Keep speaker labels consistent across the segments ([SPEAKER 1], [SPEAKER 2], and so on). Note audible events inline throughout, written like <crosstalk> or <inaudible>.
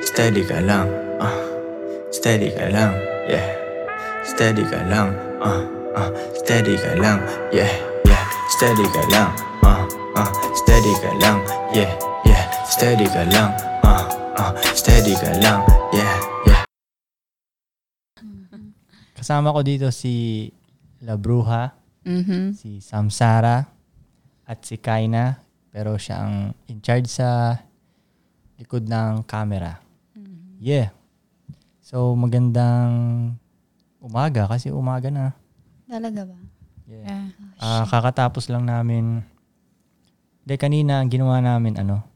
[SPEAKER 1] Steady ka lang, ah Steady ka lang, yeah Steady ka lang, ah ah Steady ka lang, yeah yeah Steady ka lang, ah ah Steady ka lang, yeah yeah Steady ka lang, ah ah Steady ka lang, yeah yeah
[SPEAKER 2] Kasama ko dito si La Bruja,
[SPEAKER 3] Mhm.
[SPEAKER 2] si Samsara, at si Kaina. Pero siya ang in charge sa likod ng camera. Yeah. So magandang umaga kasi umaga na.
[SPEAKER 4] Talaga ba? Oh,
[SPEAKER 2] Yeah.
[SPEAKER 3] Yeah.
[SPEAKER 2] Ah, kakatapos lang namin. De kanina ang ginawa namin ano,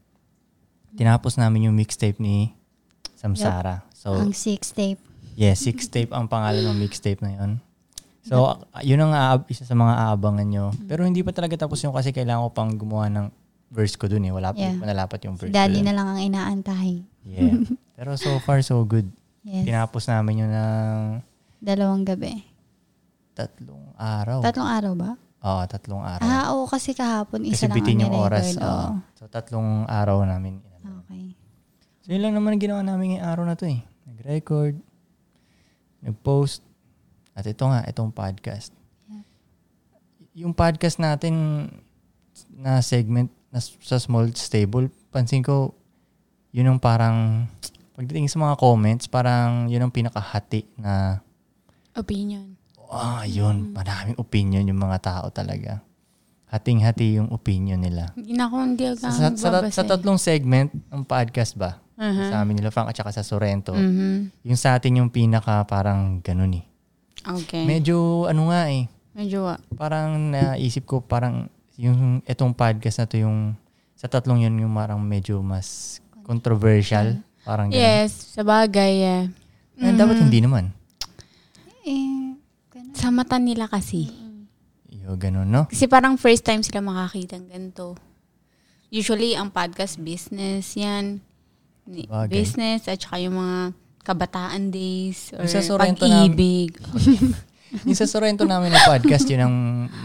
[SPEAKER 2] tinapos namin yung mixtape ni Samsara. So
[SPEAKER 4] Ang six tape.
[SPEAKER 2] Yeah, six tape ang pangalan ng mixtape na yun. So, a- yun ang aab- isa sa mga aabangan nyo.
[SPEAKER 4] Mm.
[SPEAKER 2] Pero hindi pa talaga tapos yun kasi kailangan ko pang gumawa ng verse ko dun eh. Wala pa,
[SPEAKER 4] Yeah.
[SPEAKER 2] yeah. nalapat yung
[SPEAKER 4] Si
[SPEAKER 2] verse
[SPEAKER 4] daddy
[SPEAKER 2] ko
[SPEAKER 4] na
[SPEAKER 2] dun.
[SPEAKER 4] lang ang inaantahin. <laughs>
[SPEAKER 2] Yeah. Pero so far, so good.
[SPEAKER 4] Yes.
[SPEAKER 2] Tinapos namin yun ng
[SPEAKER 4] Dalawang gabi.
[SPEAKER 2] tatlong araw.
[SPEAKER 4] Tatlong araw ba?
[SPEAKER 2] Oo, tatlong Oh. araw.
[SPEAKER 4] Ah, oo, kasi kahapon
[SPEAKER 2] kasi
[SPEAKER 4] isa lang
[SPEAKER 2] bitin
[SPEAKER 4] ang
[SPEAKER 2] yung oras.
[SPEAKER 4] nirecord.
[SPEAKER 2] oo. So, tatlong araw namin.
[SPEAKER 4] Oo. Okay.
[SPEAKER 2] So, yun lang naman ang ginawa namin ngayong araw na to eh. Nag-record, nag-post, at ito nga, itong podcast. Yung podcast natin na segment na s- sa small stable, pansin ko, yun ang parang, pagdating sa mga comments, parang yun ang pinakahati na,
[SPEAKER 3] Opinion.
[SPEAKER 2] ah, yun, maraming opinion yung mga tao talaga. Hating-hati yung opinion nila.
[SPEAKER 3] Hindi na ako, hindi ako eh.
[SPEAKER 2] Sa, sa, sa, tat- sa tatlong segment ng podcast ba?
[SPEAKER 3] Mhm.
[SPEAKER 2] Sa amin nila, Frank, at saka sa Sorrento.
[SPEAKER 3] Mhm.
[SPEAKER 2] Yung sa atin yung pinaka parang ganun eh.
[SPEAKER 3] Okay.
[SPEAKER 2] Medyo ano nga eh,
[SPEAKER 3] Medyo, ah,
[SPEAKER 2] parang naisip ko parang yung etong podcast na to yung sa tatlong yun yung parang medyo mas controversial. Parang ganun.
[SPEAKER 3] yes, sa bagay, eh. yeah.
[SPEAKER 2] Na Dapat
[SPEAKER 3] Mm-hmm.
[SPEAKER 2] hindi naman.
[SPEAKER 4] Eh, ganun.
[SPEAKER 3] Sa mata nila kasi.
[SPEAKER 2] Yo, ganun, no?
[SPEAKER 3] Kasi parang first time sila makakita ng ganito. Usually, ang podcast business yan. Ni-
[SPEAKER 2] Bagay.
[SPEAKER 3] Business at saka yung mga kabataan days or
[SPEAKER 2] Yung sa Sorrento
[SPEAKER 3] pag-ibig.
[SPEAKER 2] yung sa Sorrento namin na podcast, yun ang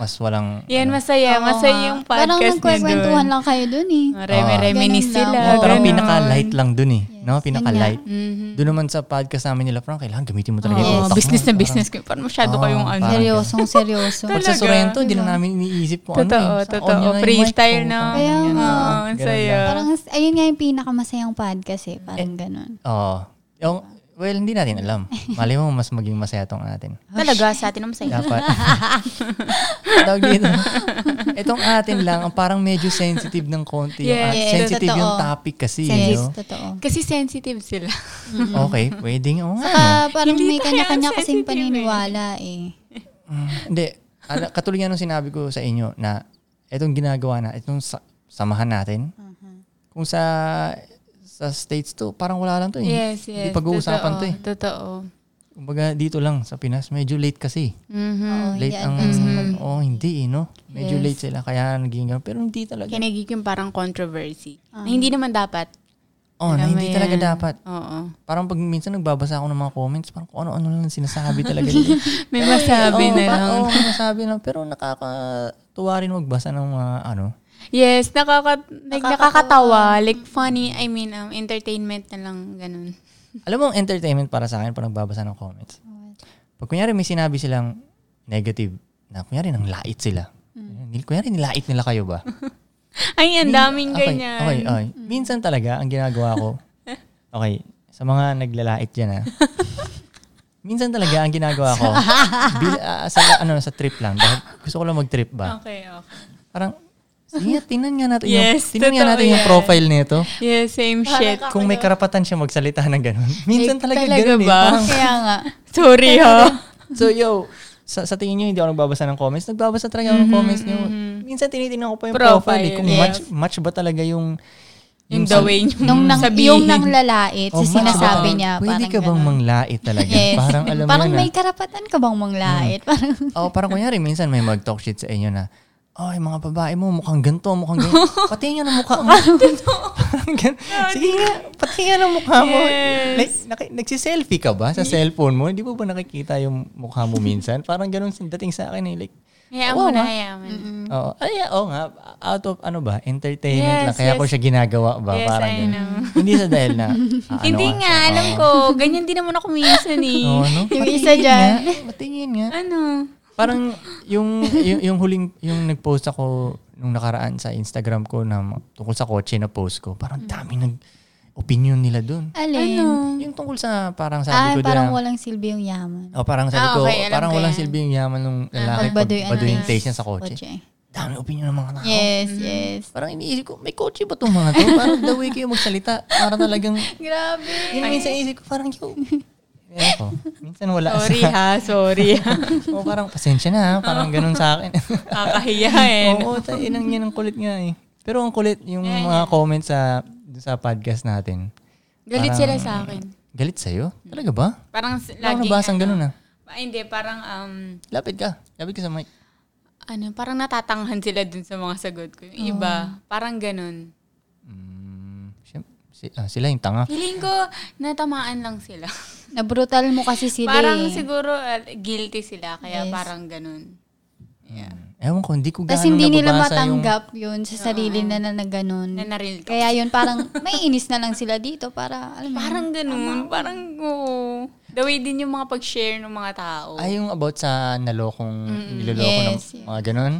[SPEAKER 2] mas walang... ano.
[SPEAKER 3] yan, masaya.
[SPEAKER 4] Oo
[SPEAKER 3] masaya
[SPEAKER 4] nga.
[SPEAKER 3] yung
[SPEAKER 4] oh, Parang
[SPEAKER 3] podcast na
[SPEAKER 4] nagkwekwentuhan
[SPEAKER 3] doon.
[SPEAKER 4] lang kayo dun eh.
[SPEAKER 3] Reme-reminis
[SPEAKER 4] Ganun lang.
[SPEAKER 3] sila.
[SPEAKER 2] Oh, parang
[SPEAKER 3] ah, ganun.
[SPEAKER 2] pinaka-light lang dun eh. No?
[SPEAKER 4] Yes,
[SPEAKER 2] Pinaka-light.
[SPEAKER 3] Mhm.
[SPEAKER 2] Doon naman sa podcast namin nila, Frank, kailangan gamitin mo talaga yung
[SPEAKER 3] Oo,
[SPEAKER 2] utak mo.
[SPEAKER 3] business na
[SPEAKER 2] Parang-
[SPEAKER 3] business ko. Parang masyado
[SPEAKER 2] Oo,
[SPEAKER 3] kayong ano.
[SPEAKER 2] parang-
[SPEAKER 4] Seryosong seryoso.
[SPEAKER 2] Pag sa
[SPEAKER 3] Talaga,
[SPEAKER 2] Sorrento, hindi
[SPEAKER 3] diba?
[SPEAKER 2] na namin iniisip kung
[SPEAKER 3] Totoo,
[SPEAKER 2] ano. eh. Saan
[SPEAKER 3] totoo.
[SPEAKER 2] on yun na yung
[SPEAKER 3] Freestyle
[SPEAKER 2] mic,
[SPEAKER 3] na.
[SPEAKER 2] putang
[SPEAKER 4] Kaya
[SPEAKER 2] ina.
[SPEAKER 4] nga.
[SPEAKER 3] Oo, ang
[SPEAKER 2] Ganun
[SPEAKER 3] saya.
[SPEAKER 2] lang.
[SPEAKER 4] parang, ayun nga yung pinakamasayang podcast eh. Parang ganun.
[SPEAKER 2] Oo. Yung- well, hindi natin alam. Malay mo, mas maging masaya tong atin.
[SPEAKER 3] Talaga, sa atin naman sa'yo.
[SPEAKER 2] Dapat. <laughs> Tawag dito. Itong atin lang, ang parang medyo sensitive ng konti. yung
[SPEAKER 3] Yes,
[SPEAKER 2] atin. sensitive
[SPEAKER 4] totoo.
[SPEAKER 2] yung topic kasi. eh,
[SPEAKER 4] Yes,
[SPEAKER 2] no?
[SPEAKER 4] totoo.
[SPEAKER 3] <laughs> Kasi sensitive <laughs> sila. Mm-hmm.
[SPEAKER 2] Okay, pwedeng. Oo nga. no?
[SPEAKER 4] Saka parang
[SPEAKER 3] Ah, Hindi
[SPEAKER 4] may
[SPEAKER 3] tayo
[SPEAKER 4] kanya-kanya kasing
[SPEAKER 3] sensitive eh.
[SPEAKER 4] paniniwala eh.
[SPEAKER 2] Mm, Hindi. Ala- Katulad nga nung sinabi ko sa inyo na itong ginagawa na, itong sa- samahan natin,
[SPEAKER 3] Mm-hmm.
[SPEAKER 2] kung sa sa states to, parang wala lang to. eh.
[SPEAKER 3] Yes,
[SPEAKER 2] Hindi
[SPEAKER 3] yes.
[SPEAKER 2] pag-uusapan
[SPEAKER 3] totoo,
[SPEAKER 2] to eh.
[SPEAKER 3] Totoo.
[SPEAKER 2] Kumbaga dito lang sa Pinas, medyo late kasi.
[SPEAKER 3] Mhm.
[SPEAKER 4] Oo,
[SPEAKER 2] Mm, Late
[SPEAKER 4] hindi
[SPEAKER 2] ang...
[SPEAKER 4] advance ang pag-
[SPEAKER 2] Oo, hindi eh, no? Medyo
[SPEAKER 3] mm-hmm. Yes.
[SPEAKER 2] late sila, kaya naging ganun. Pero hindi talaga.
[SPEAKER 3] Kinagig yung parang controversy. Na hindi naman dapat.
[SPEAKER 2] Oo, na Oh,
[SPEAKER 3] Alam mo
[SPEAKER 2] hindi talaga
[SPEAKER 3] yan.
[SPEAKER 2] dapat.
[SPEAKER 3] Oo.
[SPEAKER 2] Parang pag minsan nagbabasa ako ng mga comments, parang kung ano-ano lang sinasabi
[SPEAKER 3] <laughs>
[SPEAKER 2] talaga nila.
[SPEAKER 3] May masabi
[SPEAKER 2] Oo,
[SPEAKER 3] na
[SPEAKER 2] pa-
[SPEAKER 3] lang.
[SPEAKER 2] Oo, sinasabi na. Pero nakakatuwa rin magbasa ng mga ano.
[SPEAKER 3] Yes, nakaka, like, nakakatawa. Like funny, I mean, um, entertainment na lang. Ganun. <laughs>
[SPEAKER 2] Alam mo, ang entertainment para sa akin pag nagbabasa ng comments. Pag kunyari may sinabi silang negative, na kunyari nang lait sila.
[SPEAKER 3] Mm.
[SPEAKER 2] Nil- Kunyari nilait nila kayo ba?
[SPEAKER 3] Ay, ang daming
[SPEAKER 2] Okay,
[SPEAKER 3] ganyan. Mm.
[SPEAKER 2] Okay, okay. Minsan talaga, ang ginagawa
[SPEAKER 3] <laughs>
[SPEAKER 2] ko, okay, sa mga naglalait dyan ha, minsan talaga ang ginagawa ko,
[SPEAKER 3] <laughs>
[SPEAKER 2] bil- ah, sa, ano, sa trip lang, dahil gusto ko lang mag-trip ba?
[SPEAKER 3] Okay, okay.
[SPEAKER 2] Parang, sige, tingnan nga natin,
[SPEAKER 3] Yes,
[SPEAKER 2] yung, tingnan nga
[SPEAKER 3] totoo
[SPEAKER 2] natin yung
[SPEAKER 3] yan.
[SPEAKER 2] profile nito.
[SPEAKER 3] Yeah, same shit.
[SPEAKER 2] Kung may karapatan siya magsalita ng ganun. Minsan
[SPEAKER 3] Eh,
[SPEAKER 2] talaga,
[SPEAKER 3] talaga
[SPEAKER 2] ganun eh.
[SPEAKER 3] ba? <laughs>
[SPEAKER 2] Parang,
[SPEAKER 4] Kaya nga.
[SPEAKER 3] Sorry ha.
[SPEAKER 2] So yo, sa, sa tingin nyo hindi ako nagbabasa ng comments? Nagbabasa talaga ako ng comments nyo. Minsan tinitingnan ko pa yung profile,
[SPEAKER 3] Mm-hmm, Profile,
[SPEAKER 2] eh, kung
[SPEAKER 3] yes.
[SPEAKER 2] match, match ba talaga yung...
[SPEAKER 3] Yung the
[SPEAKER 2] sa-
[SPEAKER 3] way niyo
[SPEAKER 4] Nung nang, yung
[SPEAKER 3] sabihin.
[SPEAKER 4] nang lalait,
[SPEAKER 2] Oh,
[SPEAKER 4] sa
[SPEAKER 2] match ba
[SPEAKER 4] sinasabi
[SPEAKER 2] tayo?
[SPEAKER 4] niya,
[SPEAKER 2] Pwede
[SPEAKER 4] parang
[SPEAKER 2] ka bang
[SPEAKER 4] ganun.
[SPEAKER 2] manglait talaga?
[SPEAKER 4] Yes.
[SPEAKER 2] Parang alam
[SPEAKER 4] parang
[SPEAKER 2] mo yun
[SPEAKER 4] may
[SPEAKER 3] ah.
[SPEAKER 4] karapatan ka bang manglait?
[SPEAKER 3] Mm.
[SPEAKER 4] Parang,
[SPEAKER 2] na. Oh, parang kunyari, minsan may mag-talk shit sa inyo na, ay, mga babae mo, mukhang ganito, mukhang
[SPEAKER 3] <laughs>
[SPEAKER 2] ganito. Pati nyo ng mukha mo. Parang gan- Sige nga, pati nga ng mukha mo. Like, naki- nagsiselfie ka ba sa cellphone mo? Hindi mo ba nakikita yung mukha mo minsan? Parang ganun sa- dating sa akin eh. Like,
[SPEAKER 3] Hayaan
[SPEAKER 2] Oo
[SPEAKER 3] mo na,
[SPEAKER 2] nga.
[SPEAKER 3] hayaan mo na.
[SPEAKER 2] Oo. Ay, oo nga. Out of ano ba? Entertainment
[SPEAKER 3] Mm. Yes,
[SPEAKER 2] lang. Kaya ko
[SPEAKER 3] yes.
[SPEAKER 2] siya ginagawa ba?
[SPEAKER 3] Yes,
[SPEAKER 2] Parang
[SPEAKER 3] I
[SPEAKER 2] ganun.
[SPEAKER 3] know.
[SPEAKER 2] Hindi sa dahil
[SPEAKER 3] <laughs>
[SPEAKER 2] na. ah, ano
[SPEAKER 3] Hindi
[SPEAKER 2] ah.
[SPEAKER 3] nga, alam ko. Ganyan din naman ako minsan eh.
[SPEAKER 4] Yung
[SPEAKER 2] Oo, no? Oh, ano? Patingin
[SPEAKER 4] isa dyan.
[SPEAKER 2] Nga, patingin nga.
[SPEAKER 3] Ano?
[SPEAKER 2] Parang yung, yung, yung huling, yung nag-post ako nung nakaraan sa Instagram ko na ma- tungkol sa kotse na post ko, parang dami nag-opinion nila dun.
[SPEAKER 4] Alin?
[SPEAKER 3] Ano?
[SPEAKER 2] Yung tungkol sa parang
[SPEAKER 4] Ah,
[SPEAKER 2] sabi ko
[SPEAKER 4] parang
[SPEAKER 2] dyan.
[SPEAKER 4] walang silbi yung yaman.
[SPEAKER 2] O parang sabi
[SPEAKER 3] Ah,
[SPEAKER 2] ko,
[SPEAKER 3] okay, alam
[SPEAKER 2] parang
[SPEAKER 3] ko
[SPEAKER 2] walang
[SPEAKER 3] yan.
[SPEAKER 2] silbi yung yaman ng lalaki pag
[SPEAKER 4] Pagbaduy, ano,
[SPEAKER 2] baduy yung
[SPEAKER 4] yes.
[SPEAKER 2] taste niya sa kotse. Dami opinion ng mga tao.
[SPEAKER 4] Yes,
[SPEAKER 3] Mm.
[SPEAKER 4] yes.
[SPEAKER 2] Parang iniisip ko, may kotse ba itong mga to? Parang the way kayo magsalita. Parang talagang,
[SPEAKER 4] Grabe.
[SPEAKER 2] yun minsan isip ko, parang yung, Ayan ako. Minsan wala. <laughs>
[SPEAKER 3] Sorry
[SPEAKER 2] sa-
[SPEAKER 3] ha, sorry ha.
[SPEAKER 2] Oo, parang pasensya na. ha. Parang ganun sa akin. <laughs>
[SPEAKER 3] Kakahiya eh. no?
[SPEAKER 2] Oo, tayo inang yan ang kulit nga eh. Pero ang kulit yung mga comments sa sa podcast natin.
[SPEAKER 3] Galit
[SPEAKER 2] Parang-
[SPEAKER 3] sila sa akin.
[SPEAKER 2] Galit sa'yo? Talaga ba?
[SPEAKER 3] Parang s-
[SPEAKER 2] Wala ko
[SPEAKER 3] laging...
[SPEAKER 4] ano.
[SPEAKER 2] nabasang ganun ah.
[SPEAKER 3] Ah, hindi, parang... um,
[SPEAKER 2] Lapit ka. Lapit ka sa mic.
[SPEAKER 3] ano, parang natatanghan sila dun sa mga sagot ko. Yung iba, parang ganun.
[SPEAKER 2] Mm, siyem- si, ah, sila yung tanga.
[SPEAKER 3] Feeling ko, natamaan lang sila.
[SPEAKER 4] Nabrutal mo kasi sila.
[SPEAKER 3] parang
[SPEAKER 4] eh.
[SPEAKER 3] siguro uh, guilty sila, kaya
[SPEAKER 4] Yes.
[SPEAKER 3] parang ganun.
[SPEAKER 2] Mm, Ewan ko, hindi ko
[SPEAKER 4] Tapos
[SPEAKER 2] gano'ng
[SPEAKER 4] hindi nila
[SPEAKER 2] nababasa yung...
[SPEAKER 4] matanggap yun sa sarili na na, na ganun.
[SPEAKER 3] Na naril ko.
[SPEAKER 4] Hmm. Kaya yun, parang may inis na lang sila dito para, alam mo, yun,
[SPEAKER 3] Parang ganun. Parang, oo. The way din yung mga pag-share ng mga tao.
[SPEAKER 2] Ay, yung about sa nalokong, niloloko
[SPEAKER 4] Mm, Yes,
[SPEAKER 2] ng mga ganun?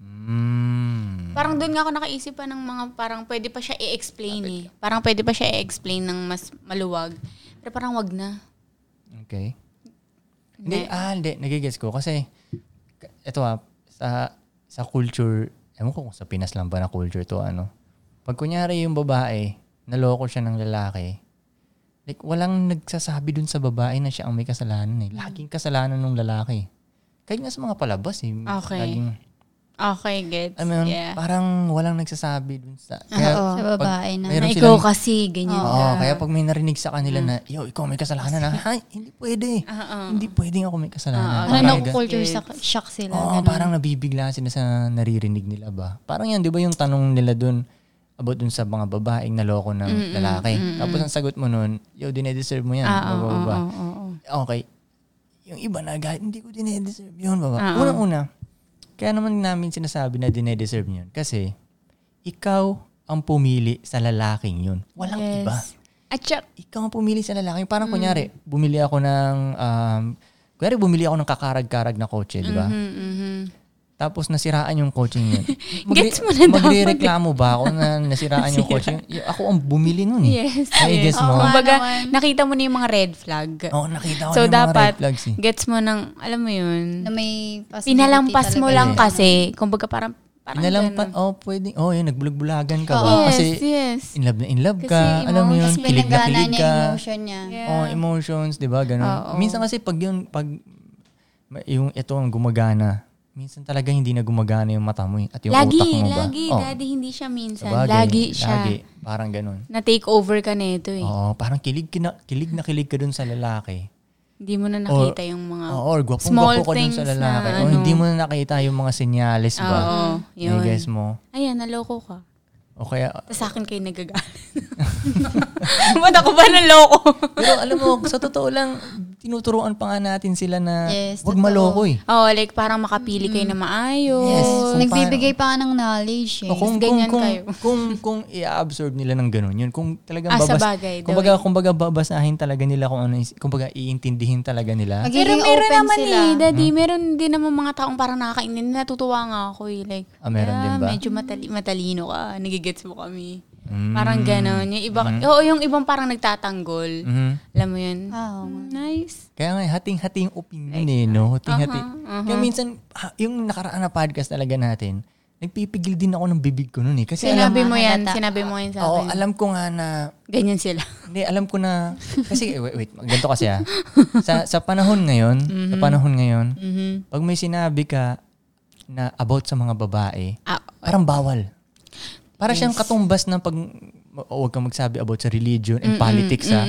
[SPEAKER 2] Mm.
[SPEAKER 3] Parang doon nga ako nakaisip pa ng mga parang pwede pa siya i-explain eh. Parang pwede pa siya i-explain ng mas maluwag. Pero parang wag na.
[SPEAKER 2] Okay. Hindi, ah, hindi. Nagigets ko. Kasi, k- eto ah, sa, sa culture, ewan ko kung sa Pinas lang ba na culture to, ano. Pag kunyari yung babae, naloko siya ng lalaki, like, walang nagsasabi dun sa babae na siya ang may kasalanan eh. Laging kasalanan ng lalaki. Kahit nga sa mga palabas eh.
[SPEAKER 3] Okay.
[SPEAKER 2] Laging,
[SPEAKER 3] Okay, gets.
[SPEAKER 2] I mean,
[SPEAKER 3] yeah. Ah,
[SPEAKER 2] parang walang nagsasabi dun sa... Kaya,
[SPEAKER 4] sa babae na.
[SPEAKER 2] meron
[SPEAKER 3] na ikaw
[SPEAKER 2] silang-
[SPEAKER 3] kasi, ganyan
[SPEAKER 2] Oo,
[SPEAKER 3] ka.
[SPEAKER 2] kaya pag may narinig sa kanila
[SPEAKER 3] Mm.
[SPEAKER 2] na, yo, ikaw may kasalanan na, ay, hindi pwede. Hindi pwedeng ako may kasalanan.
[SPEAKER 4] Parang
[SPEAKER 2] Parang ga-
[SPEAKER 4] naku-culture sa shock sila.
[SPEAKER 2] Oo,
[SPEAKER 4] ganun.
[SPEAKER 2] parang nabibigla sila sa naririnig nila ba? Parang yan, di ba yung tanong nila dun about dun sa mga babaeng naloko ng lalaki. Tapos ang sagot mo nun, yo, dinedeserve mo yan. baba,
[SPEAKER 3] Ah, oo,
[SPEAKER 2] baba.
[SPEAKER 3] oo, oo, oo.
[SPEAKER 2] Okay. Yung iba na galit, hindi ko dinedeserve yun.
[SPEAKER 3] Ah,
[SPEAKER 2] Baba. Unang-una, kaya naman namin sinasabi na dinedeserve yun. Kasi, ikaw ang pumili sa lalaking yun. Walang
[SPEAKER 3] Yes.
[SPEAKER 2] iba
[SPEAKER 3] At siya, Mm.
[SPEAKER 2] ikaw ang pumili sa lalaki. Parang kunyari, bumili ako ng, um, kunyari bumili ako ng kakarag-karag na kotse, di ba?
[SPEAKER 3] mm, mhm.
[SPEAKER 2] Tapos nasiraan yung kotse
[SPEAKER 3] <laughs>
[SPEAKER 2] niya.
[SPEAKER 3] Gets mo na dapat.
[SPEAKER 2] Magre-reklamo ba ako na nasiraan
[SPEAKER 3] <laughs>
[SPEAKER 2] yung kotse? Y- Ako ang bumili nun eh.
[SPEAKER 3] Yes.
[SPEAKER 2] Ay,
[SPEAKER 3] yes.
[SPEAKER 2] gets mo?
[SPEAKER 3] Kumbaga,
[SPEAKER 4] naman.
[SPEAKER 3] nakita mo na yung mga red flag.
[SPEAKER 2] Oo, nakita ko
[SPEAKER 3] so,
[SPEAKER 2] yung mga
[SPEAKER 3] dapat,
[SPEAKER 2] red flags eh.
[SPEAKER 3] gets mo ng, alam mo yun,
[SPEAKER 4] na may possibility
[SPEAKER 3] pinalampas mo
[SPEAKER 4] talaga
[SPEAKER 3] lang
[SPEAKER 2] Eh.
[SPEAKER 4] yun.
[SPEAKER 3] kasi. Kumbaga, parang, parang
[SPEAKER 2] Inalampan,
[SPEAKER 3] ganun.
[SPEAKER 2] oh, pwede. Oh, yun, nagbulag-bulagan ka ba?
[SPEAKER 3] Yes,
[SPEAKER 2] Ah, Kasi,
[SPEAKER 3] yes.
[SPEAKER 2] in love na in love
[SPEAKER 3] Kasi
[SPEAKER 2] ka. Alam mo
[SPEAKER 3] emo-
[SPEAKER 2] yun,
[SPEAKER 4] Tapos
[SPEAKER 2] kilig na
[SPEAKER 4] pinagana
[SPEAKER 2] kilig
[SPEAKER 4] niya
[SPEAKER 2] ka.
[SPEAKER 4] yung emotion niya.
[SPEAKER 2] Oh, emotions, 'di ba? Ganun. Minsan kasi pag 'yun pag ma- yung ito ang gumagana, minsan talaga hindi na gumagana yung mata mo eh, at yung
[SPEAKER 3] lagi,
[SPEAKER 2] utak mo ba?
[SPEAKER 3] lagi,
[SPEAKER 2] Oh,
[SPEAKER 3] daddy, hindi siya minsan.
[SPEAKER 2] sabagay,
[SPEAKER 3] lagi siya.
[SPEAKER 2] Lagi, parang ganun.
[SPEAKER 3] Na-take over ka nito eh.
[SPEAKER 2] Oo, parang kilig kina, kilig na kilig ka dun sa lalaki.
[SPEAKER 3] Hindi mo na nakita yung mga...
[SPEAKER 2] Oo, Ah, or gwapong
[SPEAKER 3] small
[SPEAKER 2] gwapo ka dun
[SPEAKER 3] things
[SPEAKER 2] sa
[SPEAKER 3] na
[SPEAKER 2] lalaki. O
[SPEAKER 3] ano.
[SPEAKER 2] hindi mo na nakita yung mga senyales ba?
[SPEAKER 3] Oo, yun.
[SPEAKER 2] guess mo.
[SPEAKER 3] Ayan, naloko ka.
[SPEAKER 2] O kaya,
[SPEAKER 3] Tapos sa akin kayo nagagalit. <laughs> Ba't ako ba naloko?
[SPEAKER 2] pero alam mo, sa totoo lang, tinuturuan pa nga natin sila na
[SPEAKER 4] Yes,
[SPEAKER 2] huwag
[SPEAKER 4] totoo.
[SPEAKER 2] maloko eh.
[SPEAKER 3] Oo, oh, like parang makapili kayo na maayos.
[SPEAKER 2] Mm. Yes. Kung
[SPEAKER 4] Nagbibigay pa nga ng knowledge eh.
[SPEAKER 2] O kung, kung,
[SPEAKER 3] ganyan
[SPEAKER 2] kung,
[SPEAKER 3] kayo.
[SPEAKER 2] kung, kung i-absorb nila ng ganun, yun, kung talagang
[SPEAKER 3] Ah, sa
[SPEAKER 2] babas,
[SPEAKER 3] bagay daw
[SPEAKER 2] kung baga, kung baga babasahin talaga nila kung ano, is- kung baga iintindihin talaga nila.
[SPEAKER 4] Mag-
[SPEAKER 3] Pero
[SPEAKER 4] Magiging
[SPEAKER 3] meron
[SPEAKER 4] open
[SPEAKER 3] naman
[SPEAKER 4] sila.
[SPEAKER 3] eh, daddy.
[SPEAKER 2] Hmm.
[SPEAKER 3] Meron din naman mga taong parang nakakainin. Natutuwa nga ako eh. Like,
[SPEAKER 2] Ah, meron din ba?
[SPEAKER 3] Medyo matali- matalino ka. Nagigets mo kami.
[SPEAKER 2] Hmm.
[SPEAKER 3] Parang ganon. Yung iba,
[SPEAKER 2] Mm-hmm.
[SPEAKER 3] oo, yung ibang parang nagtatanggol.
[SPEAKER 2] Mhm.
[SPEAKER 3] Alam mo yun?
[SPEAKER 4] Ah, oo.
[SPEAKER 3] Mm, nice.
[SPEAKER 2] Kaya nga, hating-hati yung opinion eh, no? Hating-hati.
[SPEAKER 3] Uh-huh,
[SPEAKER 2] Kaya minsan, ha- yung nakaraan na podcast talaga natin, nagpipigil din ako ng bibig ko nun eh. Kasi alam,
[SPEAKER 3] Sinabi mo yan.
[SPEAKER 4] halata.
[SPEAKER 3] Sinabi mo yan sa
[SPEAKER 2] oo,
[SPEAKER 3] akin.
[SPEAKER 2] alam ko nga na,
[SPEAKER 3] Ganyan sila.
[SPEAKER 2] hindi, alam ko na, kasi, <laughs> eh, wait, wait, ganito kasi
[SPEAKER 3] <laughs>
[SPEAKER 2] ah. Sa, sa panahon ngayon,
[SPEAKER 3] Mm-hmm.
[SPEAKER 2] sa panahon ngayon,
[SPEAKER 4] Mm-hmm.
[SPEAKER 2] pag may sinabi ka na about sa mga babae,
[SPEAKER 3] Ah,
[SPEAKER 2] Parang bawal. Para siyang katumbas ng pag ma- huwag kang magsabi about sa religion and politics
[SPEAKER 3] mm,
[SPEAKER 2] ha.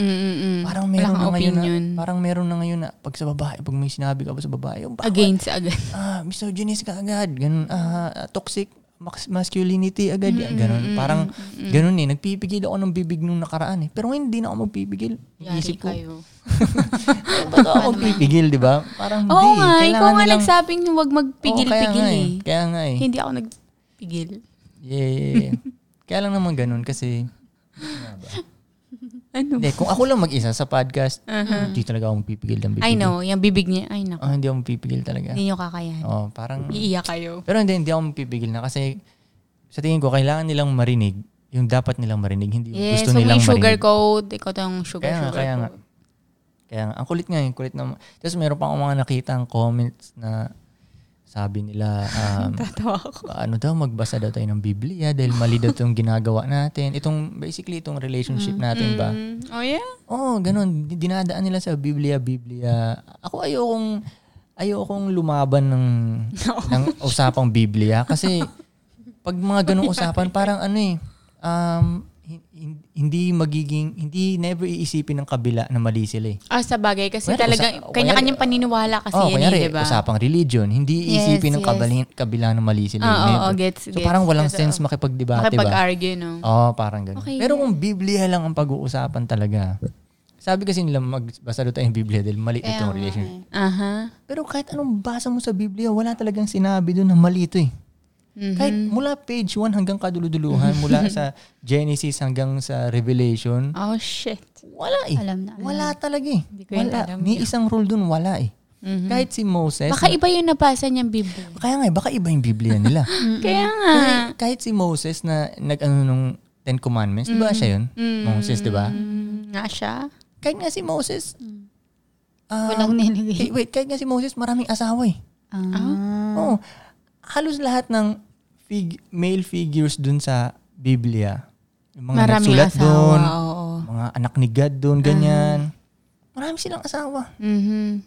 [SPEAKER 2] Parang meron ah.
[SPEAKER 3] Wala
[SPEAKER 2] na
[SPEAKER 3] kang
[SPEAKER 2] ngayon
[SPEAKER 3] opinion.
[SPEAKER 2] na parang meron na ngayon na pag sa babae, pag may sinabi ka ba sa babae, yung bawal.
[SPEAKER 3] against, against.
[SPEAKER 2] Ah, misogynist ka agad. Ganun, ah, toxic. mas- masculinity agad yan. Ganun. Parang, ganun eh. Nagpipigil ako ng bibig nung nakaraan eh. Pero ngayon, hindi na ako magpipigil.
[SPEAKER 3] Yari
[SPEAKER 2] Isip ko,
[SPEAKER 3] kayo.
[SPEAKER 2] ba't ako magpipigil, di ba? Parang,
[SPEAKER 3] Oo
[SPEAKER 2] hindi.
[SPEAKER 3] nga, ikaw
[SPEAKER 2] Kailangan
[SPEAKER 3] nga
[SPEAKER 2] nilang-
[SPEAKER 3] nagsabing huwag
[SPEAKER 2] Oo, kaya
[SPEAKER 3] magpigil-pigil
[SPEAKER 2] nga
[SPEAKER 3] eh.
[SPEAKER 2] Kaya nga eh.
[SPEAKER 3] Hindi ako nagpigil.
[SPEAKER 2] Yeah, yeah,
[SPEAKER 3] <laughs>
[SPEAKER 2] yeah. Kaya lang naman ganun kasi,
[SPEAKER 3] Ano?
[SPEAKER 2] hindi, kung ako lang mag-isa sa podcast, hindi talaga ako pipigil ng bibig.
[SPEAKER 3] Uh-huh. I know, yung bibig niya. Ay, naku.
[SPEAKER 2] Ah, hindi ako pipigil talaga.
[SPEAKER 3] Hindi nyo kakayahan.
[SPEAKER 2] Oh, parang,
[SPEAKER 3] Iiyak kayo.
[SPEAKER 2] pero hindi, hindi ako pipigil na kasi sa tingin ko, kailangan nilang marinig yung dapat nilang marinig, hindi yung
[SPEAKER 3] Yes,
[SPEAKER 2] gusto
[SPEAKER 3] huwag
[SPEAKER 2] nilang
[SPEAKER 3] yung sugar
[SPEAKER 2] marinig.
[SPEAKER 3] coat. Ikaw to yung sugar,
[SPEAKER 2] Kaya nga,
[SPEAKER 3] sugar
[SPEAKER 2] kaya nga.
[SPEAKER 3] coat.
[SPEAKER 2] Kaya nga, ang kulit nga yung kulit na, tapos meron pa akong mga nakita ang comments na sabi nila, um,
[SPEAKER 3] Tatawa ako.
[SPEAKER 2] ano daw, magbasa daw tayo ng Biblia dahil mali daw itong ginagawa natin. Itong, basically, itong relationship natin ba?
[SPEAKER 3] Mm, oh yeah?
[SPEAKER 2] Oo, oh, ganun. Dinadaan nila sa Biblia, Biblia. Ako ayokong, ayokong lumaban
[SPEAKER 3] <laughs>
[SPEAKER 2] ng, ng usapang Biblia. Kasi, pag mga ganung usapan, parang ano eh, um, hin- hin- hindi magiging, hindi never iisipin ng kabila na mali sila eh.
[SPEAKER 3] Ah, sa bagay. Kasi
[SPEAKER 2] Kunyari,
[SPEAKER 3] talagang,
[SPEAKER 2] usa-
[SPEAKER 3] kanya-kanyang
[SPEAKER 2] kunyari,
[SPEAKER 3] paniniwala kasi
[SPEAKER 2] oh,
[SPEAKER 3] yan
[SPEAKER 2] kunyari,
[SPEAKER 3] eh, diba?
[SPEAKER 2] usapang religion. Hindi iisipin
[SPEAKER 4] Yes,
[SPEAKER 2] ng
[SPEAKER 4] yes.
[SPEAKER 2] kabali- kabila na mali sila. eh.
[SPEAKER 3] Oo, oo,
[SPEAKER 2] Never.
[SPEAKER 3] gets,
[SPEAKER 2] So
[SPEAKER 3] gets.
[SPEAKER 2] parang walang
[SPEAKER 3] Kasi,
[SPEAKER 2] sense
[SPEAKER 3] oh,
[SPEAKER 2] makipagdebate ba? Oh.
[SPEAKER 3] Makipag-argue, no?
[SPEAKER 2] Oo, parang ganun.
[SPEAKER 3] Mm. Okay.
[SPEAKER 2] Pero kung Biblia lang ang pag-uusapan talaga, sabi kasi nila magbasa daw tayo ng Biblia dahil mali itong
[SPEAKER 3] eh.
[SPEAKER 2] relationship.
[SPEAKER 3] Aha.
[SPEAKER 2] Pero kahit anong basa mo sa Biblia, wala talagang sinabi doon na mali ito eh.
[SPEAKER 3] Mhm.
[SPEAKER 2] Kahit mula page 1 hanggang kaduluduluhan,
[SPEAKER 3] <laughs>
[SPEAKER 2] mula sa Genesis hanggang sa Revelation,
[SPEAKER 3] Oh, shit.
[SPEAKER 2] wala eh.
[SPEAKER 4] Alam na, alam.
[SPEAKER 2] Wala talaga eh.
[SPEAKER 3] ko yun
[SPEAKER 2] Wala.
[SPEAKER 3] alam. Mm-hmm.
[SPEAKER 2] Ni isang rule doon, wala eh. Kahit si Moses,
[SPEAKER 3] Baka iba yung nabasa niyang Biblia.
[SPEAKER 2] kaya nga eh, baka iba yung Biblia
[SPEAKER 3] <laughs>
[SPEAKER 2] nila.
[SPEAKER 3] Kaya nga.
[SPEAKER 2] kahit si Moses na nag-ano nung Ten Commandments, di
[SPEAKER 3] Mm-hmm.
[SPEAKER 2] ba siya yun? Moses, di ba?
[SPEAKER 3] Mm, nga siya.
[SPEAKER 2] Kahit nga si Moses, ah,
[SPEAKER 4] Walang nilagay.
[SPEAKER 2] eh,
[SPEAKER 3] Mm-hmm.
[SPEAKER 2] <laughs> wait, kahit nga si Moses, maraming asawa eh.
[SPEAKER 3] Mm.
[SPEAKER 4] Ah.
[SPEAKER 2] Oo. Halos lahat ng fig, male figures dun sa Biblia. Yung mga
[SPEAKER 3] Maraming
[SPEAKER 2] nagsulat
[SPEAKER 3] asawa.
[SPEAKER 2] dun,
[SPEAKER 3] Oo. Mm.
[SPEAKER 2] mga anak ni God dun, ganyan. Marami silang asawa.
[SPEAKER 3] Mhm.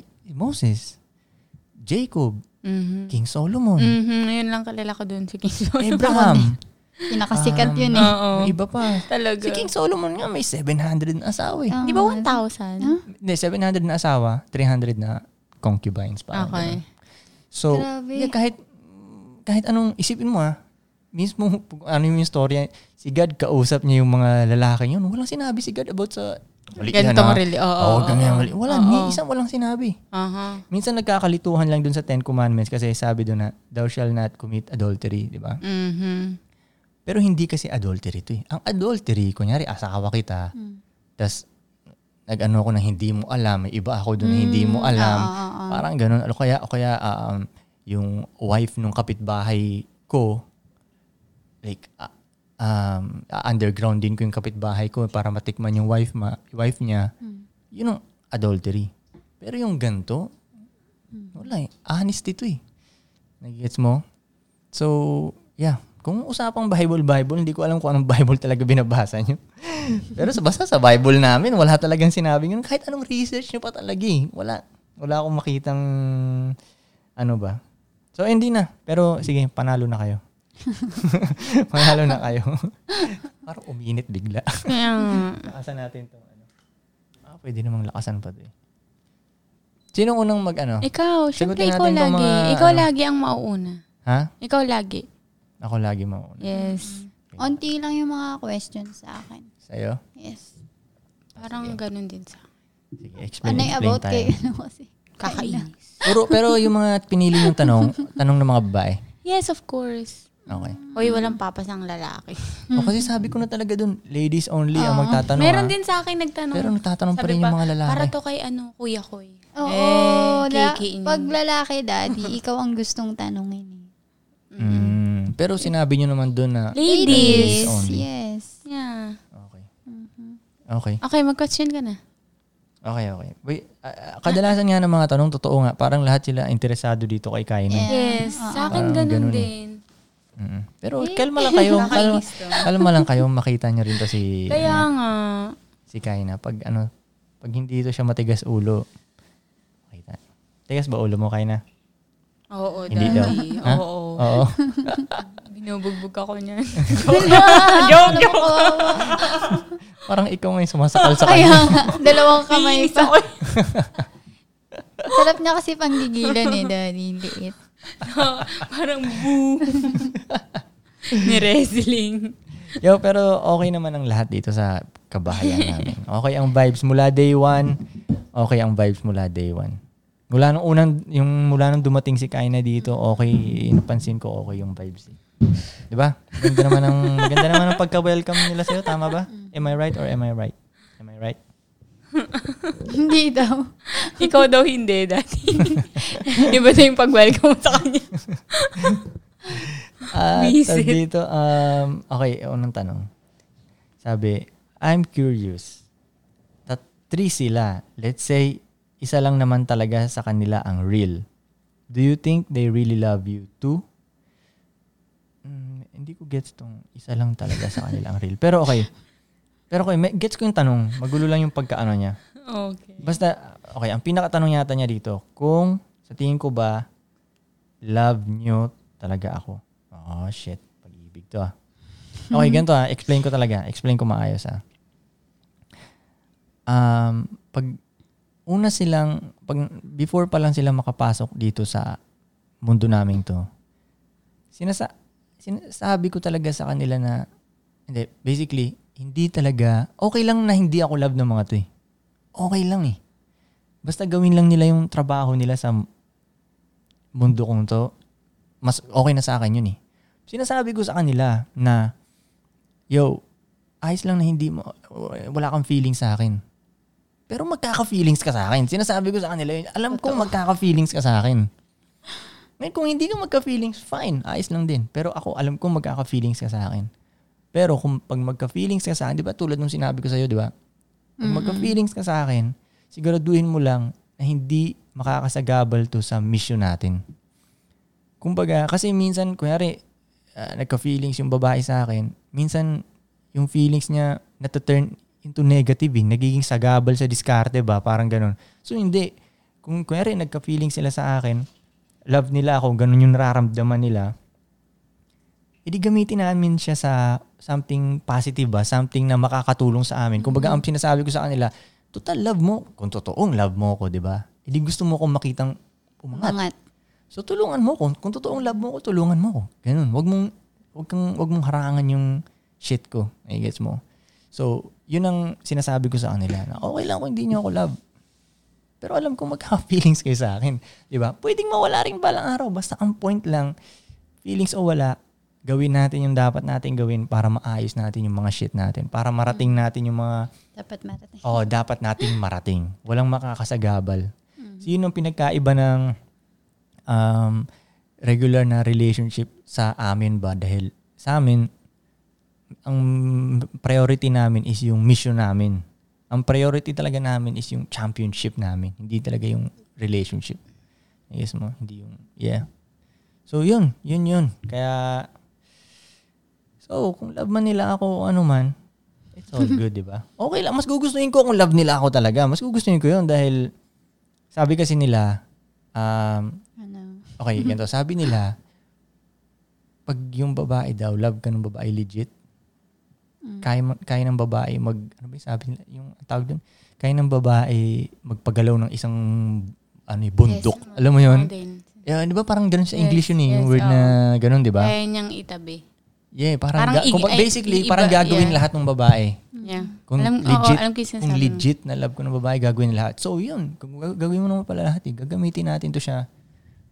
[SPEAKER 2] Eh, Moses, Jacob,
[SPEAKER 3] Mhm.
[SPEAKER 2] King Solomon,
[SPEAKER 3] Mhm. Yun lang kalala ko doon si King
[SPEAKER 2] Eh,
[SPEAKER 3] Solomon.
[SPEAKER 2] Abraham, Ah.
[SPEAKER 4] Pinakasikat yun eh.
[SPEAKER 3] <laughs> Oo.
[SPEAKER 2] may iba pa.
[SPEAKER 3] Oh. Talaga.
[SPEAKER 2] Si King Solomon nga may 700 na asawa eh.
[SPEAKER 4] Ah.
[SPEAKER 3] Di ba 1,000?
[SPEAKER 2] Hindi, 700 na asawa, 300 na concubines pa.
[SPEAKER 3] Okay.
[SPEAKER 2] So,
[SPEAKER 4] Grabe.
[SPEAKER 2] yeah, kahit kahit anong isipin mo ah, mismo ano yung story, si God kausap niya yung mga lalaki yun. Walang sinabi si God about sa mali yan,
[SPEAKER 3] Ganitong
[SPEAKER 2] ah.
[SPEAKER 3] reli- oo,
[SPEAKER 2] Oo,
[SPEAKER 3] oo,
[SPEAKER 2] ganyan,
[SPEAKER 3] oo. Uh-huh.
[SPEAKER 2] mali. Wala,
[SPEAKER 3] Oo.
[SPEAKER 2] ni isang walang sinabi.
[SPEAKER 3] Aha.
[SPEAKER 2] Minsan nagkakalituhan lang dun sa Ten Commandments kasi sabi dun na, thou shall not commit adultery, di ba?
[SPEAKER 3] Mhm.
[SPEAKER 2] Pero hindi kasi adultery to eh. Ang adultery, kunyari asawa kita, tas nag-ano ako na hindi mo alam, may iba ako doon na hindi mo alam. Parang ganun. O kaya, o kaya ah, um, yung wife nung kapitbahay ko, like, ah, um, ah, underground din ko yung kapitbahay ko para matikman yung wife, ma, wife niya. Yun ang adultery. Pero yung ganto, wala eh. Honesty to eh. Nag-gets mo? So, yeah. Kung usapang Bible-Bible, hindi ko alam kung anong Bible talaga binabasa nyo. <laughs> Pero sa basta sa Bible namin, wala talagang sinabi yun. Kahit anong research nyo pa talaga eh. Wala. Wala akong makitang ano ba. So, hindi na. Pero sige, panalo na kayo. <laughs> panalo na kayo. <laughs> Parang uminit bigla.
[SPEAKER 3] Kaya
[SPEAKER 2] <laughs>
[SPEAKER 3] nga.
[SPEAKER 2] Lakasan natin itong ano. Ah, pwede namang lakasan pa to eh. Sinong unang mag ano?
[SPEAKER 3] Ikaw,
[SPEAKER 2] Sagutin
[SPEAKER 3] syempre ikaw
[SPEAKER 2] natin itong
[SPEAKER 3] lagi.
[SPEAKER 2] mga,
[SPEAKER 3] ikaw
[SPEAKER 2] ano. Mm-hmm.
[SPEAKER 3] lagi ang mauuna.
[SPEAKER 2] Ha?
[SPEAKER 3] Ikaw lagi.
[SPEAKER 2] Ako lagi mauna.
[SPEAKER 3] Yes.
[SPEAKER 4] Onti lang yung mga questions sa akin.
[SPEAKER 2] Sa'yo?
[SPEAKER 4] Yes.
[SPEAKER 3] Parang ganun din sa
[SPEAKER 2] Sige, explain,
[SPEAKER 4] Ano yung
[SPEAKER 2] explain
[SPEAKER 4] about
[SPEAKER 2] tayo.
[SPEAKER 3] eh?
[SPEAKER 4] kay <laughs> ano kasi?
[SPEAKER 3] kakainis.
[SPEAKER 2] <laughs> Pero, pero yung mga pinili yung tanong, tanong ng mga babae.
[SPEAKER 3] Yes, of course.
[SPEAKER 2] Okay.
[SPEAKER 3] Hoy, walang papas ang lalaki.
[SPEAKER 2] O kasi sabi ko na talaga dun, ladies only ang magtatanong.
[SPEAKER 3] Hmm. Meron
[SPEAKER 2] ah.
[SPEAKER 3] din sa akin nagtanong.
[SPEAKER 2] Pero nagtatanong pa rin
[SPEAKER 3] Sabi
[SPEAKER 2] yung mga lalaki.
[SPEAKER 3] Para to kay ano, kuya ko eh.
[SPEAKER 4] Oo.
[SPEAKER 3] Eh,
[SPEAKER 4] la-
[SPEAKER 3] kiki niya.
[SPEAKER 4] pag lalaki,
[SPEAKER 2] <laughs>
[SPEAKER 4] daddy, ikaw ang gustong tanongin eh.
[SPEAKER 2] Mm, pero sinabi nyo naman dun na
[SPEAKER 3] Ladies.
[SPEAKER 2] only.
[SPEAKER 4] Yes.
[SPEAKER 3] Yeah.
[SPEAKER 2] Okay.
[SPEAKER 3] Mm-hmm.
[SPEAKER 2] Okay.
[SPEAKER 3] Okay, mag-question ka na.
[SPEAKER 2] Okay, okay. Wait, ah, ah, kadalasan nga ng mga tanong, totoo nga, parang lahat sila interesado dito kay Kaino.
[SPEAKER 3] Yes. Sa akin,
[SPEAKER 2] Parang
[SPEAKER 3] ganun,
[SPEAKER 2] ganun eh.
[SPEAKER 3] din.
[SPEAKER 2] Mm. Pero kalma lang
[SPEAKER 3] <laughs>
[SPEAKER 2] kayo. kalma,
[SPEAKER 3] Nakakainis to.
[SPEAKER 2] kalma lang kayo. Makita nyo rin to si,
[SPEAKER 3] Kaya nga.
[SPEAKER 2] si Kaina. Pag ano, pag hindi to siya matigas ulo. Makita. Tigas ba ulo mo, Kaina?
[SPEAKER 3] Oo,
[SPEAKER 2] Hindi daw.
[SPEAKER 3] daddy.
[SPEAKER 2] Ha?
[SPEAKER 3] Oo.
[SPEAKER 2] Oo. <laughs>
[SPEAKER 3] Binubugbog ako <laughs> niyan.
[SPEAKER 4] Joke, joke.
[SPEAKER 2] Parang ikaw ngayon sumasakal <laughs>
[SPEAKER 4] <laughs>
[SPEAKER 2] sa
[SPEAKER 4] Kaya
[SPEAKER 2] kanya.
[SPEAKER 4] nga, dalawang kamay
[SPEAKER 3] Kainis
[SPEAKER 4] pa.
[SPEAKER 3] ako.
[SPEAKER 4] Sarap niya kasi panggigilan eh, daddy. Liit.
[SPEAKER 3] <laughs> Parang <laughs> boo. Ni-wrestling.
[SPEAKER 2] Yo, pero okay naman ang lahat dito sa kabahayan namin. Okay ang vibes mula day one. Okay ang vibes mula day one. Mula nung unang, yung mula nung dumating si Kaina dito, okay, napansin ko okay yung vibes. eh. Di ba? Maganda naman ang, maganda naman ang pagka-welcome nila sa'yo. Tama ba? Am I right or am I right? Am I right?
[SPEAKER 4] Hindi daw.
[SPEAKER 3] Ikaw daw hindi dati. <laughs> Iba na yung pag-welcome sa kanya.
[SPEAKER 2] At
[SPEAKER 3] Visit.
[SPEAKER 2] tawag dito, um, okay, unang tanong. Sabi, I'm curious. Tat three sila. Let's say, isa lang naman talaga sa kanila ang real. Do you think they really love you too? Mm, hindi ko gets tong isa lang talaga sa kanila ang real. Pero okay. Pero okay, may- gets ko yung tanong. Magulo lang yung pagkaano niya.
[SPEAKER 3] Okay.
[SPEAKER 2] Basta, okay, ang pinakatanong yata niya dito, kung sa tingin ko ba, love nyo talaga ako. Oh, shit. Pag-ibig to ah. Okay, ganito ah. Explain ko talaga. Explain ko maayos ah. Um, pag una silang, pag, before pa lang sila makapasok dito sa mundo namin to, sinasa, sinasabi ko talaga sa kanila na, hindi, basically, hindi talaga, okay lang na hindi ako love ng mga to eh okay lang eh. Basta gawin lang nila yung trabaho nila sa mundo kong to, mas okay na sa akin yun eh. Sinasabi ko sa kanila na, yo, ayos lang na hindi mo, wala kang feeling sa akin. Pero magkaka-feelings ka sa akin. Sinasabi ko sa kanila yun, alam kong magkaka-feelings ka sa akin. Ngayon, kung hindi ka magka-feelings, fine, ayos lang din. Pero ako, alam kong magkaka-feelings ka sa akin. Pero kung pag magka-feelings ka sa akin, di ba tulad nung sinabi ko sa'yo, di ba? Kung magka-feelings ka sa akin, siguraduhin mo lang na hindi makakasagabal to sa mission natin. Kumbaga, kasi minsan, kunyari, ah, nagka-feelings yung babae sa akin, minsan, yung feelings niya nataturn into negative eh. Nagiging sagabal sa diskarte ba? Parang ganun. So, hindi. Kung kunyari, nagka-feelings sila sa akin, love nila ako, ganun yung nararamdaman nila, hindi gamitin namin siya sa something positive ba, something na makakatulong sa amin. Kung baga, ang sinasabi ko sa kanila, total love mo, kung totoong love mo ko, di ba? Hindi gusto mo akong makitang umangat.
[SPEAKER 4] Angat.
[SPEAKER 2] So tulungan mo ko. Kung totoong love mo ko, tulungan mo ko. Ganun. Wag mong wag kang wag mong harangan yung shit ko. I gets mo. So, yun ang sinasabi ko sa kanila na okay lang kung hindi niyo ako love. Pero alam kong <laughs> magka-feelings kayo sa akin. Di ba? Pwedeng mawala rin balang araw. Basta ang point lang, feelings o wala, gawin natin yung dapat natin gawin para maayos natin yung mga shit natin. Para marating natin yung mga
[SPEAKER 4] Dapat
[SPEAKER 2] <laughs>
[SPEAKER 4] marating.
[SPEAKER 2] Oo, Oh, dapat nating marating. Walang makakasagabal. So, yun ang pinagkaiba ng um, regular na relationship sa amin ba? Dahil sa amin, ang priority namin is yung mission namin. Ang priority talaga namin is yung championship namin. Hindi talaga yung relationship. Yes mo? Hindi yung, yeah. So, yun. Yun yun. Kaya, so, kung love man nila ako, ano man, It's <laughs> all good, di ba? Okay lang. Mas gugustuhin ko kung love nila ako talaga. Mas gugustuhin ko yun dahil sabi kasi nila, um,
[SPEAKER 4] Ano?
[SPEAKER 2] okay, ganito. Sabi nila, pag yung babae daw, love ka ng babae legit, kaya, ma- kaya ng babae mag, ano ba yung sabi nila, yung tawag doon, kaya ng babae magpagalaw ng isang ano, eh, bundok. Alam mo yun?
[SPEAKER 3] Ano din?
[SPEAKER 2] Yeah, di ba parang ganun sa English
[SPEAKER 3] Yes,
[SPEAKER 2] yun eh, yung
[SPEAKER 3] yes,
[SPEAKER 2] word na ganun, di ba?
[SPEAKER 3] Kaya niyang itabi.
[SPEAKER 2] Yeah, Eh, parang,
[SPEAKER 3] Parang
[SPEAKER 2] ga-
[SPEAKER 3] ig-
[SPEAKER 2] kumba-
[SPEAKER 3] ay,
[SPEAKER 2] basically,
[SPEAKER 3] iiba,
[SPEAKER 2] parang gagawin
[SPEAKER 3] yeah.
[SPEAKER 2] lahat ng babae.
[SPEAKER 3] Yeah.
[SPEAKER 2] Kung
[SPEAKER 3] alam,
[SPEAKER 2] legit,
[SPEAKER 3] oo, alam ko yung
[SPEAKER 2] kung
[SPEAKER 3] sinasabi mo.
[SPEAKER 2] legit na love ko ng babae, gagawin lahat. So, yun. Kung ga- Gagawin mo naman pala lahat. Eh. Gagamitin natin to siya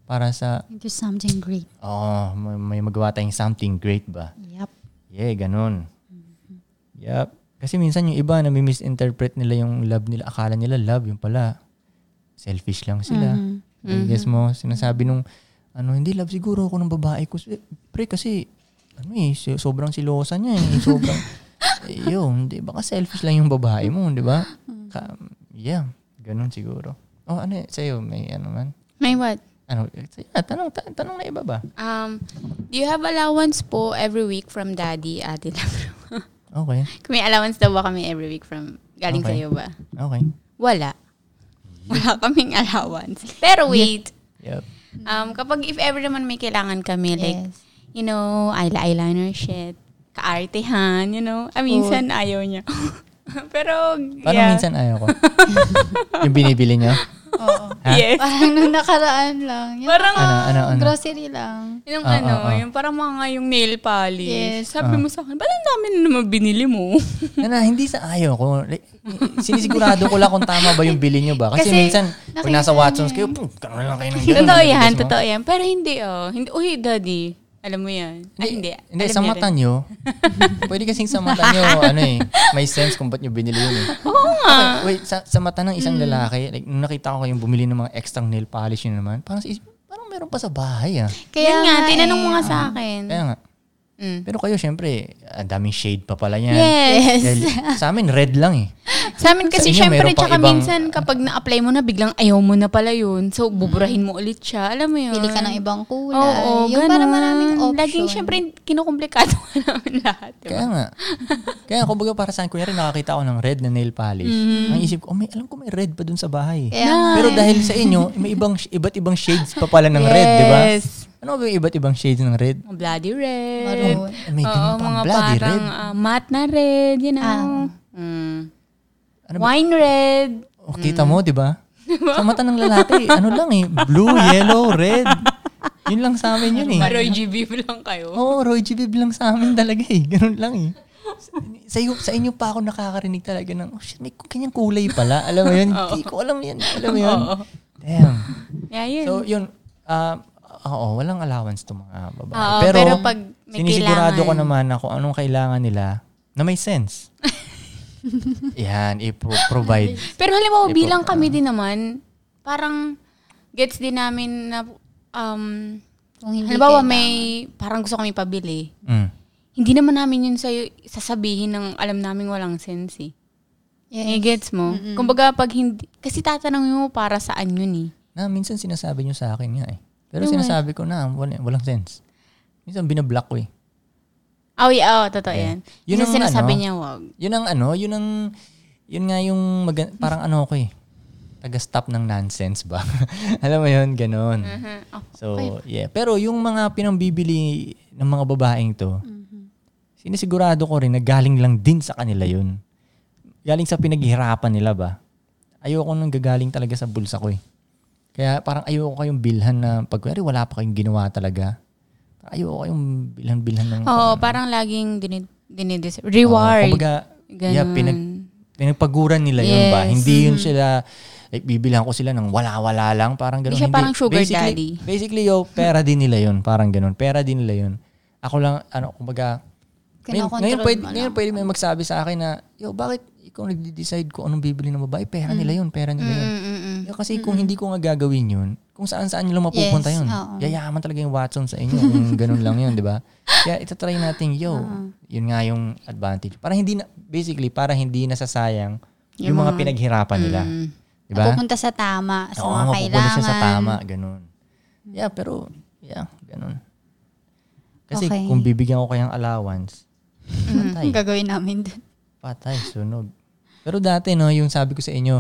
[SPEAKER 2] para sa,
[SPEAKER 4] Into something great.
[SPEAKER 2] oh, may, may magawa tayong something great ba?
[SPEAKER 4] Yup.
[SPEAKER 2] Yeah, ganun. Yup. Kasi minsan yung iba, nami-misinterpret nila yung love nila. Akala nila love, yung pala. Selfish lang sila. I guess mo, sinasabi nung, ano, hindi love siguro ako ng babae ko. Eh, Pre, kasi, ano eh, so- sobrang silosa niya eh. Sobrang, eh, yun, di, baka selfish lang yung babae mo, di ba? Ka- yeah, ganun siguro. Oh, ano eh, sa'yo, may ano man?
[SPEAKER 3] May what?
[SPEAKER 2] Ano, eh, sa'yo, ah, tanong, ta- tanong na iba ba?
[SPEAKER 3] Um, do you have allowance po every week from daddy, ate <laughs> Labro?
[SPEAKER 2] Okay,
[SPEAKER 3] Kung may allowance daw ba kami every week from galing
[SPEAKER 2] Okay.
[SPEAKER 3] sa'yo ba?
[SPEAKER 2] okay.
[SPEAKER 3] Wala. Wala <laughs> kaming allowance. Pero wait,
[SPEAKER 2] Yup.
[SPEAKER 3] um, kapag if ever naman may kailangan kami, like,
[SPEAKER 4] Yes.
[SPEAKER 3] you know, eyel- eyeliner shit, kaartehan, you know. Ah, minsan ayaw niya. <laughs> Pero,
[SPEAKER 2] Parang
[SPEAKER 3] yeah.
[SPEAKER 2] <laughs> minsan ayaw ko. yung binibili niya?
[SPEAKER 4] Oo.
[SPEAKER 2] Ha?
[SPEAKER 4] <laughs>
[SPEAKER 3] Yes.
[SPEAKER 4] Parang nung nakaraan lang. Yung
[SPEAKER 3] Parang,
[SPEAKER 2] Ano, ano, ano?
[SPEAKER 4] grocery lang.
[SPEAKER 3] Yung
[SPEAKER 2] Ah,
[SPEAKER 3] ano,
[SPEAKER 2] ah, ah.
[SPEAKER 3] yung parang mga yung nail polish.
[SPEAKER 4] Yes.
[SPEAKER 3] Sabi mo sa akin, ba't ang dami na naman binili mo? <laughs>
[SPEAKER 2] na, na, hindi sa ayaw ko. Like, sinisigurado ko lang kung tama ba yung bili nyo ba. Kasi,
[SPEAKER 4] Kasi,
[SPEAKER 2] minsan, pag
[SPEAKER 4] nakita
[SPEAKER 2] nasa
[SPEAKER 4] niya
[SPEAKER 2] Watson's kayo, pum, karoon lang kayo ng ganun.
[SPEAKER 3] totoo yan,
[SPEAKER 2] Bigas mo.
[SPEAKER 3] totoo yan. Pero hindi oh. Hindi, uy, daddy. Alam mo yan. Ay, hindi.
[SPEAKER 2] Hindi,
[SPEAKER 3] Alam
[SPEAKER 2] sa
[SPEAKER 3] niya
[SPEAKER 2] mata
[SPEAKER 3] rin.
[SPEAKER 2] nyo, pwede kasing sa mata
[SPEAKER 3] <laughs>
[SPEAKER 2] nyo, ano eh, may sense kung ba't nyo binili yun eh.
[SPEAKER 3] Oo nga. Mm.
[SPEAKER 2] Okay, wait, sa, sa mata ng isang lalaki, like, nung nakita ko kayong bumili ng mga extra nail polish yun naman, parang, sa isip, parang meron pa sa bahay ah.
[SPEAKER 3] Kaya nga,
[SPEAKER 4] eh.
[SPEAKER 3] tinanong mo nga sa akin.
[SPEAKER 2] Kaya nga.
[SPEAKER 3] Mm.
[SPEAKER 2] Pero kayo, syempre, ang daming shade pa pala yan.
[SPEAKER 3] Yes.
[SPEAKER 2] Dahil sa amin, red lang eh.
[SPEAKER 3] Sa amin
[SPEAKER 2] Sa
[SPEAKER 3] kasi
[SPEAKER 2] inyo,
[SPEAKER 3] syempre,
[SPEAKER 2] meron pang
[SPEAKER 3] tsaka
[SPEAKER 2] ibang-
[SPEAKER 3] minsan kapag na-apply mo na, biglang ayaw mo na pala yun.
[SPEAKER 2] Mm.
[SPEAKER 3] So, buburahin mo ulit siya. Alam mo yun.
[SPEAKER 4] Pili ka ng ibang kulay.
[SPEAKER 3] Oo,
[SPEAKER 4] yung para maraming option.
[SPEAKER 3] Laging syempre, kinukomplikado ka <laughs> namin lahat. Diba?
[SPEAKER 2] Kaya
[SPEAKER 3] <laughs>
[SPEAKER 2] nga. Kaya kumbaga para sa akin, kunyari nakakita ako ng red na nail polish.
[SPEAKER 3] Mm-hmm.
[SPEAKER 2] Ang isip ko, oh, may, alam ko may red pa dun sa bahay.
[SPEAKER 4] Kaya nga
[SPEAKER 2] Pero
[SPEAKER 4] eh.
[SPEAKER 2] dahil sa inyo, may ibang iba't ibang shades pa pala ng red, di ba? Ano ba yung iba't ibang shades ng red?
[SPEAKER 3] Mga bloody red.
[SPEAKER 4] Maroon.
[SPEAKER 2] Ay, May ganun
[SPEAKER 3] Oo,
[SPEAKER 2] pa ang
[SPEAKER 3] mga
[SPEAKER 2] bloody
[SPEAKER 3] parang
[SPEAKER 2] red.
[SPEAKER 3] ah, matte na red, you know.
[SPEAKER 4] Ah.
[SPEAKER 3] Mm.
[SPEAKER 2] Ano ba?
[SPEAKER 3] Wine red.
[SPEAKER 2] O, Oh, kita
[SPEAKER 3] mm.
[SPEAKER 2] mo, di
[SPEAKER 3] <laughs>
[SPEAKER 2] ba? Sa mata ng lalaki, ano lang eh, blue, yellow, red. Yun lang sa amin yun eh.
[SPEAKER 3] Pero GB lang kayo. <laughs>
[SPEAKER 2] Oo, Roy G. Bibb lang sa amin talaga eh. Ganun lang eh. Sa, iyo, sa inyo pa ako nakakarinig talaga ng, oh shit, may kanyang kulay pala. Alam mo yun?
[SPEAKER 3] <laughs>
[SPEAKER 2] Hindi ko alam yan. Alam mo yun? Damn.
[SPEAKER 3] Yeah, yun.
[SPEAKER 2] So, yun. Um, oo, walang allowance to mga babae.
[SPEAKER 3] Oo,
[SPEAKER 2] pero,
[SPEAKER 3] pero pag may
[SPEAKER 2] sinisigurado ko
[SPEAKER 3] kailangan.
[SPEAKER 2] naman na kung anong kailangan nila na may
[SPEAKER 3] <laughs>
[SPEAKER 2] sense. Yan, i-provide.
[SPEAKER 3] Pero halimbawa,
[SPEAKER 2] Hindi po.
[SPEAKER 3] bilang kami din naman, parang gets din namin na, um,
[SPEAKER 4] Kung hindi
[SPEAKER 3] halimbawa,
[SPEAKER 4] kailangan.
[SPEAKER 3] may, parang gusto kami pabili.
[SPEAKER 2] Mm.
[SPEAKER 3] Hindi naman namin yun sa'yo sasabihin ng alam namin walang sense eh.
[SPEAKER 4] Yes. Diba?
[SPEAKER 3] Eh, gets mo? Kumbaga, pag hindi, kasi tatanungin mo para saan yun eh.
[SPEAKER 2] Na, minsan sinasabi nyo sa akin nga eh. Pero sinasabi ko na, walang, walang sense. Minsan binablock ko eh.
[SPEAKER 3] Oh, yeah, oh, totoo yan.
[SPEAKER 2] Yun
[SPEAKER 3] Yun
[SPEAKER 2] ang
[SPEAKER 3] sinasabi
[SPEAKER 2] ano,
[SPEAKER 3] niya, wag.
[SPEAKER 2] Yun ang ano, yun ang, yun nga yung, maga- parang ano ako eh, taga-stop ng nonsense ba? <laughs> Alam mo yun, ganun.
[SPEAKER 4] Uh-huh.
[SPEAKER 3] Oh, okay.
[SPEAKER 2] So, yeah. Pero yung mga pinambibili ng mga babaeng to,
[SPEAKER 3] Mm-hmm.
[SPEAKER 2] sinisigurado ko rin na galing lang din sa kanila yun. Galing sa pinaghirapan nila ba? Ayoko nang gagaling talaga sa bulsa ko eh. Kaya parang ayoko kayong bilhan na pag kunwari wala pa kayong ginawa talaga. Ayoko kayong bilhan-bilhan ng...
[SPEAKER 3] Oo, parang laging dinid, dinidis.
[SPEAKER 2] Mm-hmm. Oo,
[SPEAKER 3] Reward.
[SPEAKER 2] kumbaga, yeah,
[SPEAKER 3] Ganun.
[SPEAKER 2] pinag, pinagpaguran nila yun ba?
[SPEAKER 3] Yes. Mm-hmm.
[SPEAKER 2] Hindi yun sila, like, bibilang ko sila ng wala-wala lang, parang ganun.
[SPEAKER 3] Hindi siya parang sugar
[SPEAKER 2] basically,
[SPEAKER 3] daddy.
[SPEAKER 2] Basically, yo, pera din nila yun, parang ganun. Pera din nila yun. Ako lang, ano, kumbaga, ngayon,
[SPEAKER 4] Kinokontrol
[SPEAKER 2] ngayon, pwede,
[SPEAKER 4] mo lang.
[SPEAKER 2] ngayon pwede may magsabi sa akin na, yo, bakit ikaw nagde-decide kung anong bibili ng babae? Pera
[SPEAKER 3] Mm.
[SPEAKER 2] nila yun, pera nila yun.
[SPEAKER 3] Mm-mm-mm.
[SPEAKER 2] Yo, Kasi kung hindi ko nga gagawin yun, kung saan-saan nyo lang mapupunta
[SPEAKER 4] Yes,
[SPEAKER 2] yun.
[SPEAKER 4] oo.
[SPEAKER 2] Yayaman talaga yung Watson sa inyo kung ganun lang yun, di ba? Kaya itatry natin, yo, yun nga yung advantage. Para hindi na, basically, para hindi nasasayang yung, mga pinaghirapan nila. Di ba?
[SPEAKER 4] Mm. Napupunta sa tama, sa
[SPEAKER 2] Oo,
[SPEAKER 4] mga
[SPEAKER 2] mapupunta
[SPEAKER 4] kailangan.
[SPEAKER 2] siya sa tama, ganun. Yeah, pero, yeah, ganun. Kasi
[SPEAKER 4] Okay.
[SPEAKER 2] kung bibigyan ko kayang allowance, patay.
[SPEAKER 4] Ang gagawin namin dun.
[SPEAKER 2] Patay, sunog. Pero dati, no, yung sabi ko sa inyo,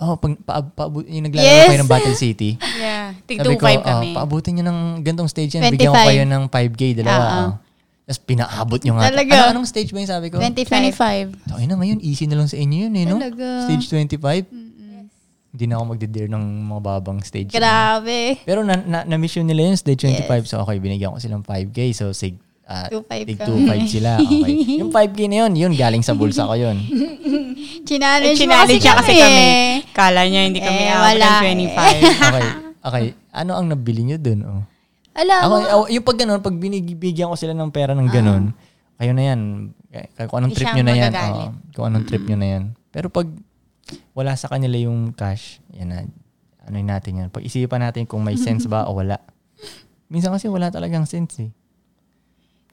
[SPEAKER 2] oh, pag, pa, paabot- yung naglalaro
[SPEAKER 4] Yes.
[SPEAKER 2] kayo ng Battle
[SPEAKER 4] <laughs>
[SPEAKER 2] City,
[SPEAKER 3] Yeah, tig
[SPEAKER 2] sabi
[SPEAKER 3] 2-5
[SPEAKER 2] ko, ah,
[SPEAKER 3] kami.
[SPEAKER 2] paabutin nyo ng gantong stage yan. Bigyan ko
[SPEAKER 4] 25.
[SPEAKER 2] kayo ng 5K, dalawa.
[SPEAKER 4] Oo.
[SPEAKER 2] ah. Tapos pinaabot nyo nga.
[SPEAKER 4] Talaga.
[SPEAKER 2] Ano, anong stage ba yung sabi ko?
[SPEAKER 4] 25.
[SPEAKER 3] 25.
[SPEAKER 2] Ay na, ngayon, easy na lang sa inyo yun eh, no?
[SPEAKER 4] Talaga.
[SPEAKER 2] Stage 25? Hindi na ako magde-dare ng mga babang stage.
[SPEAKER 4] Grabe.
[SPEAKER 2] Pero na, na, na-miss yun nila yun, stage 25. So, okay, binigyan ko silang 5K. So, sig, ah,
[SPEAKER 4] 2.5
[SPEAKER 2] tig
[SPEAKER 4] kami.
[SPEAKER 2] 2.5 <laughs> sila. Okay. Yung 5K na yun, yun, galing sa bulsa ko yun. <laughs>
[SPEAKER 4] Chinalage mo kasi
[SPEAKER 3] Chinali Eh, siya kasi
[SPEAKER 4] kami.
[SPEAKER 3] kami. Kala niya hindi kami
[SPEAKER 4] Eh,
[SPEAKER 3] eh,
[SPEAKER 4] wala
[SPEAKER 3] ng
[SPEAKER 4] eh.
[SPEAKER 2] <laughs>
[SPEAKER 3] 25.
[SPEAKER 2] Okay. Okay. Ano ang nabili nyo dun? Oh?
[SPEAKER 4] Alam
[SPEAKER 2] Ako,
[SPEAKER 4] mo,
[SPEAKER 2] ako- yung pag ganun, pag binibigyan ko sila ng pera ng ganun, kayo na yan. Kaya- kaya Kung anong
[SPEAKER 3] Hindi
[SPEAKER 2] trip
[SPEAKER 3] Ah. siya
[SPEAKER 2] nyo na yan.
[SPEAKER 3] magagalit.
[SPEAKER 2] oo. kung anong trip nyo na yan. Pero pag wala sa kanila yung cash, yan na, ano natin yan. Pag-isipan natin kung may sense ba o
[SPEAKER 3] <laughs>
[SPEAKER 2] wala. Minsan kasi wala talagang sense eh.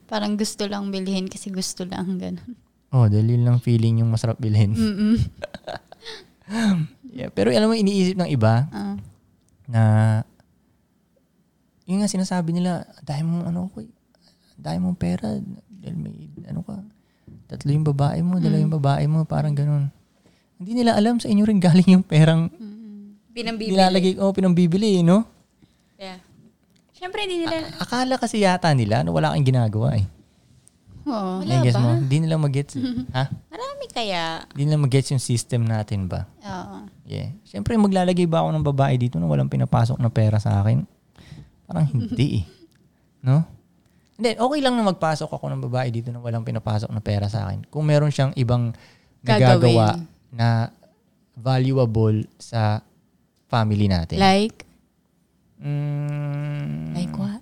[SPEAKER 4] parang gusto lang bilhin kasi gusto lang ganun.
[SPEAKER 2] Oh, dahil yun lang feeling yung masarap bilhin. <laughs> yeah, pero alam mo, iniisip ng iba
[SPEAKER 4] Ah.
[SPEAKER 2] na yun nga sinasabi nila, dahil mong ano ko, dahil mong pera, dahil may ano ka, tatlo yung babae mo, dalawa
[SPEAKER 3] Mm.
[SPEAKER 2] yung babae mo, parang ganun. Hindi nila alam sa inyo rin galing yung perang nilalagay, oh, pinambibili, eh, no?
[SPEAKER 3] Yeah. Siyempre, hindi nila...
[SPEAKER 2] Ah, Akala kasi yata nila na wala kang ginagawa eh.
[SPEAKER 4] Oo.
[SPEAKER 3] Wala
[SPEAKER 2] Nagigets
[SPEAKER 3] ba?
[SPEAKER 2] mo? Hindi nila
[SPEAKER 3] <laughs>
[SPEAKER 2] magets. eh. ha?
[SPEAKER 3] Marami kaya.
[SPEAKER 2] Hindi nila magets yung system natin ba?
[SPEAKER 4] Oo.
[SPEAKER 2] Yeah. Siyempre, maglalagay ba ako ng babae dito na walang pinapasok na pera sa akin? Parang hindi eh. <laughs> No? Hindi, okay lang na magpasok ako ng babae dito na walang pinapasok na pera sa akin. Kung meron siyang ibang nagagawa
[SPEAKER 3] Gagawin.
[SPEAKER 2] na valuable sa family natin.
[SPEAKER 3] Like?
[SPEAKER 2] Mm,
[SPEAKER 3] Like what?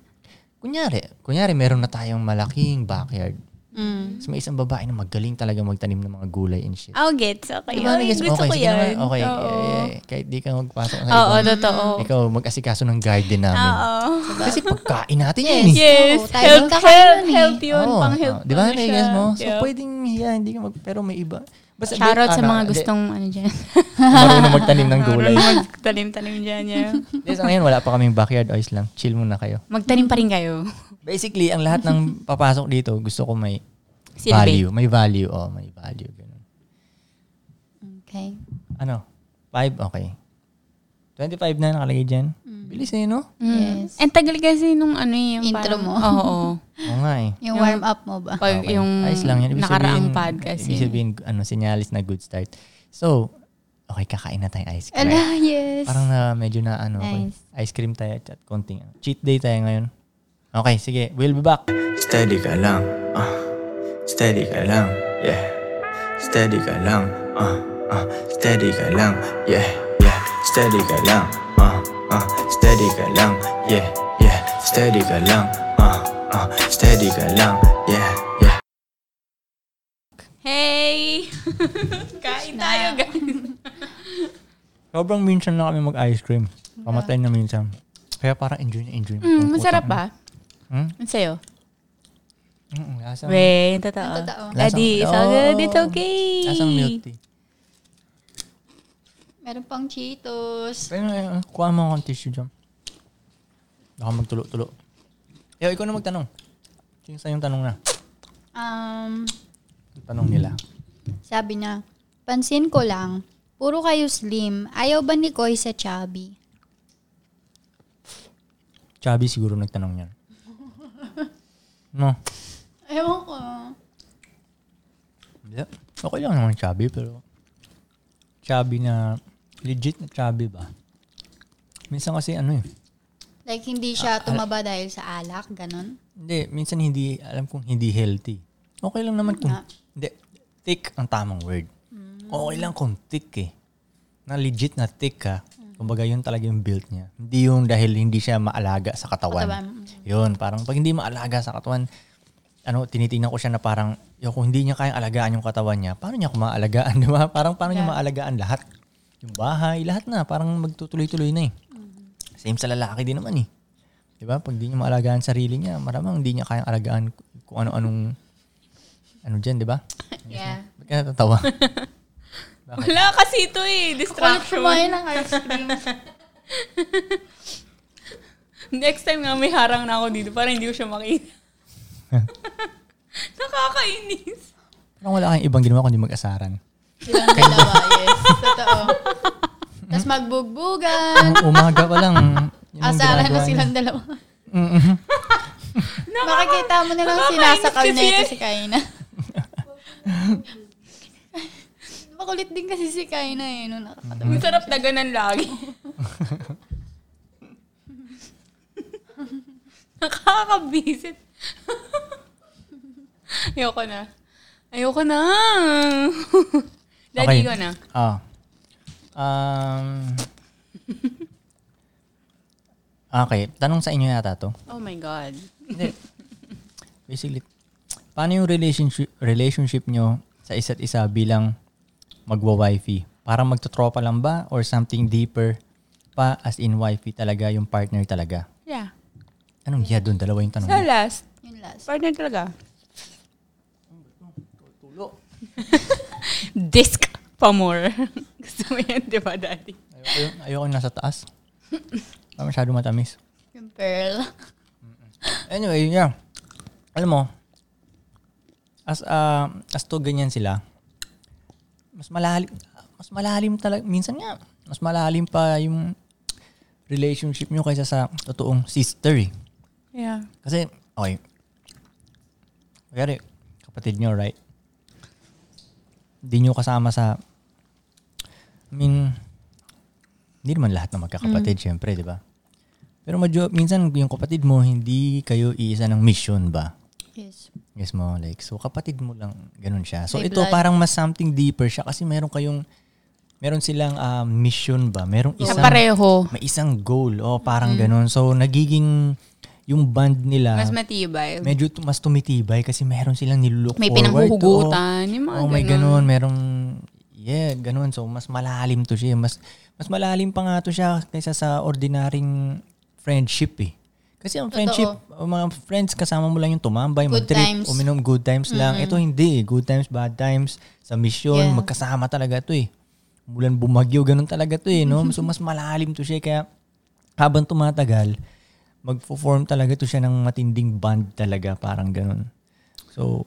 [SPEAKER 2] Kunyari, kunyari meron na tayong malaking backyard.
[SPEAKER 4] Mm.
[SPEAKER 2] Tapos may isang babae na magaling talaga magtanim ng mga gulay and shit.
[SPEAKER 3] I'll get. Okay.
[SPEAKER 2] Diba?
[SPEAKER 3] Ay,
[SPEAKER 2] Nag-gets-
[SPEAKER 3] gusto ko
[SPEAKER 2] sige naman.
[SPEAKER 3] yan.
[SPEAKER 2] Okay,
[SPEAKER 3] Oo.
[SPEAKER 2] yeah, yeah, yeah. Kahit di ka magpasok sa
[SPEAKER 3] Oo,
[SPEAKER 2] ibang-
[SPEAKER 3] totoo.
[SPEAKER 2] Ikaw, mag-asikaso ng garden namin.
[SPEAKER 3] Oo.
[SPEAKER 2] Kasi pagkain natin yan. eh.
[SPEAKER 3] Yes.
[SPEAKER 4] Oo, tayo
[SPEAKER 3] Help,
[SPEAKER 4] magkakaroon
[SPEAKER 3] help,
[SPEAKER 4] eh.
[SPEAKER 3] help yun.
[SPEAKER 2] Oo,
[SPEAKER 3] pang help.
[SPEAKER 2] oo. Di ba?
[SPEAKER 3] ano siya.
[SPEAKER 2] Nai-guess mo? So,
[SPEAKER 3] Yeah.
[SPEAKER 2] pwedeng hiya, hindi ka mag... Pero may iba. Basta,
[SPEAKER 3] Shoutout
[SPEAKER 2] di-
[SPEAKER 3] sa
[SPEAKER 2] ano,
[SPEAKER 3] mga
[SPEAKER 2] di-
[SPEAKER 3] gustong ano <laughs> dyan.
[SPEAKER 2] <laughs>
[SPEAKER 3] <laughs>
[SPEAKER 2] Marunong magtanim ng gulay.
[SPEAKER 3] Tanim-tanim dyan. <laughs> Yeah.
[SPEAKER 2] Di, sa ngayon, wala pa kaming backyard oys lang. Chill muna kayo.
[SPEAKER 3] Magtanim pa rin kayo.
[SPEAKER 2] Basically, ang lahat ng papasok dito, gusto ko may
[SPEAKER 3] Silbi.
[SPEAKER 2] value. May value. Oh, may value. Ganun.
[SPEAKER 4] Okay.
[SPEAKER 2] Ano? Five? Okay. 25 na nakalagay dyan.
[SPEAKER 3] Mm.
[SPEAKER 2] Bilis eh, no?
[SPEAKER 3] Yes. And tagal kasi nung ano eh. yung
[SPEAKER 4] Intro
[SPEAKER 3] parang-
[SPEAKER 4] mo.
[SPEAKER 3] Oo.
[SPEAKER 2] Oo nga eh.
[SPEAKER 4] Yung warm up mo ba?
[SPEAKER 3] Pag
[SPEAKER 2] Ah, Okay.
[SPEAKER 3] yung
[SPEAKER 2] Ayos lang yan. Ibig
[SPEAKER 3] nakaraang
[SPEAKER 2] sabihin-
[SPEAKER 3] podcast.
[SPEAKER 2] Ibig
[SPEAKER 3] yun.
[SPEAKER 2] sabihin, ano, sinyalis na good start. So, okay, kakain na tayong ice cream.
[SPEAKER 4] Ala, yes.
[SPEAKER 2] Parang na medyo na ano, okay.
[SPEAKER 4] Nice.
[SPEAKER 2] ice cream tayo at konting. ano, Cheat day tayo ngayon. Okay, sige. We'll be back.
[SPEAKER 1] Steady ka lang, ah. Steady ka lang, yeah. Steady ka lang, ah, ah. Steady ka lang, yeah, yeah. Steady ka lang, ah, ah. Steady ka lang, yeah, yeah. Steady ka lang, ah, ah. Steady ka lang, yeah, yeah.
[SPEAKER 3] Hey! <laughs> Kain tayo, guys.
[SPEAKER 2] Sobrang minsan na kami mag-ice cream. Pamatay na minsan. Kaya parang enjoy na enjoy. mo
[SPEAKER 3] Mm,
[SPEAKER 2] itong
[SPEAKER 3] masarap
[SPEAKER 2] putang-
[SPEAKER 3] ba?
[SPEAKER 2] Hmm?
[SPEAKER 3] Ang sayo?
[SPEAKER 2] Mm, lasang,
[SPEAKER 3] Wait, totoo.
[SPEAKER 4] Totoo.
[SPEAKER 3] Daddy, it's all
[SPEAKER 2] Oo.
[SPEAKER 3] good. It's okay.
[SPEAKER 2] Oh. Lasang milk tea.
[SPEAKER 4] Meron pang Cheetos.
[SPEAKER 2] Pero eh, kuha mo akong tissue dyan. Baka magtulo-tulo. Eh, ikaw na magtanong. Yung sa'yo yung tanong na.
[SPEAKER 4] Um,
[SPEAKER 2] Yung Tanong nila.
[SPEAKER 4] sabi na, pansin ko lang, puro kayo slim. Ayaw ba ni Koy sa chubby?
[SPEAKER 2] Chubby siguro nagtanong yan. No.
[SPEAKER 4] Ewan ko.
[SPEAKER 2] Hindi. Okay lang naman chubby, pero chubby na, legit na chubby ba? Minsan kasi ano eh,
[SPEAKER 4] Like, hindi
[SPEAKER 2] Ah,
[SPEAKER 4] siya tumaba dahil sa alak, ganun.
[SPEAKER 2] hindi, minsan hindi, alam kong hindi healthy. Okay lang naman kung, hindi, thick ang tamang word. Okay lang kung thick eh. Na legit na thick ka, kumbaga yun talaga yung build niya. Hindi yung dahil hindi siya maalaga sa katawan.
[SPEAKER 4] Katawan,
[SPEAKER 2] Yun, parang pag hindi maalaga sa katawan, ano, tinitingnan ko siya na parang, yo, kung hindi niya kayang alagaan yung katawan niya, paano niya kumaalagaan, <laughs> di ba? Parang paano niya maalagaan lahat? Yung bahay, lahat na. Parang magtutuloy-tuloy na eh. Same sa lalaki din naman eh. Di ba? Pag di niya maalagaan sarili niya, maramang hindi niya kayang alagaan kung ano-anong, ano dyan, di ba?
[SPEAKER 3] Yeah.
[SPEAKER 2] Ba't ka
[SPEAKER 3] <laughs>
[SPEAKER 2] natatawa?
[SPEAKER 3] Wala kasi ito eh. Distraction.
[SPEAKER 4] ng ice cream.
[SPEAKER 3] Next time nga may harang na ako dito para hindi ko siya makita.
[SPEAKER 2] <laughs>
[SPEAKER 3] <laughs> Nakakainis.
[SPEAKER 2] Parang wala kang ibang ginawa kundi mag-asaran.
[SPEAKER 4] Silang <laughs> dalawa, yes. Totoo. Tapos magbugbugan.
[SPEAKER 2] Nung umaga pa lang,
[SPEAKER 3] <laughs>
[SPEAKER 2] yun ang
[SPEAKER 4] Asaran na
[SPEAKER 2] ginagawa niya.
[SPEAKER 4] silang dalawa. <laughs>
[SPEAKER 2] Mm-mm.
[SPEAKER 4] Makikita mo na lang
[SPEAKER 3] nakakainis
[SPEAKER 4] sinasakal na
[SPEAKER 3] kasi
[SPEAKER 4] ito
[SPEAKER 3] yan.
[SPEAKER 4] si Kaina. <laughs> Makulit din kasi si Kaina eh. Nung nakakatawa.
[SPEAKER 3] Ang sarap na ganun <laughs> lagi. Nakakabisit. Ayoko na. Ayoko <laughs> na.
[SPEAKER 2] Okay.
[SPEAKER 3] Daddy ko na.
[SPEAKER 2] Ah.
[SPEAKER 3] <laughs>
[SPEAKER 2] Um, okay, tanong sa inyo yata to.
[SPEAKER 3] Oh my God.
[SPEAKER 2] Basically, paano yung relationship, relationship nyo sa isa't isa bilang magwa-wifey? Parang magtotropa lang ba or something deeper pa as in wifey talaga, yung partner talaga?
[SPEAKER 3] Yeah.
[SPEAKER 2] Anong yeah doon? Dalawa yung tanong.
[SPEAKER 3] Sa last,
[SPEAKER 2] Mm-hmm.
[SPEAKER 4] Yun last.
[SPEAKER 3] partner talaga. <laughs> Disc pa more. <laughs> Gusto mo yan, di ba, daddy?
[SPEAKER 2] Ayoko, yun. Ayoko yung nasa taas. Parang masyado matamis.
[SPEAKER 4] Yung pearl.
[SPEAKER 2] Anyway, yeah. Alam mo, as ah, as to ganyan sila, mas malalim mas malalim talaga minsan nga mas malalim pa yung relationship nyo kaysa sa totoong sister eh.
[SPEAKER 3] Yeah.
[SPEAKER 2] Kasi okay. Kaya kapatid nyo, right? Hindi nyo kasama sa... I mean, hindi naman lahat na magkakapatid, syempre, di ba? Pero medyo, minsan yung kapatid mo, hindi kayo iisa ng mission ba?
[SPEAKER 4] Yes.
[SPEAKER 2] Yes mo, like, so kapatid mo lang, ganun siya. So
[SPEAKER 4] May
[SPEAKER 2] ito
[SPEAKER 4] blood.
[SPEAKER 2] parang mas something deeper siya kasi meron kayong, meron silang ah, mission ba? Merong
[SPEAKER 3] Sa
[SPEAKER 2] isang,
[SPEAKER 3] pareho.
[SPEAKER 2] may isang goal, o parang ganun. So nagiging, yung band nila,
[SPEAKER 3] Mas matibay. May,
[SPEAKER 2] medyo tu- mas tumitibay kasi meron silang nilulook forward.
[SPEAKER 3] pinanghuhugutan. Yung mga
[SPEAKER 2] Oh, may ganun,
[SPEAKER 3] ganun.
[SPEAKER 2] merong yeah, ganun. So mas malalim to siya. Mas mas malalim pa nga to siya kaysa sa ordinaryong friendship eh. Kasi ang friendship, ang mga friends kasama mo lang yung tumambay,
[SPEAKER 4] Good
[SPEAKER 2] mag-trip,
[SPEAKER 4] times.
[SPEAKER 2] uminom good times lang. Ito hindi eh. Good times, bad times, sa mission,
[SPEAKER 4] Yeah.
[SPEAKER 2] magkasama talaga to eh. Mulan bumagyo, ganun talaga to eh.
[SPEAKER 4] <laughs>
[SPEAKER 2] No? So mas malalim to siya. Kaya habang tumatagal, magpo-form talaga to siya ng matinding bond talaga, parang ganun. So,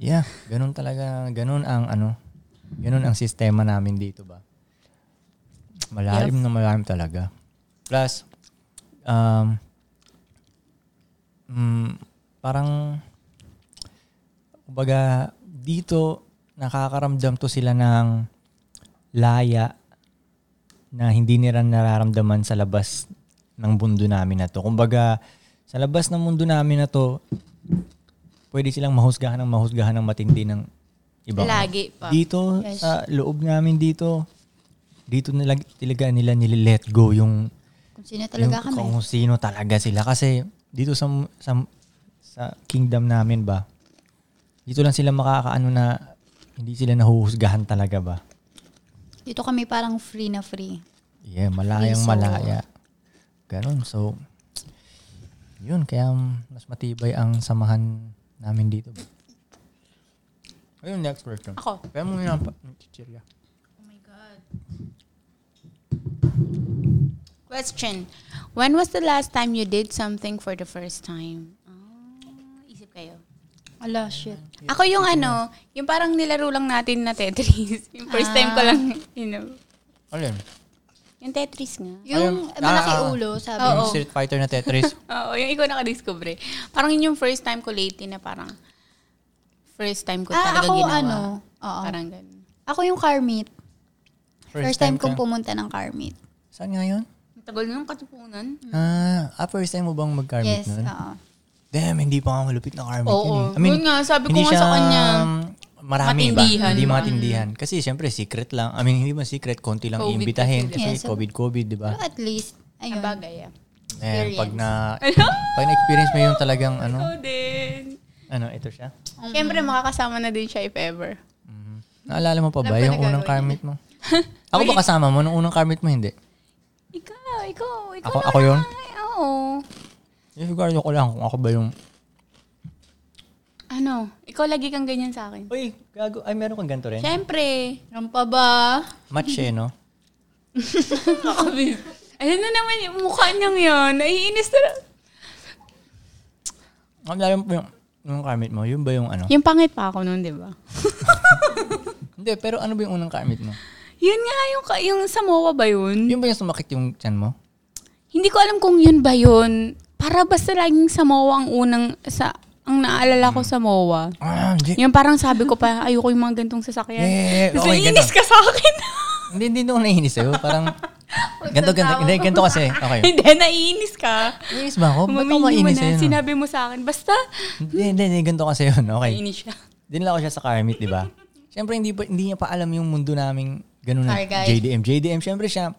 [SPEAKER 2] yeah, ganun talaga, ganun ang ano, ganun ang sistema namin dito ba. Malalim na malalim talaga. Plus, um, mm, parang, kumbaga, dito, nakakaramdam to sila ng laya na hindi nila nararamdaman sa labas ng mundo namin na to. Kumbaga, sa labas ng mundo namin na to, pwede silang mahusgahan ng mahusgahan ng matindi ng ibang.
[SPEAKER 3] Lagi pa.
[SPEAKER 2] Dito,
[SPEAKER 4] Yes.
[SPEAKER 2] sa loob namin dito, dito nila, talaga nila nililet go yung,
[SPEAKER 4] Kung sino talaga
[SPEAKER 2] yung
[SPEAKER 4] kami.
[SPEAKER 2] kung sino talaga sila. Kasi dito sa, sa, sa kingdom namin ba, dito lang sila makakaano na hindi sila nahuhusgahan talaga ba?
[SPEAKER 4] Dito kami parang free na free.
[SPEAKER 2] Yeah, malayang
[SPEAKER 4] Yes, so-
[SPEAKER 2] malaya. Ganun. So, yun. Kaya mas matibay ang samahan namin dito. Ayun, next question.
[SPEAKER 3] Ako.
[SPEAKER 2] Kaya mo nga pa. Chichirya.
[SPEAKER 3] Question. When was the last time you did something for the first time? Ah, isip kayo.
[SPEAKER 4] Ala, shit.
[SPEAKER 3] Ako yung ano, yung parang nilaro lang natin na Tetris. <laughs> Yung first time ko lang, you know.
[SPEAKER 2] Alin?
[SPEAKER 3] Yung Tetris nga.
[SPEAKER 4] Yung
[SPEAKER 2] Ayun.
[SPEAKER 4] malaki
[SPEAKER 2] Ah, ah.
[SPEAKER 4] ulo, sabi
[SPEAKER 3] Oo.
[SPEAKER 4] mo.
[SPEAKER 2] Yung Street Fighter na
[SPEAKER 3] <laughs>
[SPEAKER 2] Tetris.
[SPEAKER 3] Oo, yung ikaw nakadiscover eh. Parang yun yung first time ko lately na parang first time ko
[SPEAKER 4] Ah,
[SPEAKER 3] talaga
[SPEAKER 4] ako
[SPEAKER 3] ginawa.
[SPEAKER 4] ano. Oo.
[SPEAKER 3] Parang ganun.
[SPEAKER 4] Ako yung car meet. First, time, kong
[SPEAKER 2] ka-
[SPEAKER 4] pumunta ng car meet.
[SPEAKER 2] Saan nga yun?
[SPEAKER 3] Ang tagal na ng katipunan.
[SPEAKER 2] Ah, ah, first time mo bang mag-carmit
[SPEAKER 4] Yes,
[SPEAKER 2] nun?
[SPEAKER 4] oo.
[SPEAKER 2] Damn, hindi pa nga malupit na karmic
[SPEAKER 3] ah. Oo.
[SPEAKER 2] yun eh.
[SPEAKER 3] Yun nga, sabi ko
[SPEAKER 2] hindi
[SPEAKER 3] nga sa
[SPEAKER 2] siya,
[SPEAKER 3] kanya,
[SPEAKER 2] um, Marami
[SPEAKER 3] matindihan.
[SPEAKER 2] ba? Hindi
[SPEAKER 3] Mm.
[SPEAKER 2] matindihan. Kasi siyempre, secret lang. I mean, hindi man secret, konti lang
[SPEAKER 3] COVID
[SPEAKER 2] iimbitahin.
[SPEAKER 3] kasi
[SPEAKER 4] Yes.
[SPEAKER 2] Kasi COVID-COVID, di ba?
[SPEAKER 4] Pero at least, ayun.
[SPEAKER 3] Ang bagay ah.
[SPEAKER 2] Eh, pag na,
[SPEAKER 3] Ano?
[SPEAKER 2] pag na-experience mo yung talagang, ano,
[SPEAKER 3] Ako din.
[SPEAKER 2] ano, ito siya.
[SPEAKER 3] Siyempre, makakasama na din siya if ever.
[SPEAKER 2] Naalala mo pa ba
[SPEAKER 3] Alam ko
[SPEAKER 2] yung unang
[SPEAKER 3] nagagawin
[SPEAKER 2] karmit
[SPEAKER 3] <laughs>
[SPEAKER 2] mo? Ako ba kasama mo? Nung unang karmit mo, hindi.
[SPEAKER 3] Ikaw, ikaw, ikaw
[SPEAKER 2] Ako-
[SPEAKER 3] na
[SPEAKER 2] ako yun?
[SPEAKER 3] Ay, oo.
[SPEAKER 2] Isigurado ko lang kung ako ba yung...
[SPEAKER 3] Ano? Ikaw lagi kang ganyan sa akin.
[SPEAKER 2] Uy, gago. Ay, meron kang ganito rin.
[SPEAKER 3] Siyempre.
[SPEAKER 4] Meron pa ba?
[SPEAKER 3] <laughs>
[SPEAKER 2] Match eh, no?
[SPEAKER 3] Nakakabis. Ano na naman yung mukha niyang yun? Naiinis na lang.
[SPEAKER 2] Naalala mo pa yung, yung karmit mo? Yun ba yung ano?
[SPEAKER 3] Yung pangit pa ako noon, di ba?
[SPEAKER 2] Hindi, pero ano ba yung unang karmit mo?
[SPEAKER 3] Yun nga, yung, ka- yung Samoa ba yun?
[SPEAKER 2] Yun ba yung sumakit yung chan mo?
[SPEAKER 3] Hindi ko alam kung yun ba yun. Para basta laging Samoa ang unang, sa, ang naalala
[SPEAKER 2] Hmm.
[SPEAKER 3] ko Samoa.
[SPEAKER 2] Ah, hindi.
[SPEAKER 3] Yung parang sabi ko pa, ayoko yung mga gantong sasakyan.
[SPEAKER 2] Yeah,
[SPEAKER 3] Tapos
[SPEAKER 2] okay,
[SPEAKER 3] naiinis ka sa akin.
[SPEAKER 2] Hindi, hindi ako naiinis sa'yo.
[SPEAKER 3] <laughs>
[SPEAKER 2] Parang, ganto, ganto. Hindi, ganto kasi. Okay.
[SPEAKER 3] Hindi, naiinis ka.
[SPEAKER 2] Naiinis ba ako? Oh, Ba't ako
[SPEAKER 3] Mamili mo
[SPEAKER 2] mainis
[SPEAKER 3] na,
[SPEAKER 2] sa'yo? no?
[SPEAKER 3] sinabi mo sa akin, basta,
[SPEAKER 2] Hindi, hindi, hindi. Ganto kasi yun. Okay.
[SPEAKER 3] naiinis siya.
[SPEAKER 2] Dinala ko siya sa car meet, di ba? Siyempre, hindi, pa, hindi niya pa alam yung mundo naming ganun na
[SPEAKER 4] Car guy.
[SPEAKER 2] JDM. JDM, siyempre siya,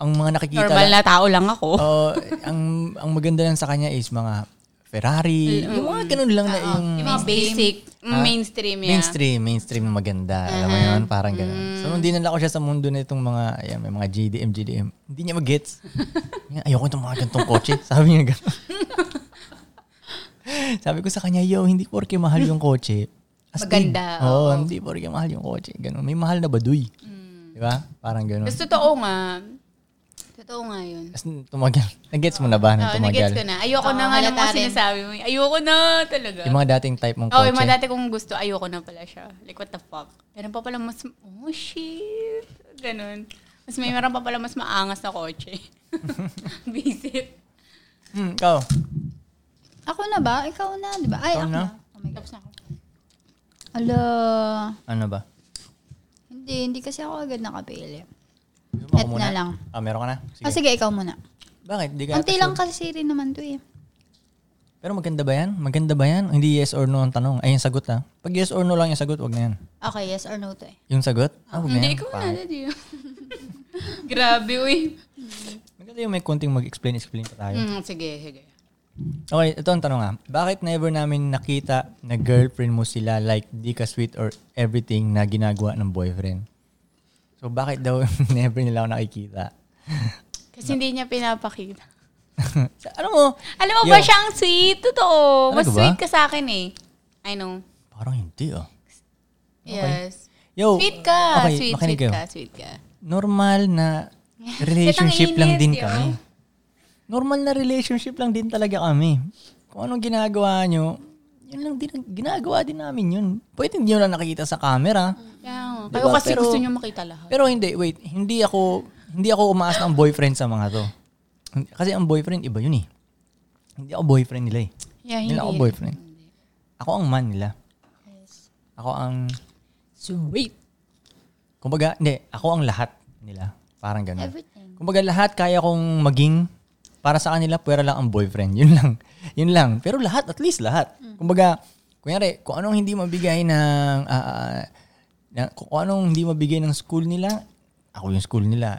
[SPEAKER 2] ang mga nakikita
[SPEAKER 3] Normal
[SPEAKER 2] lang,
[SPEAKER 3] na tao lang ako.
[SPEAKER 2] Oo, ang, ang maganda lang sa kanya is mga Ferrari, yung mga ganun lang na yung
[SPEAKER 3] Mm, Yung mga basic, mainstream yan.
[SPEAKER 2] Ah, mainstream, mainstream na maganda. Alam
[SPEAKER 3] Mm-hmm.
[SPEAKER 2] mo yun, parang ganun. So, nung dinala ko siya sa mundo na itong mga, ayan, may mga JDM, JDM, hindi niya
[SPEAKER 3] <laughs>
[SPEAKER 2] mag-gets. Yan, Ayoko itong mga ganitong kotse. Sabi niya ganun. Sabi ko sa kanya, yo, hindi porke mahal yung kotse. As in,
[SPEAKER 3] Maganda,
[SPEAKER 2] Oo, hindi porke mahal yung kotse. Ganun. May mahal na baduy.
[SPEAKER 3] Mm.
[SPEAKER 2] Di ba? Parang ganun.
[SPEAKER 3] Tapos totoo nga. Totoo nga yun.
[SPEAKER 2] As in, tumagal. Nag-gets mo na ba nang
[SPEAKER 3] Oo,
[SPEAKER 2] tumagal?
[SPEAKER 3] nag-gets ko na. Ayoko na
[SPEAKER 4] Oo,
[SPEAKER 3] nga ng mga
[SPEAKER 4] halata rin.
[SPEAKER 3] sinasabi mo. Ayoko na talaga.
[SPEAKER 2] Yung mga dating type mong
[SPEAKER 3] Oo,
[SPEAKER 2] kotse.
[SPEAKER 3] yung mga dati kong gusto, ayoko na pala siya. Like, what the fuck? Meron pa pala mas, oh shit. Ganun. Mas may meron pa pala mas maangas na kotse. <laughs> Visit.
[SPEAKER 2] Hmm, ikaw.
[SPEAKER 4] Ako na ba? Ikaw na, di ba? Ay,
[SPEAKER 2] Ikaw
[SPEAKER 4] ako
[SPEAKER 2] na.
[SPEAKER 4] na. Oh my God.
[SPEAKER 3] Tapos na ako.
[SPEAKER 4] Ala,
[SPEAKER 2] Ano ba?
[SPEAKER 4] hindi, hindi kasi ako agad nakapili.
[SPEAKER 2] Gusto
[SPEAKER 4] Et na lang.
[SPEAKER 2] Ah, meron ka na? Sige.
[SPEAKER 4] Ah, sige, ikaw muna.
[SPEAKER 2] Bakit? Di ka
[SPEAKER 4] Kunti
[SPEAKER 2] ata
[SPEAKER 4] lang
[SPEAKER 2] sure?
[SPEAKER 4] kasi rin naman to eh.
[SPEAKER 2] Pero maganda ba yan? Maganda ba yan? Hindi yes or no ang tanong. Ay, yung sagot na. Pag yes or no lang yung sagot, wag na yan.
[SPEAKER 4] Okay, yes or no to eh.
[SPEAKER 2] Yung sagot? Ah, wag na
[SPEAKER 3] Hindi,
[SPEAKER 2] yan.
[SPEAKER 3] ikaw na,
[SPEAKER 2] Pangit.
[SPEAKER 3] daddy. <laughs> Grabe, uy.
[SPEAKER 2] Maganda yung may kunting mag-explain-explain pa tayo.
[SPEAKER 3] Mm, sige, sige.
[SPEAKER 2] Okay, ito ang tanong nga. Bakit never namin nakita na girlfriend mo sila like di ka sweet or everything na ginagawa ng boyfriend? So bakit daw <laughs> never nila ako nakikita? <laughs>
[SPEAKER 3] Kasi hindi niya pinapakita.
[SPEAKER 2] Sa- ano mo?
[SPEAKER 3] Alam mo
[SPEAKER 2] Yo.
[SPEAKER 3] ba siya ang sweet? Totoo.
[SPEAKER 2] Talaga
[SPEAKER 3] Mas
[SPEAKER 2] ba?
[SPEAKER 3] sweet ka sa akin eh. I know.
[SPEAKER 2] Parang hindi oh.
[SPEAKER 3] Yes.
[SPEAKER 2] Yo,
[SPEAKER 3] Sweet ka.
[SPEAKER 2] Oh. okay,
[SPEAKER 3] sweet,
[SPEAKER 2] makinig
[SPEAKER 3] sweet
[SPEAKER 2] kayo.
[SPEAKER 3] ka. Sweet ka.
[SPEAKER 2] Normal na
[SPEAKER 3] <laughs>
[SPEAKER 2] relationship
[SPEAKER 3] Kitang
[SPEAKER 2] lang
[SPEAKER 3] init
[SPEAKER 2] din
[SPEAKER 3] yun.
[SPEAKER 2] kami. Normal na relationship lang din talaga kami. Kung anong ginagawa nyo, yun lang din, ginagawa din namin yun. Pwede hindi nyo lang nakikita sa camera.
[SPEAKER 3] Kaya nga.
[SPEAKER 2] Diba?
[SPEAKER 3] Kayo kasi
[SPEAKER 2] Pero-
[SPEAKER 3] gusto niyo makita lahat.
[SPEAKER 2] Pero hindi, wait. Hindi ako, hindi ako umaas ng boyfriend sa mga to. Kasi ang boyfriend, iba yun eh. Hindi ako boyfriend nila eh.
[SPEAKER 3] Yeah,
[SPEAKER 2] Hindi
[SPEAKER 3] hindi.
[SPEAKER 2] lang ako boyfriend. Ako ang man nila. Ako ang,
[SPEAKER 3] Sweet.
[SPEAKER 2] kumbaga, hindi, ako ang lahat nila. Parang ganun.
[SPEAKER 4] Everything.
[SPEAKER 2] Kumbaga lahat kaya kong maging para sa kanila pwera lang ang boyfriend. Yun lang. Yun lang. Pero lahat, at least lahat. Kumbaga, kunyari, kung anong hindi mabigay ng, ah, ah, na- kung anong hindi mabigay ng school nila, ako yung school nila.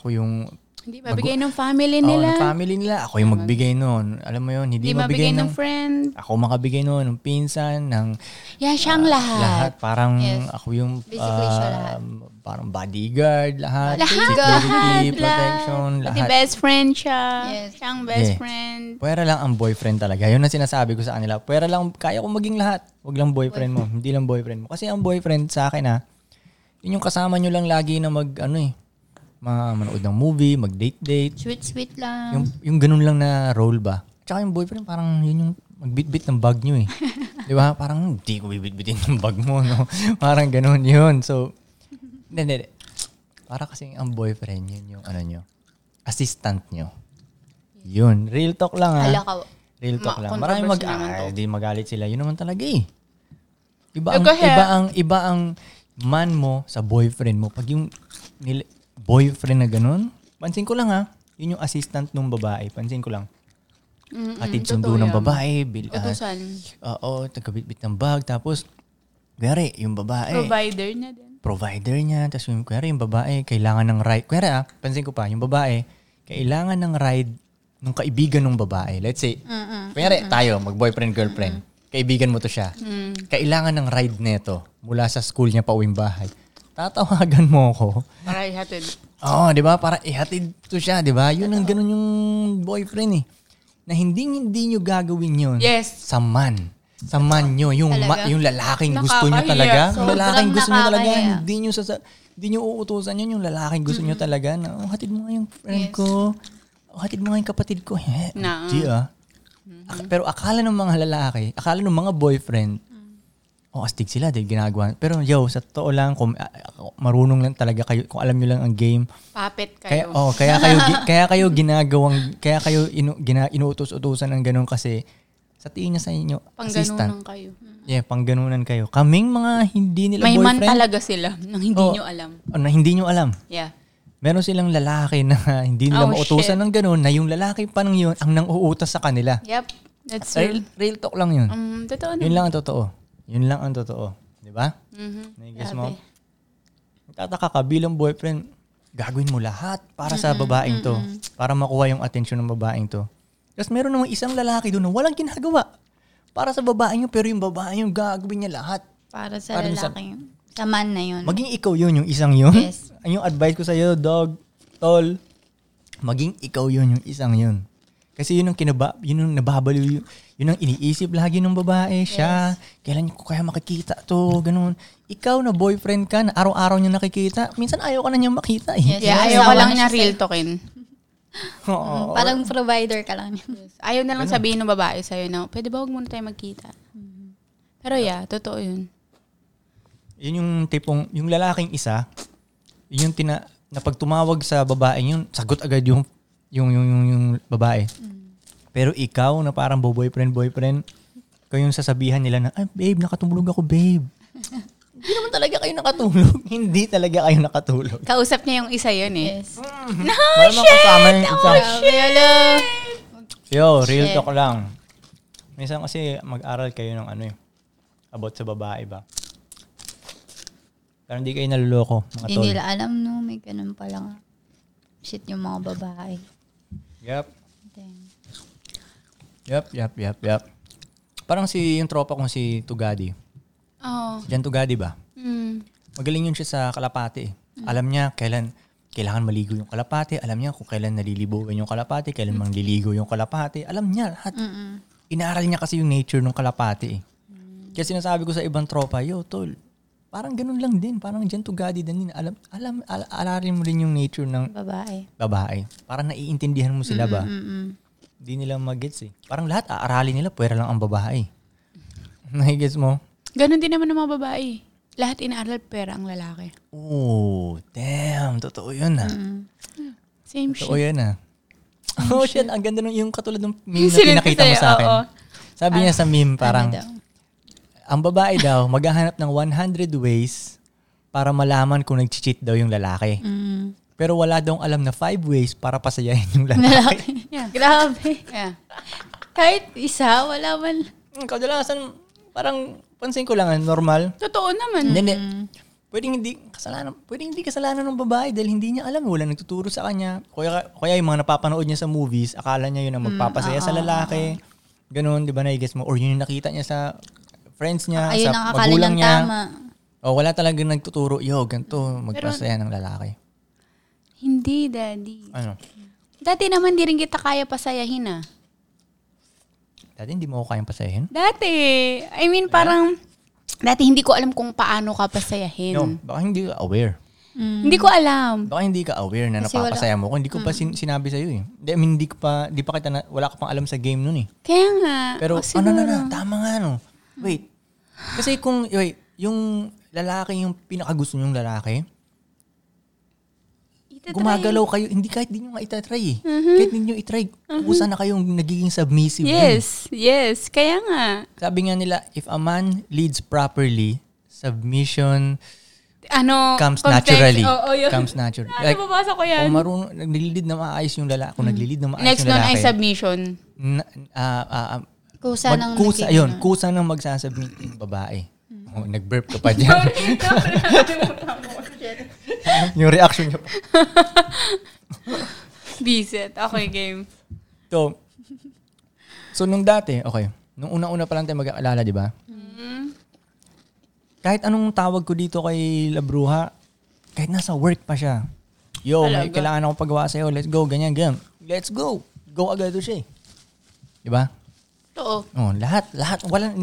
[SPEAKER 2] Ako yung
[SPEAKER 3] Hindi mabigay ng family
[SPEAKER 2] oh,
[SPEAKER 3] nila.
[SPEAKER 2] ng family nila. Ako yung magbigay noon. Alam mo yun, hindi,
[SPEAKER 3] Hindi
[SPEAKER 2] mabigay,
[SPEAKER 3] mabigay
[SPEAKER 2] ng,
[SPEAKER 3] ng friend.
[SPEAKER 2] ako makabigay noon, ng pinsan, ng
[SPEAKER 3] Yeah, siyang lahat.
[SPEAKER 2] Ah, lahat. Parang
[SPEAKER 4] Yes.
[SPEAKER 2] ako yung
[SPEAKER 4] Basically, siya lahat.
[SPEAKER 2] ah, parang bodyguard, lahat.
[SPEAKER 4] Lahat.
[SPEAKER 2] Security,
[SPEAKER 3] Lahat.
[SPEAKER 2] protection,
[SPEAKER 3] Pati
[SPEAKER 2] lahat.
[SPEAKER 3] best friend siya.
[SPEAKER 4] Yes.
[SPEAKER 3] Siya ang best
[SPEAKER 2] Yeah.
[SPEAKER 3] friend.
[SPEAKER 2] Pwera lang ang boyfriend talaga. Yun ang sinasabi ko sa kanila. Pwera lang, kaya ko maging lahat. Huwag lang boyfriend mo. Hindi lang boyfriend mo. Kasi ang boyfriend sa akin ha, yun yung kasama nyo lang lagi na mag, ano eh, ma- manood ng movie, mag-date-date.
[SPEAKER 4] Sweet, sweet lang.
[SPEAKER 2] Yung, yung ganun lang na role ba? Tsaka yung boyfriend, parang yun yung magbitbit ng bag nyo eh. Di ba? Parang hindi ko bibitbitin ng bag mo, no? <laughs> parang ganun yun. So, hindi, hindi, hindi. Para kasi ang boyfriend, yun yung ano nyo, assistant nyo. Yun. Real talk lang ah. ha.
[SPEAKER 4] Ala ka.
[SPEAKER 2] Real talk
[SPEAKER 3] Ma-
[SPEAKER 2] lang. Maraming mag
[SPEAKER 3] controversy naman
[SPEAKER 2] ah,
[SPEAKER 3] to.
[SPEAKER 2] di magalit sila. Yun naman talaga eh. Iba ang,
[SPEAKER 3] Go ahead.
[SPEAKER 2] iba ang iba ang man mo sa boyfriend mo. Pag yung nil- boyfriend na ganun, pansin ko lang ha, yun yung assistant ng babae. Pansin ko lang.
[SPEAKER 3] Mm-mm,
[SPEAKER 2] Atid
[SPEAKER 3] totoo
[SPEAKER 2] sundo ng
[SPEAKER 3] yan.
[SPEAKER 2] babae, bil, ah,
[SPEAKER 3] Utusan.
[SPEAKER 2] oo, tagabitbit ng bag, tapos, kuwari, yung babae,
[SPEAKER 3] Provider niya din.
[SPEAKER 2] provider niya, tapos yung, kuwari, yung babae, kailangan ng ride. Kuwari ah, pansin ko pa, yung babae, kailangan ng ride ng kaibigan ng babae. Let's say,
[SPEAKER 4] Mm-mm.
[SPEAKER 2] Kunyari, tayo, mag-boyfriend, girlfriend. Kaibigan mo to siya.
[SPEAKER 3] Mm.
[SPEAKER 2] Kailangan ng ride nito mula sa school niya pa uwing bahay. Tatawagan mo ako.
[SPEAKER 3] Para ihatid.
[SPEAKER 2] Oo, di ba? Para ihatid to siya, di ba? Yun ang ganun yung boyfriend eh. Na hindi hindi nyo gagawin yun
[SPEAKER 3] Yes.
[SPEAKER 2] sa man. Sa man nyo. Yung, ma-
[SPEAKER 4] Talaga?
[SPEAKER 2] yung lalaking gusto nyo
[SPEAKER 3] Nakakahiya.
[SPEAKER 2] talaga. Yung
[SPEAKER 4] Sobrang
[SPEAKER 2] lalaking gusto nyo talaga.
[SPEAKER 4] nakakahiya.
[SPEAKER 2] Hindi nyo, sa, hindi nyo uutusan yun. Yung lalaking gusto nyo talaga. Na, oh, hatid mo nga yung
[SPEAKER 4] Yes.
[SPEAKER 2] friend ko. Oh, hatid mo nga yung kapatid ko. Eh,
[SPEAKER 3] Na, mm. Mm-hmm.
[SPEAKER 2] Di ah. Ak- Pero akala ng mga lalaki, akala ng mga boyfriend,
[SPEAKER 3] Mm.
[SPEAKER 2] oh, astig sila dahil ginagawa. Pero yo, sa totoo lang, kung ah, ah, marunong lang talaga kayo, kung alam nyo lang ang game,
[SPEAKER 3] Puppet
[SPEAKER 2] kaya,
[SPEAKER 3] kayo.
[SPEAKER 2] oh, kaya kayo gi- <laughs> kaya kayo ginagawang kaya kayo inu, gina, inuutos-utusan ng ganun kasi sa tingin niya sa inyo assistant.
[SPEAKER 3] Pangganunan kayo.
[SPEAKER 2] Yeah, pangganunan kayo. Kaming mga hindi nila
[SPEAKER 3] May man
[SPEAKER 2] boyfriend.
[SPEAKER 3] talaga sila <laughs> nang hindi
[SPEAKER 2] Oh.
[SPEAKER 3] nyo alam.
[SPEAKER 2] oh, na hindi nyo alam.
[SPEAKER 3] Yeah.
[SPEAKER 2] Meron silang lalaki na <laughs> hindi nila
[SPEAKER 3] Oh,
[SPEAKER 2] mautusan
[SPEAKER 3] shit.
[SPEAKER 2] ng ganun na yung lalaki pa nang yun ang nang uutas sa kanila.
[SPEAKER 3] Yep. That's
[SPEAKER 2] Real,
[SPEAKER 3] true.
[SPEAKER 2] real talk lang yun.
[SPEAKER 3] Um, totoo na.
[SPEAKER 2] Yun lang ang totoo. Yun lang ang totoo. Di ba?
[SPEAKER 3] Mhm.
[SPEAKER 2] Nai-guess mo?
[SPEAKER 3] Grabe.
[SPEAKER 2] Tataka ka bilang boyfriend, gagawin mo lahat para sa babaeng to. Para makuha yung attention ng babaeng to. Tapos meron namang isang lalaki doon na walang ginagawa. Para sa babaeng yun, pero yung babaeng yung gagawin niya lahat.
[SPEAKER 4] Para sa
[SPEAKER 2] Para sa-
[SPEAKER 4] lalaki. Sa man na yun.
[SPEAKER 2] Maging ikaw yun, yung isang yun.
[SPEAKER 4] Mm-hmm. Yes.
[SPEAKER 2] Ang <laughs> yung advice ko sa'yo, dog, tol, maging ikaw yun, yung isang yun. Kasi yun ang kinaba, yun ang nababaliw, yun, yun ang iniisip lagi ng babae, siya, kailan ko kaya makikita to, ganun. Ikaw na boyfriend ka, na araw-araw niya nakikita, minsan ayaw ka na niyang makita eh.
[SPEAKER 4] Yes.
[SPEAKER 3] Yeah,
[SPEAKER 4] Yes.
[SPEAKER 3] ayaw ko
[SPEAKER 4] Asawa Mm-hmm.
[SPEAKER 3] lang
[SPEAKER 4] na
[SPEAKER 3] niya
[SPEAKER 4] siya
[SPEAKER 3] real talkin.
[SPEAKER 2] Oo.
[SPEAKER 4] Parang provider ka lang.
[SPEAKER 3] Ayaw na lang sabihin ng babae sa'yo na, pwede ba huwag muna tayo magkita?
[SPEAKER 4] Mm-hmm.
[SPEAKER 3] Pero yeah, totoo yun.
[SPEAKER 2] Yun yung tipong, yung lalaking isa, yun yung tina, na pag tumawag sa babae, yun, sagot agad yung, yung, yung, yung, yung babae. Pero ikaw na parang bo-boyfriend, boyfriend, ikaw yung sasabihan nila na, ay babe, nakatulog ako babe. Hindi naman talaga kayo nakatulog. <laughs> Hindi talaga kayo nakatulog.
[SPEAKER 3] Kausap niya yung isa yun eh.
[SPEAKER 4] Yes.
[SPEAKER 3] <laughs> No,
[SPEAKER 2] Wala mga kasama yung isa.
[SPEAKER 4] Grabe, ala.
[SPEAKER 2] Yo, real
[SPEAKER 4] Shit.
[SPEAKER 2] talk lang. Minsan kasi mag-aral kayo ng ano eh. About sa babae ba? Pero hindi kayo naluloko, mga
[SPEAKER 4] Hindi
[SPEAKER 2] tol.
[SPEAKER 4] nila alam, no? May ganun pa lang. Shit yung mga babae.
[SPEAKER 2] Yep.
[SPEAKER 4] Then,
[SPEAKER 2] Yep, yep, yep, yep. Parang si yung tropa kong si Tugadi.
[SPEAKER 3] Oh.
[SPEAKER 2] Si Jan Tugadi ba?
[SPEAKER 3] Mm.
[SPEAKER 2] Magaling yun siya sa kalapati. eh. Alam niya kailan kailangan maligo yung kalapati. Alam niya kung kailan nalilibugan yung kalapati, kailan mangliligo yung kalapati. Alam niya lahat.
[SPEAKER 4] mm
[SPEAKER 2] Inaaral niya kasi yung nature ng kalapati. Eh. Kaya sinasabi ko sa ibang tropa, yo, tol, parang ganun lang din. Parang dyan tugadi din. Alam, alam, al- alaralin mo rin yung nature ng
[SPEAKER 4] Babae.
[SPEAKER 2] babae. Parang naiintindihan mo sila ba? <laughs>
[SPEAKER 4] Mm-mm.
[SPEAKER 2] Di nila magets eh. Parang lahat aaralin nila, pwera lang ang babae. <laughs> Nagigets mo?
[SPEAKER 3] Ganon din naman ng mga babae. Lahat inaaral pera ang lalaki.
[SPEAKER 2] Oh, damn. Totoo yun ah.
[SPEAKER 3] Same
[SPEAKER 2] Totoo
[SPEAKER 3] shit.
[SPEAKER 2] yan ah. Oh, shit. Ang ganda nung yung katulad ng meme na
[SPEAKER 3] Sinend ko
[SPEAKER 2] pinakita mo
[SPEAKER 3] sa'yo,
[SPEAKER 2] sa akin.
[SPEAKER 3] oo.
[SPEAKER 2] Sabi niya sa meme, parang,
[SPEAKER 4] daw?
[SPEAKER 2] ang babae daw, <laughs> maghahanap ng 100 ways para malaman kung nag-cheat daw yung lalaki.
[SPEAKER 4] Mm.
[SPEAKER 2] Pero wala daw alam na 5 ways para pasayahin yung
[SPEAKER 4] <laughs>
[SPEAKER 2] lalaki.
[SPEAKER 3] Yeah.
[SPEAKER 4] Grabe.
[SPEAKER 3] Yeah.
[SPEAKER 4] Kahit isa, wala man.
[SPEAKER 2] Hmm, Kadalasan, parang pansin ko lang, ah, normal.
[SPEAKER 3] Totoo naman.
[SPEAKER 2] Hindi, hindi. Pwedeng hindi kasalanan, pwedeng hindi kasalanan ng babae dahil hindi niya alam, wala nagtuturo sa kanya. Kaya kaya yung mga napapanood niya sa movies, akala niya yun ang
[SPEAKER 4] Mm,
[SPEAKER 2] magpapasaya sa lalaki. Ganun, 'di ba? Na-guess mo or yun yung nakita niya sa friends niya,
[SPEAKER 4] Ayun
[SPEAKER 2] sa
[SPEAKER 4] ang akala
[SPEAKER 2] magulang
[SPEAKER 4] ng
[SPEAKER 2] niya.
[SPEAKER 4] tama.
[SPEAKER 2] O wala talaga nagtuturo, yo, ganito magpasaya ng lalaki.
[SPEAKER 3] Hindi, daddy.
[SPEAKER 2] Ano?
[SPEAKER 3] Dati naman di rin kita kaya pasayahin ah.
[SPEAKER 2] Dati hindi mo ako kayang pasayahin.
[SPEAKER 3] Dati. I mean, parang... Dati hindi ko alam kung paano ka pasayahin.
[SPEAKER 2] No, baka hindi ka aware.
[SPEAKER 3] Hindi ko alam.
[SPEAKER 2] Baka hindi ka aware na
[SPEAKER 4] Kasi wala- Mm.
[SPEAKER 2] napapasaya mo ko. Hindi ko pa sin- sinabi sa'yo eh. Hindi, I mean, hindi ko pa, di pa kita, na, wala ka pang alam sa game nun eh.
[SPEAKER 3] Kaya nga.
[SPEAKER 2] Pero,
[SPEAKER 3] oh,
[SPEAKER 2] ano
[SPEAKER 3] siguro.
[SPEAKER 2] na na, tama nga no. Wait. Kasi kung, wait, yung lalaki, yung pinakagusto niyong lalaki,
[SPEAKER 3] Itatry.
[SPEAKER 2] gumagalaw kayo, hindi kahit di nyo nga itatry eh.
[SPEAKER 3] Mm-hmm.
[SPEAKER 2] Kahit di nyo itry, kusa na kayong nagiging submissive. dun.
[SPEAKER 3] Yes, yes. Kaya nga.
[SPEAKER 2] Sabi nga nila, if a man leads properly, submission
[SPEAKER 3] Ano,
[SPEAKER 2] comes
[SPEAKER 3] complex-
[SPEAKER 2] naturally.
[SPEAKER 3] Oo, Oh, yun.
[SPEAKER 2] Comes naturally.
[SPEAKER 3] Ah,
[SPEAKER 2] Like,
[SPEAKER 3] nababasa ko yan. Mm.
[SPEAKER 2] Kung marunong, naglilid na maayos yung lalaki, kung naglilid na maayos
[SPEAKER 3] Next
[SPEAKER 2] yung
[SPEAKER 3] nun
[SPEAKER 2] lalaki,
[SPEAKER 3] ay
[SPEAKER 2] <laughs>
[SPEAKER 3] submission.
[SPEAKER 2] na- ah, ah, ah,
[SPEAKER 4] Kusa ng
[SPEAKER 2] magkusa,
[SPEAKER 4] nakikita
[SPEAKER 2] yun,
[SPEAKER 4] na.
[SPEAKER 2] kusa ng magsasubmit yung babae.
[SPEAKER 3] Mm.
[SPEAKER 2] Oh, nag-burp ka
[SPEAKER 3] <laughs>
[SPEAKER 2] pa dyan. yung reaction niya pa.
[SPEAKER 3] Visit. Okay, game.
[SPEAKER 2] So, so nung dati, okay, nung una-una pa lang tayo mag-aalala, di ba? Kahit anong tawag ko dito kay Labruha, kahit nasa work pa siya. Yo, may
[SPEAKER 3] Talaga?
[SPEAKER 2] kailangan akong pagawa sa'yo. Let's go, ganyan, ganyan. Let's go. Go agad to siya eh. Di ba?
[SPEAKER 3] Oo.
[SPEAKER 2] Oh, lahat, lahat. Wala,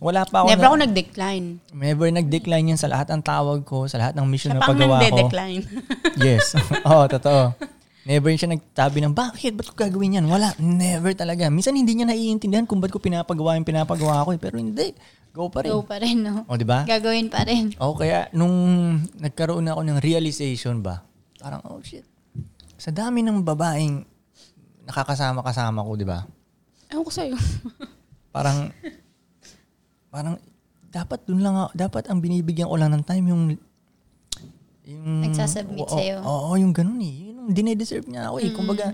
[SPEAKER 2] wala pa ako.
[SPEAKER 3] Never
[SPEAKER 2] na-
[SPEAKER 3] ako nag-decline.
[SPEAKER 2] Never nag-decline yan sa lahat ng tawag ko, sa lahat ng mission
[SPEAKER 3] Siya
[SPEAKER 2] na
[SPEAKER 3] pang
[SPEAKER 2] paggawa ko.
[SPEAKER 3] nagde-decline.
[SPEAKER 2] Yes. <laughs> Oo, totoo. Never siya nagtabi ng, bakit? Ba't ko gagawin yan? Wala. Never talaga. Minsan hindi niya naiintindihan kung ba't ko pinapagawa yung pinapagawa ko. eh. Pero hindi. Go pa rin.
[SPEAKER 4] Go pa rin, no?
[SPEAKER 2] O, di ba?
[SPEAKER 4] Gagawin pa rin.
[SPEAKER 2] O, kaya nung nagkaroon ako ng realization ba, parang, oh shit. Sa dami ng babaeng nakakasama-kasama ko, di ba?
[SPEAKER 3] <laughs> Ewan ko sa'yo.
[SPEAKER 2] parang parang dapat dun lang ako, dapat ang binibigyan ko lang ng time yung yung
[SPEAKER 4] Nagsasubmit
[SPEAKER 2] oo,
[SPEAKER 4] sa'yo. Mm.
[SPEAKER 2] Oo, yung ganun eh. Yun Yung dinedeserve niya ako eh. Kumbaga,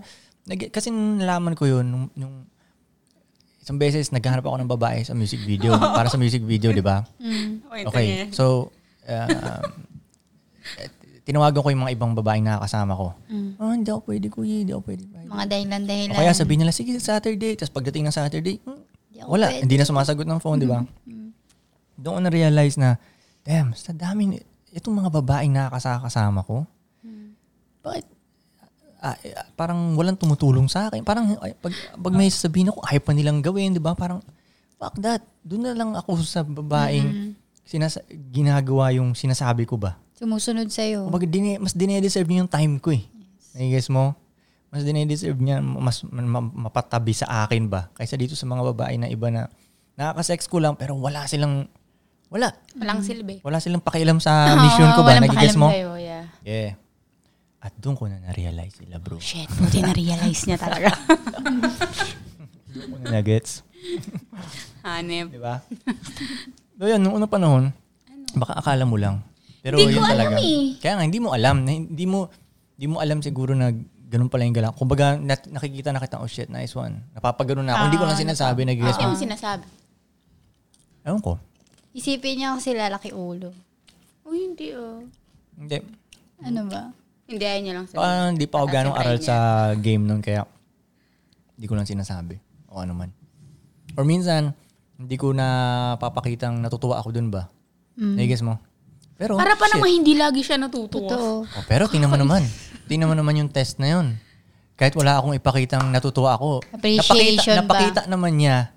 [SPEAKER 2] nag- kasi nung nalaman ko yun nung, nung isang beses naghahanap ako ng babae sa music
[SPEAKER 4] <laughs>
[SPEAKER 2] video. para sa music video, di ba?
[SPEAKER 3] Wait,
[SPEAKER 2] Okay.
[SPEAKER 3] sige.
[SPEAKER 2] So, um, <laughs> eh, tinawagan ko yung mga ibang babaeng nakakasama ko.
[SPEAKER 4] Mm.
[SPEAKER 2] Oh, hindi ako pwede kuya, hindi ako pwede.
[SPEAKER 4] Mga dahilan-dahilan.
[SPEAKER 2] O kaya sabihin nila, sige, Saturday. Tapos pagdating ng Saturday, hmm,
[SPEAKER 4] ako
[SPEAKER 2] wala.
[SPEAKER 4] pwede. Mm-hmm.
[SPEAKER 2] Hindi na sumasagot ng phone, di ba? Doon ko na-realize na, damn, sa dami, ni- itong mga babaeng nakakasama ko,
[SPEAKER 4] Mm-hmm.
[SPEAKER 2] bakit, ah, eh, ah, parang walang tumutulong sa akin. Parang, ay, pag, pag may sasabihin ako, ayaw pa nilang gawin, di ba? Parang, fuck that. Doon na lang ako sa
[SPEAKER 4] Mm-hmm.
[SPEAKER 2] babaeng sinasa- ginagawa yung sinasabi ko ba?
[SPEAKER 4] Sumusunod sa'yo.
[SPEAKER 2] Kumbaga, dine, mas dinedeserve niya yung time ko eh. Yes. guess mo? Mas dinedeserve niya, mas ma- ma- mapatabi sa akin ba? Kaysa dito sa mga babae na iba na nakaka-sex ko lang pero wala silang, wala.
[SPEAKER 3] Walang silbi.
[SPEAKER 2] Wala silang pakialam sa mission ko ba?
[SPEAKER 3] Ah, Walang
[SPEAKER 2] Nagigets
[SPEAKER 3] pakialam
[SPEAKER 2] mo?
[SPEAKER 3] sa'yo, yeah.
[SPEAKER 2] Yeah. At doon ko na na-realize sila bro.
[SPEAKER 3] Shit, buti na-realize niya talaga.
[SPEAKER 2] Doon ko na nagets.
[SPEAKER 3] Hanep.
[SPEAKER 2] Di ba? <laughs> so yun, nung unang panahon, baka akala mo lang. Pero
[SPEAKER 4] Ano? Hindi
[SPEAKER 2] yun
[SPEAKER 4] ko alam
[SPEAKER 2] talaga.
[SPEAKER 4] eh.
[SPEAKER 2] Kaya nga, hindi mo alam. na Hindi mo, hindi mo alam siguro na ganun pala yung galaw. Kung baga, nakikita na kita, oh shit, nice one. Napapagano na ako. hindi ko
[SPEAKER 4] Ah,
[SPEAKER 2] lang sinasabi, nag
[SPEAKER 3] Kasi mo sinasabi.
[SPEAKER 2] Ewan ko.
[SPEAKER 4] Isipin niya kasi lalaki ulo.
[SPEAKER 3] Uy, hindi oh.
[SPEAKER 2] Hindi.
[SPEAKER 4] Ano ba?
[SPEAKER 3] Hindi, ayaw niya lang sabihin.
[SPEAKER 2] Baka hindi pa ako
[SPEAKER 3] Pataasin
[SPEAKER 2] ganong
[SPEAKER 3] pa
[SPEAKER 2] aral
[SPEAKER 3] rin
[SPEAKER 2] sa game nun, kaya hindi ko lang sinasabi. O ano man. Or minsan, hindi ko na papakitang natutuwa ako dun ba?
[SPEAKER 4] Mm.
[SPEAKER 2] Nagigis mo? Pero,
[SPEAKER 3] Para pa
[SPEAKER 2] shit.
[SPEAKER 3] naman hindi lagi siya natutuwa.
[SPEAKER 4] Totoo.
[SPEAKER 2] Oh, pero tingnan mo naman. tingnan mo naman yung test na yun. Kahit wala akong ipakitang natutuwa ako.
[SPEAKER 4] Appreciation
[SPEAKER 2] napakita,
[SPEAKER 4] ba?
[SPEAKER 2] napakita naman niya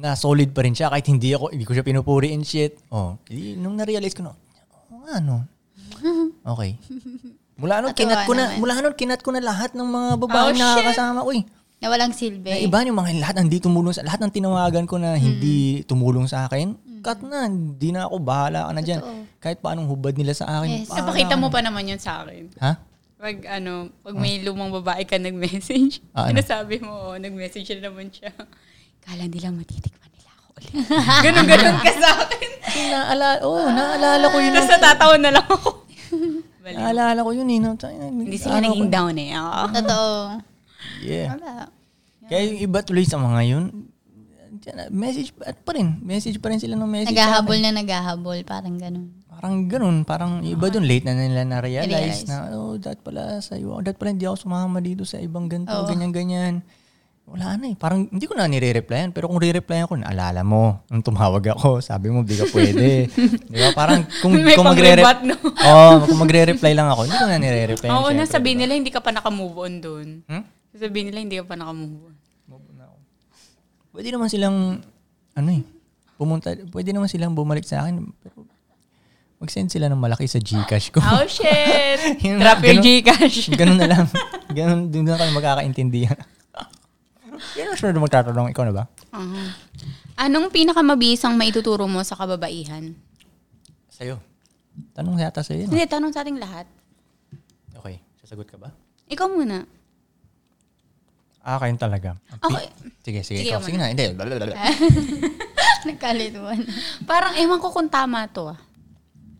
[SPEAKER 2] na solid pa rin siya kahit hindi ako hindi ko siya pinupuri and shit. Oh, di- nung na-realize ko na, oh, nga,
[SPEAKER 4] <laughs>
[SPEAKER 2] no. Okay. Mula nun,
[SPEAKER 4] Natuwa
[SPEAKER 2] kinat ko na,
[SPEAKER 4] naman.
[SPEAKER 2] mula nun, kinat ko na lahat ng mga babae
[SPEAKER 3] Oh,
[SPEAKER 2] na
[SPEAKER 3] shit.
[SPEAKER 2] kasama. Uy,
[SPEAKER 4] Na walang silbi.
[SPEAKER 2] na iba yung mga lahat hindi tumulong sa lahat ng tinawagan ko
[SPEAKER 4] Mm-hmm.
[SPEAKER 2] na hindi tumulong sa akin. Cut na, hindi na ako bahala ka na diyan. Kahit paanong hubad nila sa akin.
[SPEAKER 4] Yes.
[SPEAKER 2] bahala
[SPEAKER 3] Napakita
[SPEAKER 2] ka
[SPEAKER 3] mo
[SPEAKER 2] na.
[SPEAKER 3] pa naman yun sa akin.
[SPEAKER 2] Ha?
[SPEAKER 3] Pag ano, pag may lumang babae ka nag-message,
[SPEAKER 2] Ah, ano?
[SPEAKER 3] ano sabi mo, oh, nag-message na naman siya. Kala nila matitikman nila ako <laughs> ulit. Ganun-ganun ka sa akin.
[SPEAKER 2] Naala, oh, naalala ko yun.
[SPEAKER 3] Tapos natatawa na lang ako. Bali.
[SPEAKER 2] Naalala ko yun eh. No? Tay,
[SPEAKER 3] Hindi sila
[SPEAKER 2] ano
[SPEAKER 3] naging
[SPEAKER 2] ko-
[SPEAKER 3] down eh. ah.
[SPEAKER 4] Totoo.
[SPEAKER 2] Yeah.
[SPEAKER 4] Wala.
[SPEAKER 2] Kaya yung iba tuloy sa mga yun, dyan, message ano pa rin. Message pa rin sila ng message.
[SPEAKER 4] Naghahabol na naghahabol. Parang ganun.
[SPEAKER 2] Parang ganun. Parang yung iba dun, late na nila
[SPEAKER 4] Na-realize.
[SPEAKER 2] na-realize na, oh, dahil pala sa iyo. Oh, dahil pala hindi ako sumama dito sa ibang ganito,
[SPEAKER 4] Oo.
[SPEAKER 2] ganyan-ganyan. Wala na eh. Parang hindi ko na nire-replyan. Pero kung re-replyan ko, naalala mo. Nung tumawag ako, sabi mo, di ka pwede. di ba? Parang kung,
[SPEAKER 3] <laughs> May
[SPEAKER 2] kung
[SPEAKER 3] pang-rebut, no?
[SPEAKER 2] <laughs> Oo, kung magre-reply lang ako, hindi ko na nire-reply.
[SPEAKER 3] <laughs> Oo, na
[SPEAKER 2] syempre,
[SPEAKER 3] sabihin nila hindi ka pa naka-move on doon.
[SPEAKER 2] Hmm?
[SPEAKER 3] Sabihin nila hindi ka pa naka-move on.
[SPEAKER 2] Pwede naman silang, ano eh, pumunta, pwede naman silang bumalik sa akin, pero mag-send sila ng malaki sa Gcash
[SPEAKER 3] <laughs>
[SPEAKER 2] ko.
[SPEAKER 3] Oh shit!
[SPEAKER 2] <laughs> Yun,
[SPEAKER 3] Trap your
[SPEAKER 2] ganun.
[SPEAKER 3] Gcash.
[SPEAKER 2] Ganun na lang. Ganun, doon na kami magkakaintindihan. Yan ang sure na magtatanong, ikaw na ba?
[SPEAKER 3] Ah. Anong pinakamabisang maituturo mo sa kababaihan?
[SPEAKER 2] Sa'yo. Tanong yata sa'yo yun.
[SPEAKER 3] Hindi, tanong sa ating lahat.
[SPEAKER 2] Okay, sasagot ka ba?
[SPEAKER 3] Ikaw muna.
[SPEAKER 2] Ah, kayo talaga. Ang pi-
[SPEAKER 3] Okay.
[SPEAKER 2] Sige, sige.
[SPEAKER 3] Sige,
[SPEAKER 2] ikaw.
[SPEAKER 3] ako
[SPEAKER 2] Sige na, hindi. Blablabla.
[SPEAKER 4] Nagkalituan.
[SPEAKER 3] Parang ewan ko kung tama to ah.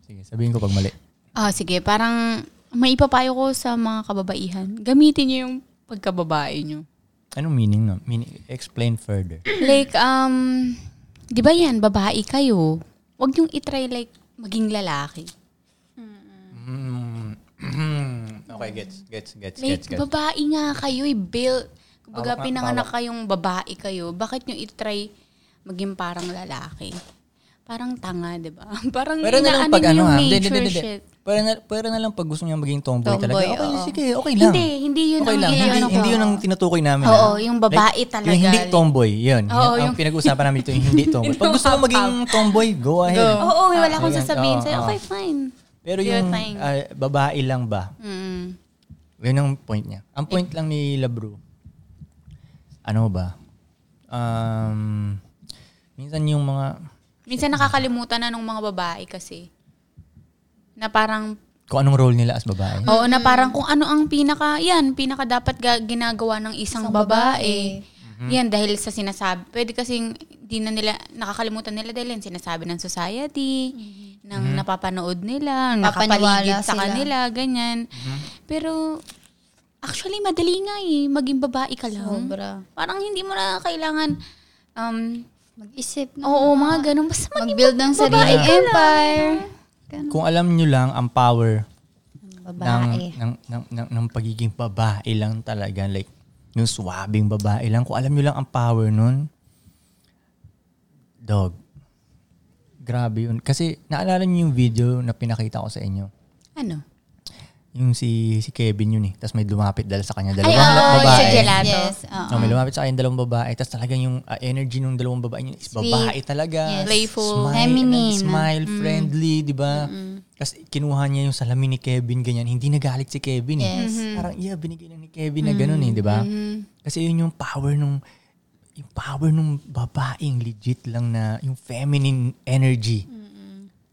[SPEAKER 2] Sige, sabihin ko pag mali.
[SPEAKER 3] Ah, sige. Parang maipapayo ko sa mga kababaihan. Gamitin niyo yung pagkababae niyo.
[SPEAKER 2] Anong meaning nun? Meaning, explain further.
[SPEAKER 3] Like, um, di ba yan, babae kayo. Huwag niyong itry like maging lalaki.
[SPEAKER 2] Mm. <clears throat> okay, gets, gets, gets,
[SPEAKER 3] Like,
[SPEAKER 2] gets, gets.
[SPEAKER 3] babae nga kayo, eh, built.
[SPEAKER 2] Bawak
[SPEAKER 3] Kumbaga,
[SPEAKER 2] nga,
[SPEAKER 3] pinanganak
[SPEAKER 2] bawak.
[SPEAKER 3] kayong babae kayo. Bakit niyo itry maging parang lalaki? Parang tanga, di ba? <laughs> Parang
[SPEAKER 2] Pero na lang
[SPEAKER 3] inaanin
[SPEAKER 2] pag
[SPEAKER 3] niyo
[SPEAKER 2] ano
[SPEAKER 3] Mm, yung
[SPEAKER 2] ha, hindi, hindi,
[SPEAKER 3] nature
[SPEAKER 2] hindi.
[SPEAKER 3] shit.
[SPEAKER 2] Pero na, pero na lang pag gusto niya maging tomboy,
[SPEAKER 4] Tomboy,
[SPEAKER 2] talaga. Okay,
[SPEAKER 4] oo.
[SPEAKER 2] sige, okay lang.
[SPEAKER 3] Hindi, hindi yun
[SPEAKER 2] okay
[SPEAKER 3] ang
[SPEAKER 2] lang. Hindi,
[SPEAKER 3] iyon ko.
[SPEAKER 2] hindi yun ang tinutukoy namin.
[SPEAKER 3] Oo,
[SPEAKER 2] ha?
[SPEAKER 3] yung babae talaga.
[SPEAKER 2] Yung hindi tomboy, yun.
[SPEAKER 3] Oo,
[SPEAKER 2] Yun ang
[SPEAKER 3] yung-
[SPEAKER 2] pinag-uusapan namin ito, yung
[SPEAKER 3] <laughs>
[SPEAKER 2] hindi tomboy.
[SPEAKER 3] Yung
[SPEAKER 2] pag gusto mo maging tomboy, go ahead.
[SPEAKER 3] Oo, oh, wala akong
[SPEAKER 2] Ayan,
[SPEAKER 3] sasabihin
[SPEAKER 2] oo,
[SPEAKER 3] sa'yo.
[SPEAKER 2] oo.
[SPEAKER 3] Okay, fine.
[SPEAKER 2] Pero
[SPEAKER 3] You're
[SPEAKER 2] yung
[SPEAKER 3] fine.
[SPEAKER 2] ah, babae lang ba?
[SPEAKER 3] Mm.
[SPEAKER 2] Yun ang point niya. Ang
[SPEAKER 3] Eh.
[SPEAKER 2] point lang ni Labro, ano ba? Um, minsan yung mga,
[SPEAKER 3] Minsan nakakalimutan na nung mga babae kasi. Na parang,
[SPEAKER 2] kung anong role nila as babae.
[SPEAKER 3] oo, na parang kung ano ang pinaka, yan, pinaka dapat ga- ginagawa ng isang,
[SPEAKER 4] Isang
[SPEAKER 3] babae.
[SPEAKER 4] babae.
[SPEAKER 3] Yan, dahil sa sinasabi, pwede kasing di na nila, nakakalimutan nila dahil yan, sinasabi ng society, ng napapanood nila,
[SPEAKER 4] Papaniwala
[SPEAKER 3] nakapaligid
[SPEAKER 4] sila.
[SPEAKER 3] sa kanila, ganyan. Pero, actually, madali nga eh, maging babae ka lang.
[SPEAKER 4] Sobra.
[SPEAKER 3] Parang hindi mo na kailangan, um,
[SPEAKER 4] Mag-isip na.
[SPEAKER 3] oo, mga ganun. Basta mag-
[SPEAKER 4] Mag-build ng
[SPEAKER 3] babae
[SPEAKER 4] sariling
[SPEAKER 3] ka lang.
[SPEAKER 4] empire. Ganun.
[SPEAKER 2] Kung alam nyo lang ang power
[SPEAKER 4] Babae.
[SPEAKER 2] ng, ng, ng, ng, ng pagiging babae lang talaga. Like, yung swabing babae lang. Kung alam nyo lang ang power nun, dog, grabe yun. Kasi, naalala nyo yung video na pinakita ko sa inyo.
[SPEAKER 3] ano?
[SPEAKER 2] Yung si si Kevin yun eh. Tapos may lumapit dahil sa kanya. Dalawang
[SPEAKER 4] Ay, oo,
[SPEAKER 2] la- babae.
[SPEAKER 4] yung sa gelato. Yes, oo.
[SPEAKER 2] No, may lumapit sa akin dalawang babae. Tapos talaga yung ah, energy ng dalawang babae yun is babae talaga.
[SPEAKER 4] Yes.
[SPEAKER 3] Playful.
[SPEAKER 2] Smile,
[SPEAKER 4] Feminine. Mm.
[SPEAKER 2] Smile, friendly, di ba? Tapos kinuha niya yung salamin ni Kevin, ganyan. Hindi nagalit si Kevin eh.
[SPEAKER 4] Yes.
[SPEAKER 3] Mm-hmm.
[SPEAKER 2] Parang, yeah, binigay lang ni Kevin na ganun eh, di ba? Kasi yun yung power nung yung power nung babaeng legit lang na yung feminine energy.
[SPEAKER 3] Mm-hmm.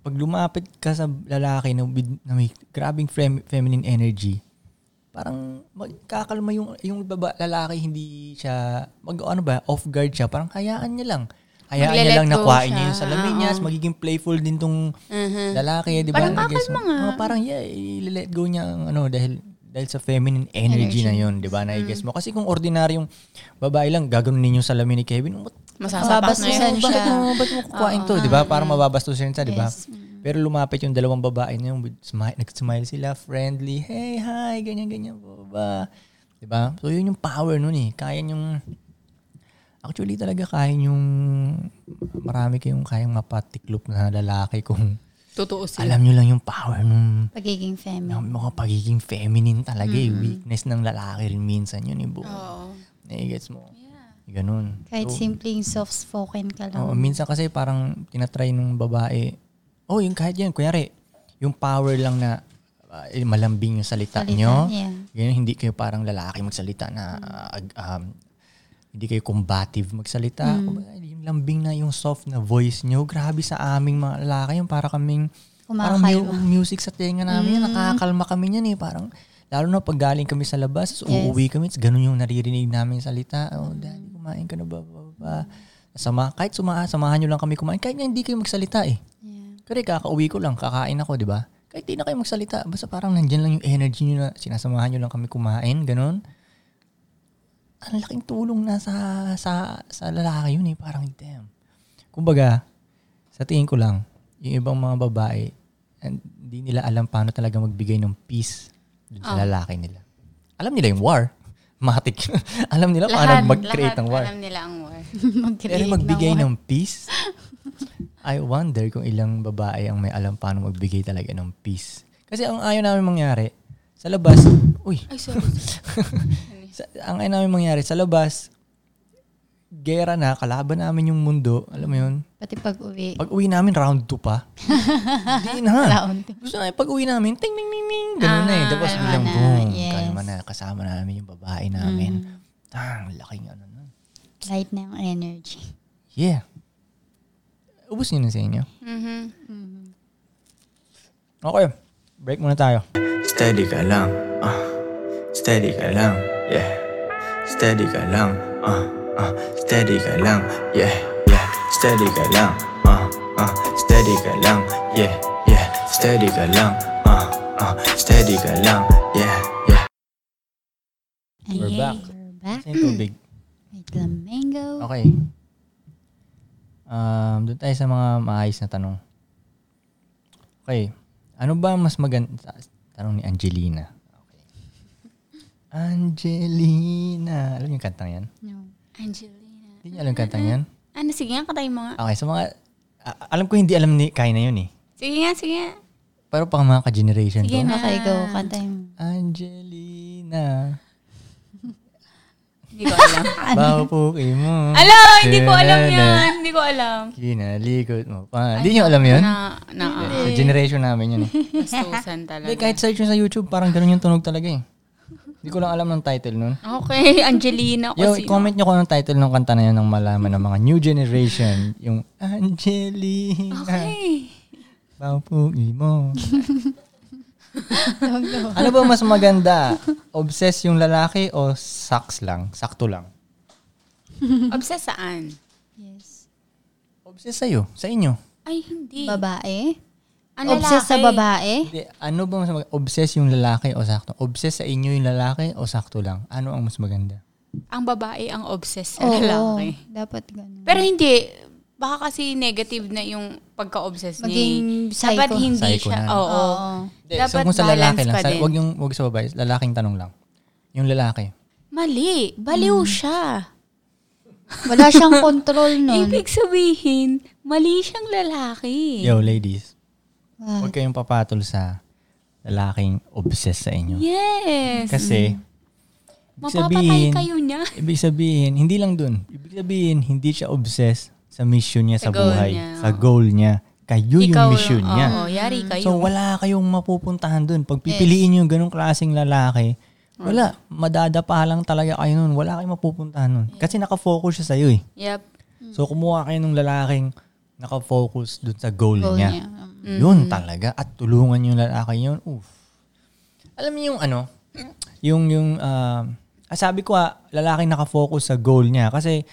[SPEAKER 2] Pag lumapit ka sa lalaki na, with- na may grabing fem- feminine energy, parang magkakalma yung yung baba, lalaki hindi siya mag ano ba off guard siya parang hayaan niya lang hayaan niya
[SPEAKER 3] Magle-let
[SPEAKER 2] lang
[SPEAKER 3] go
[SPEAKER 2] nakuhain
[SPEAKER 3] siya.
[SPEAKER 2] niya yung salamin niya
[SPEAKER 3] Oo.
[SPEAKER 2] magiging playful din tong
[SPEAKER 3] Mhm.
[SPEAKER 2] lalaki di ba
[SPEAKER 3] Parang
[SPEAKER 2] I guess,
[SPEAKER 3] kakalma nga.
[SPEAKER 2] mga parang yeah i-let go niya ang ano dahil dahil sa feminine energy, na yon di ba na guess mo
[SPEAKER 3] Mm.
[SPEAKER 2] kasi kung ordinaryong babae lang gaganunin yung salamin ni Kevin what
[SPEAKER 3] Masasapak na
[SPEAKER 2] Mababastusan
[SPEAKER 3] yun
[SPEAKER 2] Bakit
[SPEAKER 3] siya.
[SPEAKER 2] mo, bakit mo kukuhain to? Di ba? Parang mababastusan siya, di ba? Pero lumapit yung dalawang babae na yun, with smi- nag-smile sila, friendly, hey, hi, ganyan, ganyan, baba. Di ba? So, yun yung power nun eh. Kaya yung, actually talaga kaya yung, marami kayong kayang mapatiklop na lalaki
[SPEAKER 3] <laughs>
[SPEAKER 2] kung
[SPEAKER 3] Totoo sila.
[SPEAKER 2] alam nyo lang yung power nung
[SPEAKER 4] Pagiging feminine.
[SPEAKER 2] ng mga pagiging feminine talaga eh. Weakness ng lalaki rin minsan yun eh. buo.
[SPEAKER 3] Oo.
[SPEAKER 2] Naigets mo. Ganun.
[SPEAKER 4] Kahit
[SPEAKER 2] So,
[SPEAKER 4] simpleng soft-spoken ka lang.
[SPEAKER 2] Oo, minsan kasi parang tinatry nung babae, oh, yung kahit yan, kunyari, yung power lang na ah, eh, malambing yung salita,
[SPEAKER 4] Salita,
[SPEAKER 2] nyo.
[SPEAKER 4] yeah.
[SPEAKER 2] <laughs> Ganyan, hindi kayo parang lalaki magsalita na ah, ag- um, hindi kayo combative
[SPEAKER 4] Mm.
[SPEAKER 2] magsalita. Kumbaga, yung lambing na yung soft na voice nyo, grabe sa aming mga lalaki yung para kaming parang mu-
[SPEAKER 4] Kumakalma. Mm.
[SPEAKER 2] music sa tenga namin, yan, nakakalma kami niyan eh. Parang, lalo na pag galing kami sa labas, so
[SPEAKER 4] Yes.
[SPEAKER 2] uuwi kami, it's ganun yung naririnig namin salita. Oh, daddy, kumain ka na ba? ba, ba? Sama, kahit suma, samahan nyo lang kami kumain, kahit nga hindi kayo magsalita eh.
[SPEAKER 4] Yeah.
[SPEAKER 2] Kasi kakauwi ko lang, kakain ako, di ba? Kahit di na kayo magsalita, basta parang nandyan lang yung energy nyo na sinasamahan nyo lang kami kumain, ganun. Ang laking tulong na sa, sa, sa lalaki yun eh, parang damn. Kumbaga, sa tingin ko lang, yung ibang mga babae, and- hindi nila alam paano talaga magbigay ng peace dun
[SPEAKER 3] Ah.
[SPEAKER 2] sa lalaki nila. Alam nila yung war. <laughs> Matik. alam nila
[SPEAKER 3] Lahat,
[SPEAKER 2] paano mag-create
[SPEAKER 3] lahat
[SPEAKER 2] ng war.
[SPEAKER 3] alam nila ang war.
[SPEAKER 4] Mag-create
[SPEAKER 2] Pero magbigay ng peace? <laughs> I wonder kung ilang babae ang may alam paano magbigay talaga ng peace. Kasi ang ayaw namin mangyari, sa labas, uy,
[SPEAKER 3] Ay, sorry.
[SPEAKER 2] sa, ang ayaw namin mangyari, sa labas, gera na, kalaban namin yung mundo, alam mo yun?
[SPEAKER 4] Pati pag-uwi.
[SPEAKER 2] Pag uwi namin, round 2
[SPEAKER 4] <laughs>
[SPEAKER 2] pa. Hindi na.
[SPEAKER 4] Laon.
[SPEAKER 2] Gusto na, pag uwi namin, ting, ting, ting, ting, ganun na eh. Tapos
[SPEAKER 4] kalma Ah,
[SPEAKER 2] bilang
[SPEAKER 4] na,
[SPEAKER 2] boom,
[SPEAKER 4] yes. Mm.
[SPEAKER 2] kalma na, kasama namin yung babae namin. Tang, laking ano na.
[SPEAKER 4] Light na yung energy.
[SPEAKER 2] Yeah. Ubus nyo na sa inyo.
[SPEAKER 3] Mhm.
[SPEAKER 2] Mm-hmm. Okay. Break muna tayo.
[SPEAKER 1] Steady ka lang, ah. Steady ka lang, yeah. Steady ka lang, ah, ah. Steady ka lang, yeah, yeah. Steady ka lang, ah, ah. Steady ka lang, yeah, yeah. Steady ka lang, ah, ah. Steady ka lang, yeah, yeah.
[SPEAKER 2] We're
[SPEAKER 4] Ayan.
[SPEAKER 2] back. Oh.
[SPEAKER 4] We're back.
[SPEAKER 2] Saan yung tubig?
[SPEAKER 4] With Flamingo.
[SPEAKER 2] Okay. Um, doon tayo sa mga maayos na tanong. Okay. Ano ba mas maganda? Tanong ni Angelina. Okay. Angelina. Alam niyo yung kantang yan?
[SPEAKER 4] No.
[SPEAKER 3] Angelina.
[SPEAKER 2] Hindi niyo alam yung kantang yan?
[SPEAKER 3] Ano, sige nga, katay mo nga.
[SPEAKER 2] Okay, sa mga... a- alam ko hindi alam ni Kai na yun eh.
[SPEAKER 3] Sige nga, sige nga.
[SPEAKER 2] Pero pang mga ka-generation
[SPEAKER 3] Sige
[SPEAKER 2] to.
[SPEAKER 3] na.
[SPEAKER 4] Okay, Ano go. Kanta
[SPEAKER 2] <laughs>
[SPEAKER 4] mo.
[SPEAKER 2] Angelina.
[SPEAKER 3] Hindi ko
[SPEAKER 4] <laughs>
[SPEAKER 3] alam.
[SPEAKER 2] Bapuki mo.
[SPEAKER 3] Hello, Ano? hindi ko alam
[SPEAKER 2] eh.
[SPEAKER 3] yan. Hindi ko alam.
[SPEAKER 2] Kinalikot mo pa. Hindi niyo alam yun?
[SPEAKER 3] Na, na,
[SPEAKER 2] Sa generation namin yun
[SPEAKER 3] <laughs>
[SPEAKER 2] eh.
[SPEAKER 3] bastusan
[SPEAKER 2] Hindi,
[SPEAKER 3] talaga.
[SPEAKER 2] kahit search mo sa YouTube, parang ganun yung tunog talaga eh. Hindi ko lang alam ng title nun.
[SPEAKER 3] Okay, <laughs> Angelina ko
[SPEAKER 2] Yo,
[SPEAKER 3] sino.
[SPEAKER 2] comment nyo kung anong title ng kanta na yun nang malaman ng mga new generation. Yung Angelina,
[SPEAKER 3] Okay.
[SPEAKER 2] papugi mo. ano ba mas maganda? Obsess yung lalaki o saks lang? Sakto lang?
[SPEAKER 3] Obsessed saan?
[SPEAKER 4] Yes.
[SPEAKER 2] Obsess sa'yo, sa inyo.
[SPEAKER 3] Ay, hindi.
[SPEAKER 4] Babae?
[SPEAKER 3] Ang
[SPEAKER 4] Obsessed sa
[SPEAKER 3] lalaki.
[SPEAKER 4] babae?
[SPEAKER 2] Hindi, ano ba mas maganda? Obsess yung lalaki o sakto? Obsess sa inyo yung lalaki o sakto lang? Ano ang mas maganda?
[SPEAKER 3] Ang babae ang obsessed sa
[SPEAKER 4] Oo.
[SPEAKER 3] lalaki.
[SPEAKER 4] Dapat ganun.
[SPEAKER 3] Pero hindi, baka kasi negative na yung pagka-obsess
[SPEAKER 4] Maging
[SPEAKER 3] ni...
[SPEAKER 4] psycho.
[SPEAKER 3] Dapat hindi
[SPEAKER 2] Psycho
[SPEAKER 3] siya.
[SPEAKER 2] na.
[SPEAKER 3] Oo.
[SPEAKER 4] Oo.
[SPEAKER 2] Hindi,
[SPEAKER 3] Dapat
[SPEAKER 2] so kung sa lalaki
[SPEAKER 3] balance
[SPEAKER 2] lang,
[SPEAKER 3] pa
[SPEAKER 2] sa,
[SPEAKER 3] din.
[SPEAKER 2] wag yung wag sa babae, lalaking tanong lang. Yung lalaki.
[SPEAKER 3] Mali. Baliw
[SPEAKER 4] Mm.
[SPEAKER 3] siya.
[SPEAKER 4] Wala siyang control
[SPEAKER 3] <laughs>
[SPEAKER 4] nun.
[SPEAKER 3] Ibig sabihin, mali siyang lalaki.
[SPEAKER 2] Yo, ladies,
[SPEAKER 4] Wow.
[SPEAKER 3] Ah.
[SPEAKER 2] huwag kayong papatol sa lalaking obsessed sa inyo.
[SPEAKER 3] Yes.
[SPEAKER 2] Kasi, ibig
[SPEAKER 3] Mapapatay
[SPEAKER 2] sabihin,
[SPEAKER 3] kayo niya.
[SPEAKER 2] ibig sabihin, hindi lang dun. Ibig sabihin, hindi siya obsessed sa mission niya sa,
[SPEAKER 3] Sa goal
[SPEAKER 2] buhay,
[SPEAKER 3] niya.
[SPEAKER 2] sa goal niya. Kayo yung mission niya. Mm.
[SPEAKER 3] Oo, yari kayo.
[SPEAKER 2] So, wala kayong mapupuntahan dun. Pag pipiliin yung ganong klaseng lalaki, wala. Madadapa lang talaga kayo nun. Wala kayong mapupuntahan nun. Kasi nakafocus siya sa'yo eh.
[SPEAKER 3] yep.
[SPEAKER 2] So kumuha kayo ng lalaking nakafocus dun sa goal,
[SPEAKER 4] Goal
[SPEAKER 2] niya.
[SPEAKER 4] niya.
[SPEAKER 2] Yun talaga. At tulungan yung lalaki yun. Oof. Alam niyo yung ano, Yung, yung, ah, ah, sabi ko ah, lalaki nakafocus sa goal niya. Kasi,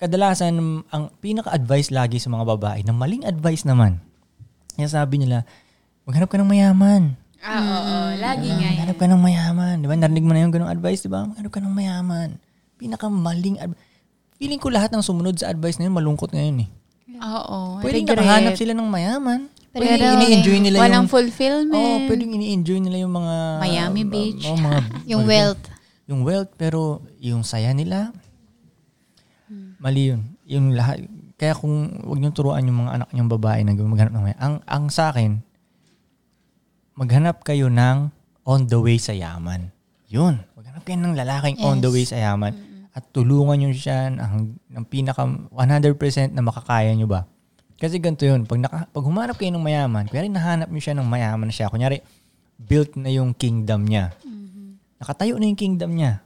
[SPEAKER 2] kadalasan, mm, ang pinaka-advice lagi sa mga babae, na maling advice naman, yung sabi nila, maghanap ka ng mayaman.
[SPEAKER 3] Ah, oo. Lagi nga yan.
[SPEAKER 2] Maghanap ka ng mayaman. Di ba? Narinig mo na yung ganung advice, di ba? Maghanap ka ng mayaman. Pinakamaling advice. Feeling ko lahat ng sumunod sa advice na yun, malungkot ngayon eh.
[SPEAKER 3] Oo.
[SPEAKER 2] Pwede
[SPEAKER 3] regret.
[SPEAKER 2] nakahanap sila ng mayaman.
[SPEAKER 4] Pero-
[SPEAKER 2] Pwede ini-enjoy nila
[SPEAKER 3] Walang
[SPEAKER 2] yung...
[SPEAKER 3] fulfillment.
[SPEAKER 2] Oo, pwede ini-enjoy nila yung mga...
[SPEAKER 3] Miami Beach.
[SPEAKER 2] Oo, mga,
[SPEAKER 3] <laughs>
[SPEAKER 4] Yung wealth.
[SPEAKER 2] yung wealth, pero yung saya nila, mali yun. Yung lahat. Kaya kung wag niyong turuan yung mga anak niyong babae na maghanap ng maya. Ang, ang sa akin, maghanap kayo ng on the way sa yaman. Yun. Maghanap kayo ng lalaking on the way sa yaman. At tulungan niyo siya ng, ng pinaka 100% na makakaya niyo ba. Kasi ganito yun. Pag, naka, pag humanap kayo ng mayaman, kunyari nahanap niyo siya ng mayaman na siya. Kunyari, built na yung kingdom niya. Nakatayo na yung kingdom niya.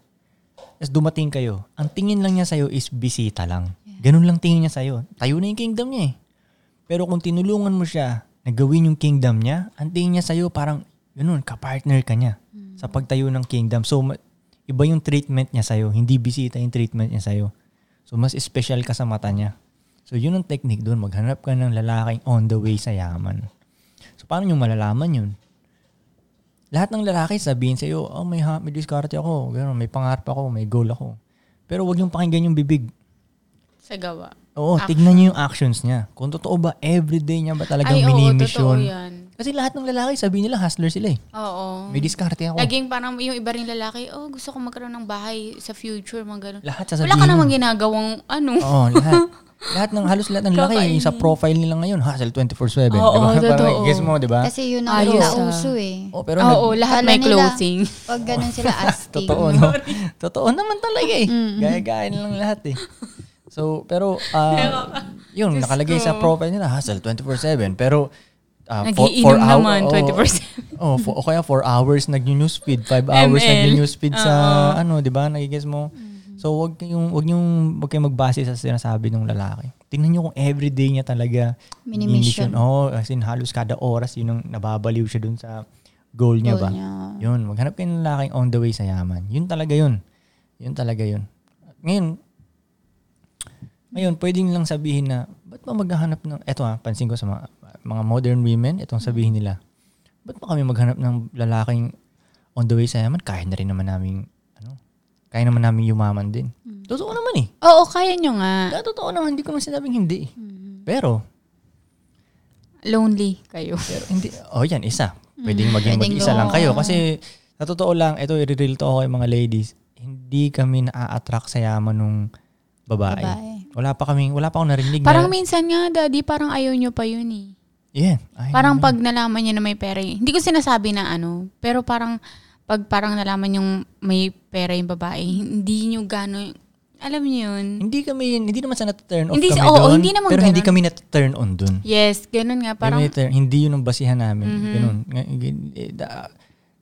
[SPEAKER 2] Tapos dumating kayo. Ang tingin lang niya sa'yo is bisita lang. Ganun lang tingin niya sa'yo. Tayo na yung kingdom niya eh. Pero kung tinulungan mo siya na gawin yung kingdom niya, ang tingin niya sa'yo parang, ganun, kapartner ka niya sa pagtayo ng kingdom. So, ma- iba yung treatment niya sa'yo. Hindi bisita yung treatment niya sa'yo. So, mas special ka sa mata niya. So, yun ang technique doon. Maghanap ka ng lalaking on the way sa yaman. So, paano niyo malalaman yun? lahat ng lalaki sabihin sa'yo, oh, may, ha- may diskarte ako, ganun, may pangarap ako, may goal ako. Pero wag yung pakinggan yung bibig.
[SPEAKER 3] Sa gawa.
[SPEAKER 2] Oo, tignan niyo yung actions niya. Kung totoo ba, everyday niya ba talagang
[SPEAKER 3] Ay, oo. Totoo
[SPEAKER 2] minimission?
[SPEAKER 3] yan.
[SPEAKER 2] Kasi lahat ng lalaki, sabihin nila, hustler sila eh.
[SPEAKER 3] Oo.
[SPEAKER 2] May diskarte ako.
[SPEAKER 3] Laging parang yung iba rin lalaki, oh, gusto ko magkaroon ng bahay sa future, mga ganun.
[SPEAKER 2] lahat sasabihin.
[SPEAKER 3] Wala ka
[SPEAKER 2] mo.
[SPEAKER 3] namang ginagawang ano.
[SPEAKER 2] Oo,
[SPEAKER 3] <laughs>
[SPEAKER 2] lahat. lahat ng, halos lahat ng lalaki, yung sa profile nila ngayon, hustle 24-7.
[SPEAKER 3] Oo,
[SPEAKER 2] diba?
[SPEAKER 3] totoo.
[SPEAKER 2] guess mo, di ba?
[SPEAKER 4] Kasi yun ang
[SPEAKER 3] Ayos, ah.
[SPEAKER 4] nauso eh.
[SPEAKER 2] Oo, pero
[SPEAKER 3] Oo,
[SPEAKER 2] nag-
[SPEAKER 3] lahat
[SPEAKER 4] Kala
[SPEAKER 3] may
[SPEAKER 4] nila,
[SPEAKER 3] closing.
[SPEAKER 4] Pag ganun sila astig.
[SPEAKER 2] Totoo, no? <laughs> Totoo naman talaga eh. Gaya-gaya lang lahat eh. So, pero, ah, yun, nakalagay sa profile nila, hustle 24-7. Pero, ah, for,
[SPEAKER 3] Nagiinom
[SPEAKER 2] for hour-
[SPEAKER 3] naman,
[SPEAKER 2] oo.
[SPEAKER 3] 24/7.
[SPEAKER 2] Oh, for, o kaya 4 hours nag-news feed, 5 hours
[SPEAKER 3] ML.
[SPEAKER 2] nag-news feed sa ano, 'di ba? Nagigets mo. So wag kayong wag niyo wag kayong magbase sa sinasabi ng lalaki. Tingnan niyo kung everyday niya talaga
[SPEAKER 4] Minimission.
[SPEAKER 2] Oh, as in halos kada oras 'yun ang nababaliw siya dun sa goal niya
[SPEAKER 4] Goal
[SPEAKER 2] ba.
[SPEAKER 4] niya.
[SPEAKER 2] Yun, maghanap kayo ng lalaking on the way sa yaman. Yun talaga 'yun. Yun talaga 'yun. Ngayon, ngayon, pwedeng lang sabihin na, ba't ba maghahanap ng, eto ha, pansin ko sa mga, mga modern women, itong sabihin nila, ba't ba kami maghanap ng lalaking on the way sa yaman? Kaya na rin naman namin, ano, kaya naman namin yumaman din. Totoo naman eh.
[SPEAKER 3] <laughs> Oo, kaya nyo nga.
[SPEAKER 2] Kaya totoo naman, hindi ko naman sinabing hindi eh. Pero,
[SPEAKER 3] Lonely kayo.
[SPEAKER 2] pero hindi, oh yan, isa.
[SPEAKER 3] Hmm.
[SPEAKER 2] Pwedeng maging
[SPEAKER 4] Pwedeng
[SPEAKER 2] mag-isa lang
[SPEAKER 4] go.
[SPEAKER 2] kayo. Kasi, sa totoo lang, ito, i-reveal to ako kay mga ladies, hindi kami na-attract sa yaman ng babae.
[SPEAKER 4] Babae.
[SPEAKER 2] Wala pa kaming, wala pa akong narinig
[SPEAKER 3] Parang
[SPEAKER 2] na,
[SPEAKER 3] minsan nga, daddy, parang ayaw nyo pa yun eh.
[SPEAKER 2] yeah, I
[SPEAKER 3] Parang pag nalaman niya na may pera yun. Hindi ko sinasabi na ano, pero parang pag parang nalaman yung may pera yung babae, hindi nyo gano'n, alam nyo yun.
[SPEAKER 2] Hindi kami, hindi naman sa nat-turn off
[SPEAKER 3] Hindi
[SPEAKER 2] kami
[SPEAKER 3] sa- oo,
[SPEAKER 2] doon.
[SPEAKER 3] hindi naman
[SPEAKER 2] pero hindi
[SPEAKER 3] ganun.
[SPEAKER 2] kami nat-turn on doon.
[SPEAKER 3] Yes, ganun nga.
[SPEAKER 2] Parang,
[SPEAKER 3] Parang, Mhm.
[SPEAKER 2] hindi yun ang basihan namin. Ganun. Nga- g- eh, da-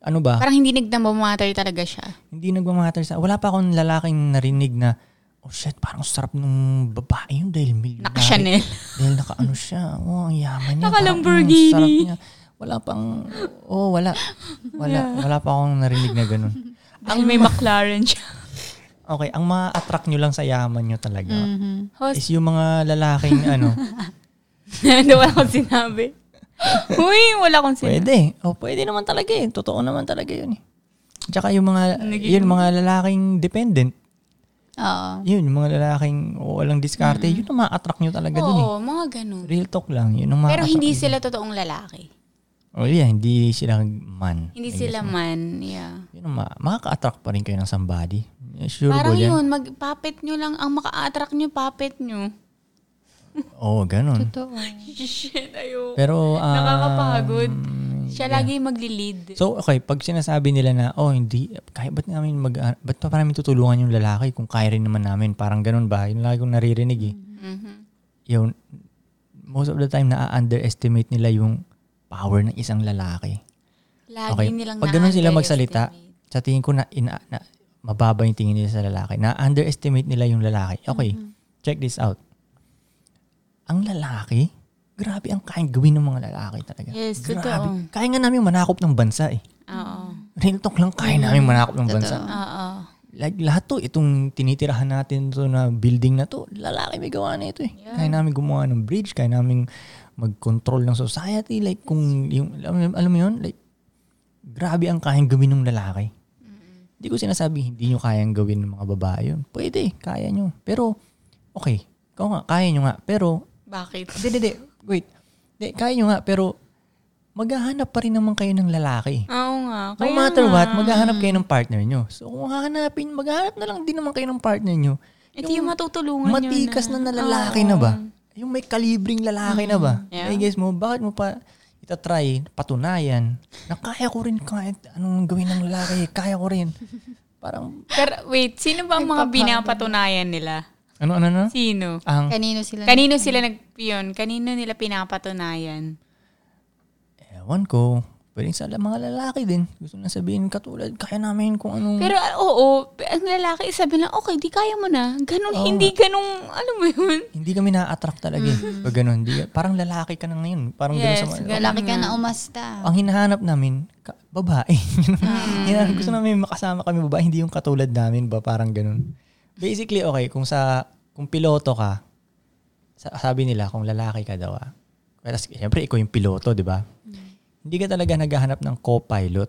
[SPEAKER 2] Ano ba?
[SPEAKER 3] parang hindi nagdamamatter talaga siya.
[SPEAKER 2] hindi nagmamatter sa... Wala pa akong lalaking narinig na, oh shit, parang sarap nung babae yun dahil millionaire.
[SPEAKER 3] Naka-Chanel.
[SPEAKER 2] Dahil naka ano siya. Oh, ang yaman niya.
[SPEAKER 3] Naka-Lamborghini.
[SPEAKER 2] Parang, mm, sarap niya. Wala pang, oh, wala. Wala, wala pa akong narinig na ganun.
[SPEAKER 3] Dahil may McLaren siya.
[SPEAKER 2] Okay, ang ma-attract nyo lang sa yaman nyo talaga
[SPEAKER 3] <laughs> Host, <laughs>
[SPEAKER 2] is yung mga lalaking ano,
[SPEAKER 3] wala akong sinabi. Uy, wala akong sinabi.
[SPEAKER 2] Pwede. O, pwede naman talaga eh. Totoo naman talaga yun eh. Tsaka yung mga, yun, mga lalaking dependent.
[SPEAKER 4] Oo.
[SPEAKER 2] Yun, yung mga lalaking o walang diskarte. Yun ang ma-attract nyo talaga dun eh.
[SPEAKER 3] Oo, mga ganun.
[SPEAKER 2] Real talk lang. Yun ang ma
[SPEAKER 3] Pero hindi sila totoong lalaki.
[SPEAKER 2] O yeah, hindi sila man.
[SPEAKER 3] Hindi sila man, yeah.
[SPEAKER 2] Yun ang ma- makaka-attract pa rin kayo ng somebody. Eh, Sure ko
[SPEAKER 3] Parang
[SPEAKER 2] yan.
[SPEAKER 3] yun, magpapit nyo lang. Ang maka-attract nyo, papit nyo. <laughs>
[SPEAKER 2] Oo, ganun.
[SPEAKER 4] Totoo.
[SPEAKER 3] Shit, ayo.
[SPEAKER 2] Pero, ah,
[SPEAKER 3] Nakakapagod. Siya lagi magli-lead.
[SPEAKER 2] So, okay, pag sinasabi nila na, oh, hindi, kaya, ba't namin mag, ah, ba't pa namin tutulungan yung lalaki kung kaya rin naman namin? Parang ganun ba? Yun lagi kong naririnig eh.
[SPEAKER 3] Mm. Mhm.
[SPEAKER 2] Yun, most of the time, na-underestimate nila yung power ng isang lalaki.
[SPEAKER 3] Lagi nilang
[SPEAKER 2] Pag ganun sila
[SPEAKER 3] na-underestimate.
[SPEAKER 2] magsalita, sa tingin ko na, ina, na mababa yung tingin nila sa lalaki. Na-underestimate nila yung lalaki. Okay,
[SPEAKER 3] Mm-hmm.
[SPEAKER 2] check this out. Ang lalaki, grabe ang kayang gawin ng mga lalaki talaga.
[SPEAKER 3] Yes,
[SPEAKER 2] grabe.
[SPEAKER 3] totoo.
[SPEAKER 2] Kaya nga namin manakop ng bansa eh.
[SPEAKER 3] Oo.
[SPEAKER 2] real talk lang, kaya
[SPEAKER 3] Mm-hmm.
[SPEAKER 2] namin manakop ng bansa.
[SPEAKER 3] Oo.
[SPEAKER 2] Like, lahat to, itong tinitirahan natin to na building na to, lalaki may gawa na ito eh. Kaya namin gumawa ng bridge, kaya namin mag-control ng society. Like, kung yung, alam, alam mo yun, like, grabe ang kayang gawin ng lalaki. Hindi ko sinasabi hindi nyo kayang gawin ng mga babae yun. Pwede, kaya nyo. Pero, okay, ikaw nga, kaya nyo nga. Pero,
[SPEAKER 3] Bakit?
[SPEAKER 2] hindi, hindi, hindi. Wait. Hindi, kaya nyo nga, pero maghahanap pa rin naman kayo ng lalaki.
[SPEAKER 3] Oo nga.
[SPEAKER 2] No
[SPEAKER 3] Kaya
[SPEAKER 2] matter
[SPEAKER 3] nga.
[SPEAKER 2] what, maghahanap kayo ng partner nyo. So, kung hahanapin, maghahanap na lang din naman kayo ng partner nyo.
[SPEAKER 3] Ito yung matutulungan Eh, nyo
[SPEAKER 2] Matikas na, na lalaki na ba? Yung may kalibring lalaki na ba?
[SPEAKER 3] Mm-hmm. Yeah.
[SPEAKER 2] Eh, guys mo, bakit mo pa itatry, patunayan, na kaya ko rin kahit anong gawin ng lalaki, kaya ko
[SPEAKER 3] <laughs>
[SPEAKER 2] rin. Parang,
[SPEAKER 3] Pero wait, sino ba ang mga binapatunayan nila?
[SPEAKER 2] ano, ano, ano?
[SPEAKER 3] Sino?
[SPEAKER 2] Ang,
[SPEAKER 4] Kanino sila?
[SPEAKER 3] Kanino sila nag yun? Kanino nila pinapatunayan?
[SPEAKER 2] ewan ko, pwedeng sa mga lalaki din. Gusto na sabihin, katulad, kaya namin kung anong...
[SPEAKER 3] Pero ah, oo, ang lalaki sabi na, okay, di kaya mo na. Ganun, hindi ganun, <laughs> alam mo yun?
[SPEAKER 2] hindi kami na-attract talaga. eh. Pag ganun, di, parang lalaki ka na ngayon. Parang
[SPEAKER 3] Mm-hmm. Yes,
[SPEAKER 2] ganun sa mga-
[SPEAKER 4] Lalaki ka na umasta.
[SPEAKER 2] Ang hinahanap namin, ka- babae. Hinahanap, gusto namin makasama kami babae, hindi yung katulad namin ba, parang ganun. Basically, okay, kung sa, kung piloto ka, sa- sabi nila, kung lalaki ka daw, ah. Tapos, siyempre, ikaw yung piloto, di ba? Hindi ka talaga naghahanap ng co-pilot.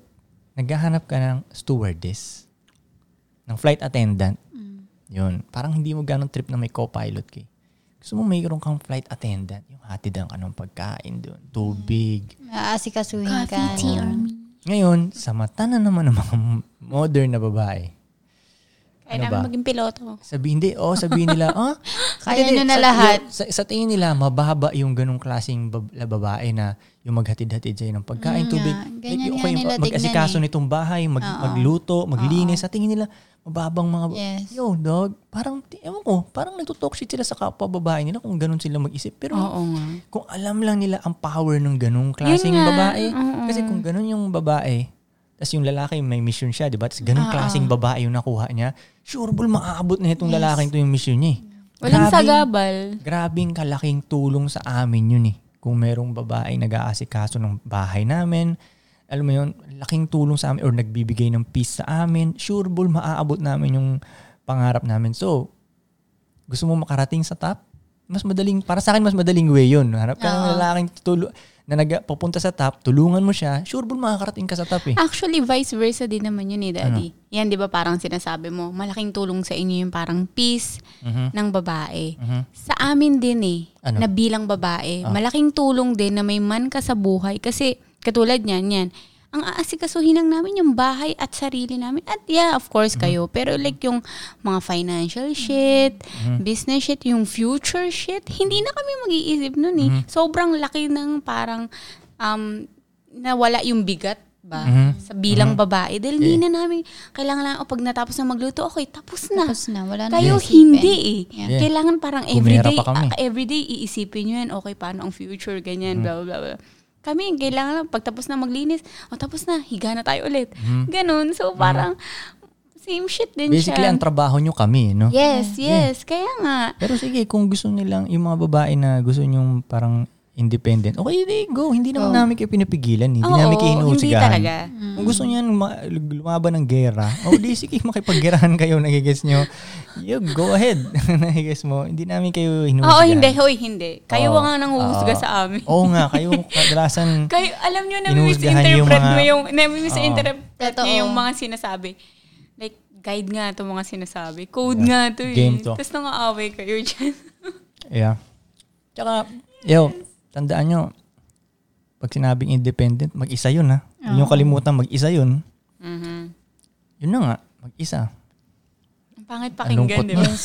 [SPEAKER 2] Naghahanap ka ng stewardess. Ng flight attendant. Yun. Parang hindi mo ganong trip na may co-pilot kay. Gusto mo mayroon kang flight attendant. Yung hatidan ka ng pagkain doon. Tubig.
[SPEAKER 4] Aasikasuhin ka. na.
[SPEAKER 2] Ngayon, sa mata na naman ng mga modern na babae,
[SPEAKER 3] Kaya
[SPEAKER 2] Ano
[SPEAKER 3] namin
[SPEAKER 2] ba?
[SPEAKER 3] maging piloto.
[SPEAKER 2] sabi hindi, oh, sabihin
[SPEAKER 4] <laughs>
[SPEAKER 2] nila, ah,
[SPEAKER 4] Kaya
[SPEAKER 2] hindi,
[SPEAKER 4] nyo na
[SPEAKER 2] sa-
[SPEAKER 4] lahat.
[SPEAKER 2] Sa, sa tingin nila, mababa yung ganong klaseng bab- la- babae na yung maghatid-hatid sa'yo ng
[SPEAKER 4] Mm,
[SPEAKER 2] pagkain, tubig.
[SPEAKER 4] nga.
[SPEAKER 2] Like,
[SPEAKER 4] Ganyan
[SPEAKER 2] yung-
[SPEAKER 4] nga
[SPEAKER 2] okay,
[SPEAKER 4] nila tignan
[SPEAKER 2] mag-asikaso
[SPEAKER 4] eh.
[SPEAKER 2] nitong bahay, mag,
[SPEAKER 4] Oo.
[SPEAKER 2] magluto, maglinis. Sa tingin nila, mababang mga... ba-
[SPEAKER 4] Yes.
[SPEAKER 2] Yo, dog, parang, ewan ko, parang nagtutalk shit sila sa kapwa babae nila kung ganun sila mag-isip. Pero
[SPEAKER 3] Oo nga.
[SPEAKER 2] kung alam lang nila ang power ng ganung klaseng
[SPEAKER 3] Yun nga,
[SPEAKER 2] babae.
[SPEAKER 3] oo.
[SPEAKER 2] Kasi kung ganun yung babae, tas yung lalaki may mission siya, di ba? Tas
[SPEAKER 3] Ah,
[SPEAKER 2] ganung klaseng babae yung nakuha niya, sure ball maaabot na itong lalaking to yung mission niya. eh.
[SPEAKER 3] Walang
[SPEAKER 2] Grabing-
[SPEAKER 3] sagabal.
[SPEAKER 2] Grabing kalaking tulong sa amin yun eh. Kung merong babae nag-aasikaso ng bahay namin, alam mo yun, laking tulong sa amin or nagbibigay ng peace sa amin, sure ball maaabot namin yung pangarap namin. So, gusto mo makarating sa top? Mas madaling, para sa akin, mas madaling way yun. Hanap ka ng lalaking tulo, na nag, pupunta sa top, tulungan mo siya, sure ball makakarating ka sa top eh.
[SPEAKER 3] Actually, vice versa din naman yun eh, Daddy. Yan, di ba parang sinasabi mo, malaking tulong sa inyo yung parang peace ng babae. Sa amin din eh,
[SPEAKER 2] Ano?
[SPEAKER 3] na bilang babae, malaking tulong din na may man ka sa buhay. Kasi katulad niyan, yan, ang aasikasuhin lang namin yung bahay at sarili namin. At yeah, of course kayo. Pero like yung mga financial shit, business shit, yung future shit, hindi na kami mag-iisip nun eh. Sobrang laki ng parang um, nawala yung bigat ba sa bilang babae dahil hindi na namin kailangan lang oh, pag natapos na magluto okay tapos na
[SPEAKER 4] Tapos na, wala na.
[SPEAKER 3] kayo
[SPEAKER 4] isipin.
[SPEAKER 3] hindi eh.
[SPEAKER 2] Yeah.
[SPEAKER 3] kailangan parang
[SPEAKER 2] Kumihira
[SPEAKER 3] everyday
[SPEAKER 2] pa kami. Mm.
[SPEAKER 3] ah, everyday iisipin nyo yan okay paano ang future ganyan blah blah blah kami kailangan lang pagtapos na maglinis oh tapos na higa na tayo ulit ganun so parang same shit din
[SPEAKER 2] Mm-hmm. Basically,
[SPEAKER 3] siya
[SPEAKER 2] ang trabaho nyo kami, eh, no?
[SPEAKER 3] yes yes kaya nga
[SPEAKER 2] Pero sige, kung gusto nilang, yung mga babae na gusto nyong parang independent, okay, di, go. Hindi naman namin kayo pinipigilan. Hindi
[SPEAKER 3] Oo,
[SPEAKER 2] namin kayo
[SPEAKER 3] hindi
[SPEAKER 2] inuusigahan.
[SPEAKER 3] talaga. Mm.
[SPEAKER 2] Kung gusto niyan ma- lumaban ng gera, o di, sige, makipaggerahan <laughs> kayo, nagigis nyo. You go ahead. <laughs> nagigis mo. Hindi namin kayo inuusigahan.
[SPEAKER 3] oo Ah, oh, hindi hoy hindi kayo
[SPEAKER 2] Oo.
[SPEAKER 3] nga nang huhusga
[SPEAKER 2] Oo.
[SPEAKER 3] sa amin
[SPEAKER 2] Oo nga, kayo
[SPEAKER 3] <laughs>
[SPEAKER 2] kadalasan
[SPEAKER 3] Kayo, alam nyo,
[SPEAKER 2] Inuhusgahan niyo yung
[SPEAKER 3] nami-misinterpret
[SPEAKER 2] mga-
[SPEAKER 3] mo yung, nami-misinterpret
[SPEAKER 4] Totoo.
[SPEAKER 3] niya yung mga sinasabi. Like, guide nga to mga sinasabi. Code
[SPEAKER 2] Yeah.
[SPEAKER 3] nga to eh.
[SPEAKER 2] Game to.
[SPEAKER 3] Tapos nangaaway kayo <laughs> dyan.
[SPEAKER 2] Yeah. Tsaka, yo, tandaan nyo, pag sinabing independent, mag-isa yun ha. Huwag nyo kalimutan, mag-isa yun.
[SPEAKER 3] Mm-hmm.
[SPEAKER 2] Yun na nga, mag-isa.
[SPEAKER 3] Ang pangit
[SPEAKER 2] Ang lungkot
[SPEAKER 3] pakinggan, di ba?
[SPEAKER 2] nun.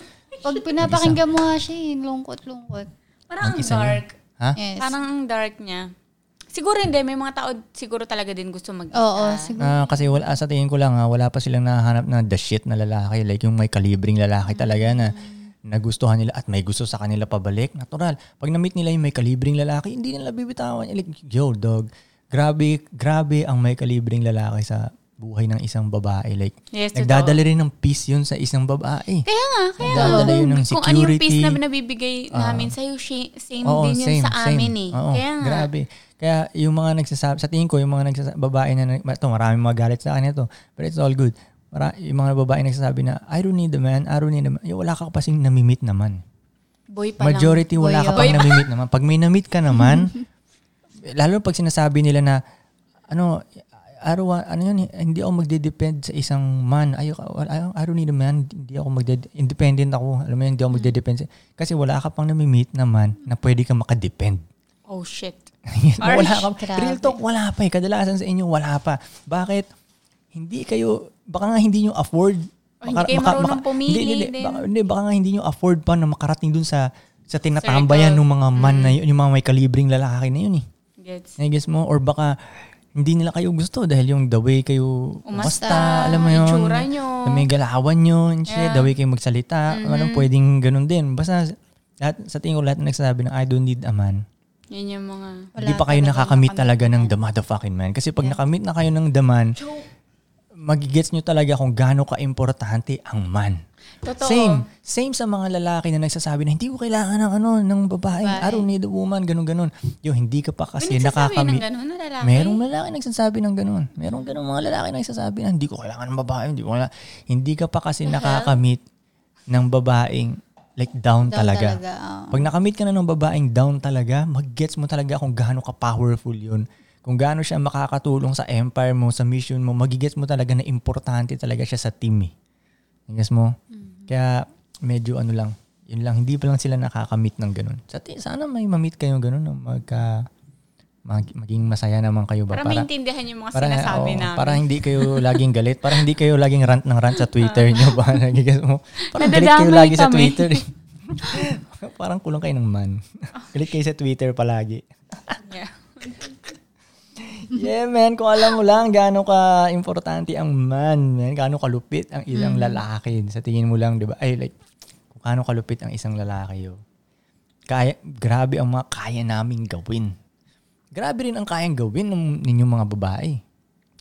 [SPEAKER 2] <laughs>
[SPEAKER 4] Pag pinapakinggan mo nga siya, eh, lungkot-lungkot.
[SPEAKER 3] Parang ang
[SPEAKER 2] Mag-isa yun.
[SPEAKER 3] dark.
[SPEAKER 2] Ha?
[SPEAKER 4] Yes.
[SPEAKER 3] Parang ang dark niya. Siguro hindi. May mga tao siguro talaga din gusto mag
[SPEAKER 4] Oo,
[SPEAKER 3] Mm-hmm.
[SPEAKER 4] siguro.
[SPEAKER 2] Ah, kasi wala, sa tingin ko lang ha, wala pa silang nahanap na the shit na lalaki. Like yung may kalibring lalaki talaga na
[SPEAKER 3] Mm-hmm.
[SPEAKER 2] nagustuhan nila at may gusto sa kanila pabalik. Natural. Pag na-meet nila yung may kalibring lalaki, hindi nila bibitawan. Like, yo dog, grabe, grabe ang may kalibring lalaki sa buhay ng isang babae. Like,
[SPEAKER 3] Yes, totoo.
[SPEAKER 2] nagdadala rin ng peace yun sa isang babae.
[SPEAKER 3] Kaya nga, kaya nga.
[SPEAKER 2] Nagdadala yun ng
[SPEAKER 3] Kung ano yung
[SPEAKER 2] security. Ah.
[SPEAKER 3] peace na nabibigay namin sa'yo, shi- same
[SPEAKER 2] Oo,
[SPEAKER 3] din yun sa amin eh.
[SPEAKER 2] Oo,
[SPEAKER 3] kaya nga.
[SPEAKER 2] Grabe. Kaya yung mga nagsasabi, sa tingin ko, yung mga nagsasabi, babae na, nag- ito, maraming magalit sa akin ito, but it's all good. Mara, yung mga babae nagsasabi na, I don't need a man, I don't need a man. Yung wala ka kasing namimit naman.
[SPEAKER 3] Boy pa lang.
[SPEAKER 2] Majority wala ka
[SPEAKER 4] Boy,
[SPEAKER 2] pang
[SPEAKER 3] <laughs>
[SPEAKER 2] namimit naman. Pag may namit ka naman, lalo pag sinasabi nila na, ano, araw, ano yun, hindi ako magde-depend sa isang man. Ayoko, wala- ayaw, I don't need a man. Hindi ako magde independent ako. Alam mo yun, hindi ako magde-depend. sa- Kasi wala ka pang namimit naman na pwede ka makadepend.
[SPEAKER 3] Oh, shit.
[SPEAKER 2] <laughs> Yun,
[SPEAKER 3] Arsh,
[SPEAKER 2] wala ka.
[SPEAKER 4] grabe.
[SPEAKER 2] Real talk, wala pa eh. Kadalasan sa inyo, wala pa. Bakit? Hindi kayo, baka nga hindi nyo afford.
[SPEAKER 3] O, Oh, hindi kayo marunong pumili
[SPEAKER 2] Hindi, hindi,
[SPEAKER 3] din.
[SPEAKER 2] Baka, hindi, baka nga hindi nyo afford pa na makarating dun sa sa tinatambayan
[SPEAKER 3] Circle.
[SPEAKER 2] ng mga man
[SPEAKER 3] Mm.
[SPEAKER 2] na yun, yung mga may kalibring lalaki na yun eh.
[SPEAKER 3] Gets.
[SPEAKER 2] I guess mo, or baka hindi nila kayo gusto dahil yung the way kayo
[SPEAKER 3] Umasta,
[SPEAKER 2] umasta, alam mo yun.
[SPEAKER 3] itsura nyo.
[SPEAKER 2] na May galawan yun, shit, the way kayo magsalita. Ano,
[SPEAKER 3] Mm-hmm.
[SPEAKER 2] pwedeng ganun din. Basta, lahat, sa tingin ko lahat na nagsasabi na I don't need a man.
[SPEAKER 3] Yan yung mga...
[SPEAKER 2] Hindi pa kayo nakakamit talaga ng the motherfucking man. Kasi pag nakamit na kayo ng the man, magigets nyo talaga kung gaano ka-importante ang man.
[SPEAKER 3] Totoo.
[SPEAKER 2] Same. Same sa mga lalaki na nagsasabi na hindi ko kailangan ng ano, ng babae. I don't need a woman, ganun-ganun. Yo, hindi ka pa kasi
[SPEAKER 3] May nagsasabi ng
[SPEAKER 2] nakakamit.
[SPEAKER 3] ganun na lalaki.
[SPEAKER 2] Merong lalaki nagsasabi ng ganun. Merong ganun mga lalaki nagsasabi na hindi ko kailangan ng babae, hindi ko kailangan. Hindi ka pa kasi nakakamit ng babaeng like down,
[SPEAKER 4] Down
[SPEAKER 2] talaga.
[SPEAKER 4] talaga, oo.
[SPEAKER 2] Pag nakamit ka na ng babaeng down talaga, mag-gets mo talaga kung gaano ka-powerful yun. Kung gaano siya makakatulong sa empire mo, sa mission mo, magigets mo talaga na importante talaga siya sa team eh. Gets mo? Kaya medyo ano lang, yun lang, hindi pa lang sila nakakamit ng ganun. Sa ti- sana may mamit kayo ganun na magka, mag- maging masaya naman kayo ba?
[SPEAKER 3] Para, maintindihan yung mga sinasabi
[SPEAKER 2] oo,
[SPEAKER 3] namin.
[SPEAKER 2] para hindi kayo laging galit. Para hindi kayo laging rant ng rant sa Twitter nyo <laughs> ba? Nagigets mo? oh, Parang galit kayo
[SPEAKER 3] Nadadamay
[SPEAKER 2] lagi sa
[SPEAKER 3] kami.
[SPEAKER 2] Twitter. <laughs> eh. Parang kulang kayo ng
[SPEAKER 3] <laughs>
[SPEAKER 2] man. galit kayo sa Twitter palagi.
[SPEAKER 3] Yeah.
[SPEAKER 2] Yeah, man. Kung alam mo lang gaano ka importante ang man, man. Gaano kalupit ang isang lalaki. Sa tingin mo lang, di ba? Ay, like, kung gaano kalupit ang isang lalaki, yo. Kaya, grabe ang mga kaya naming gawin. Grabe rin ang kayang gawin ng ninyong mga babae.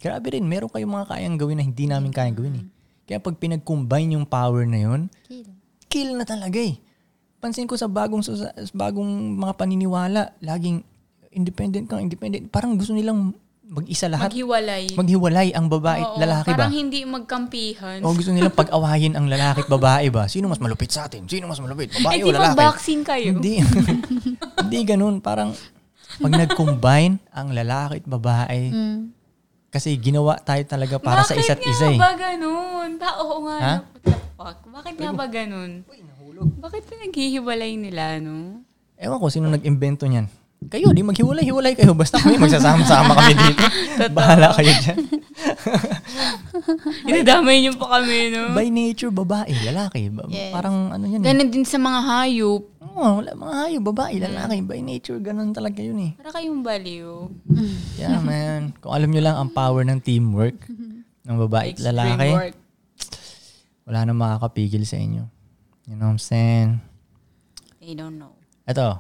[SPEAKER 2] Grabe rin, meron kayong mga kayang gawin na hindi namin kayang gawin eh. Kaya pag pinag-combine yung power na yun,
[SPEAKER 4] Kill.
[SPEAKER 2] kill na talaga eh. Pansin ko sa bagong sosa- sa bagong mga paniniwala, laging independent kang independent. Parang gusto nilang mag-isa lahat.
[SPEAKER 3] Maghiwalay.
[SPEAKER 2] Maghiwalay ang babae at
[SPEAKER 3] Oo,
[SPEAKER 2] lalaki ba?
[SPEAKER 3] Parang hindi magkampihan.
[SPEAKER 2] O gusto nilang pag-awayin ang lalaki at babae ba? Sino mas malupit sa atin? Sino mas malupit?
[SPEAKER 3] Eh,
[SPEAKER 2] Babae
[SPEAKER 3] di
[SPEAKER 2] o
[SPEAKER 3] ba
[SPEAKER 2] lalaki?
[SPEAKER 3] boxing kayo?
[SPEAKER 2] Hindi. <laughs> Hindi ganun. Parang pag nag-combine ang lalaki at babae, kasi ginawa tayo talaga para sa isa't isa eh.
[SPEAKER 3] Mm. Bakit nga ba ganun? Ta, oo nga.
[SPEAKER 2] Ha?
[SPEAKER 3] no? What the fuck? Bakit nga ba ganun? Bakit pinaghihiwalay nila, no? <laughs>
[SPEAKER 2] Ewan ko, sino nag-invento niyan? Kayo, di maghiwalay-hiwalay kayo. Basta kami magsasama-sama kami
[SPEAKER 3] <laughs>
[SPEAKER 2] dito. Bahala kayo dyan.
[SPEAKER 3] Inadamay niyo pa kami, no?
[SPEAKER 2] By nature, babae, lalaki. Ba-
[SPEAKER 4] Yes.
[SPEAKER 2] Parang ano yan. eh.
[SPEAKER 3] Ganun din sa mga hayop.
[SPEAKER 2] Oo, wala mga hayop, babae, lalaki.
[SPEAKER 3] Mm.
[SPEAKER 2] By nature, ganun talaga yun eh.
[SPEAKER 3] Para kayong baliw.
[SPEAKER 2] Yeah, man. Kung alam nyo lang ang power ng teamwork ng babae at
[SPEAKER 3] Mm-hmm. Extreme
[SPEAKER 2] lalaki,
[SPEAKER 3] work.
[SPEAKER 2] wala nang makakapigil sa inyo. You know what I'm saying?
[SPEAKER 3] They don't know.
[SPEAKER 2] Eto,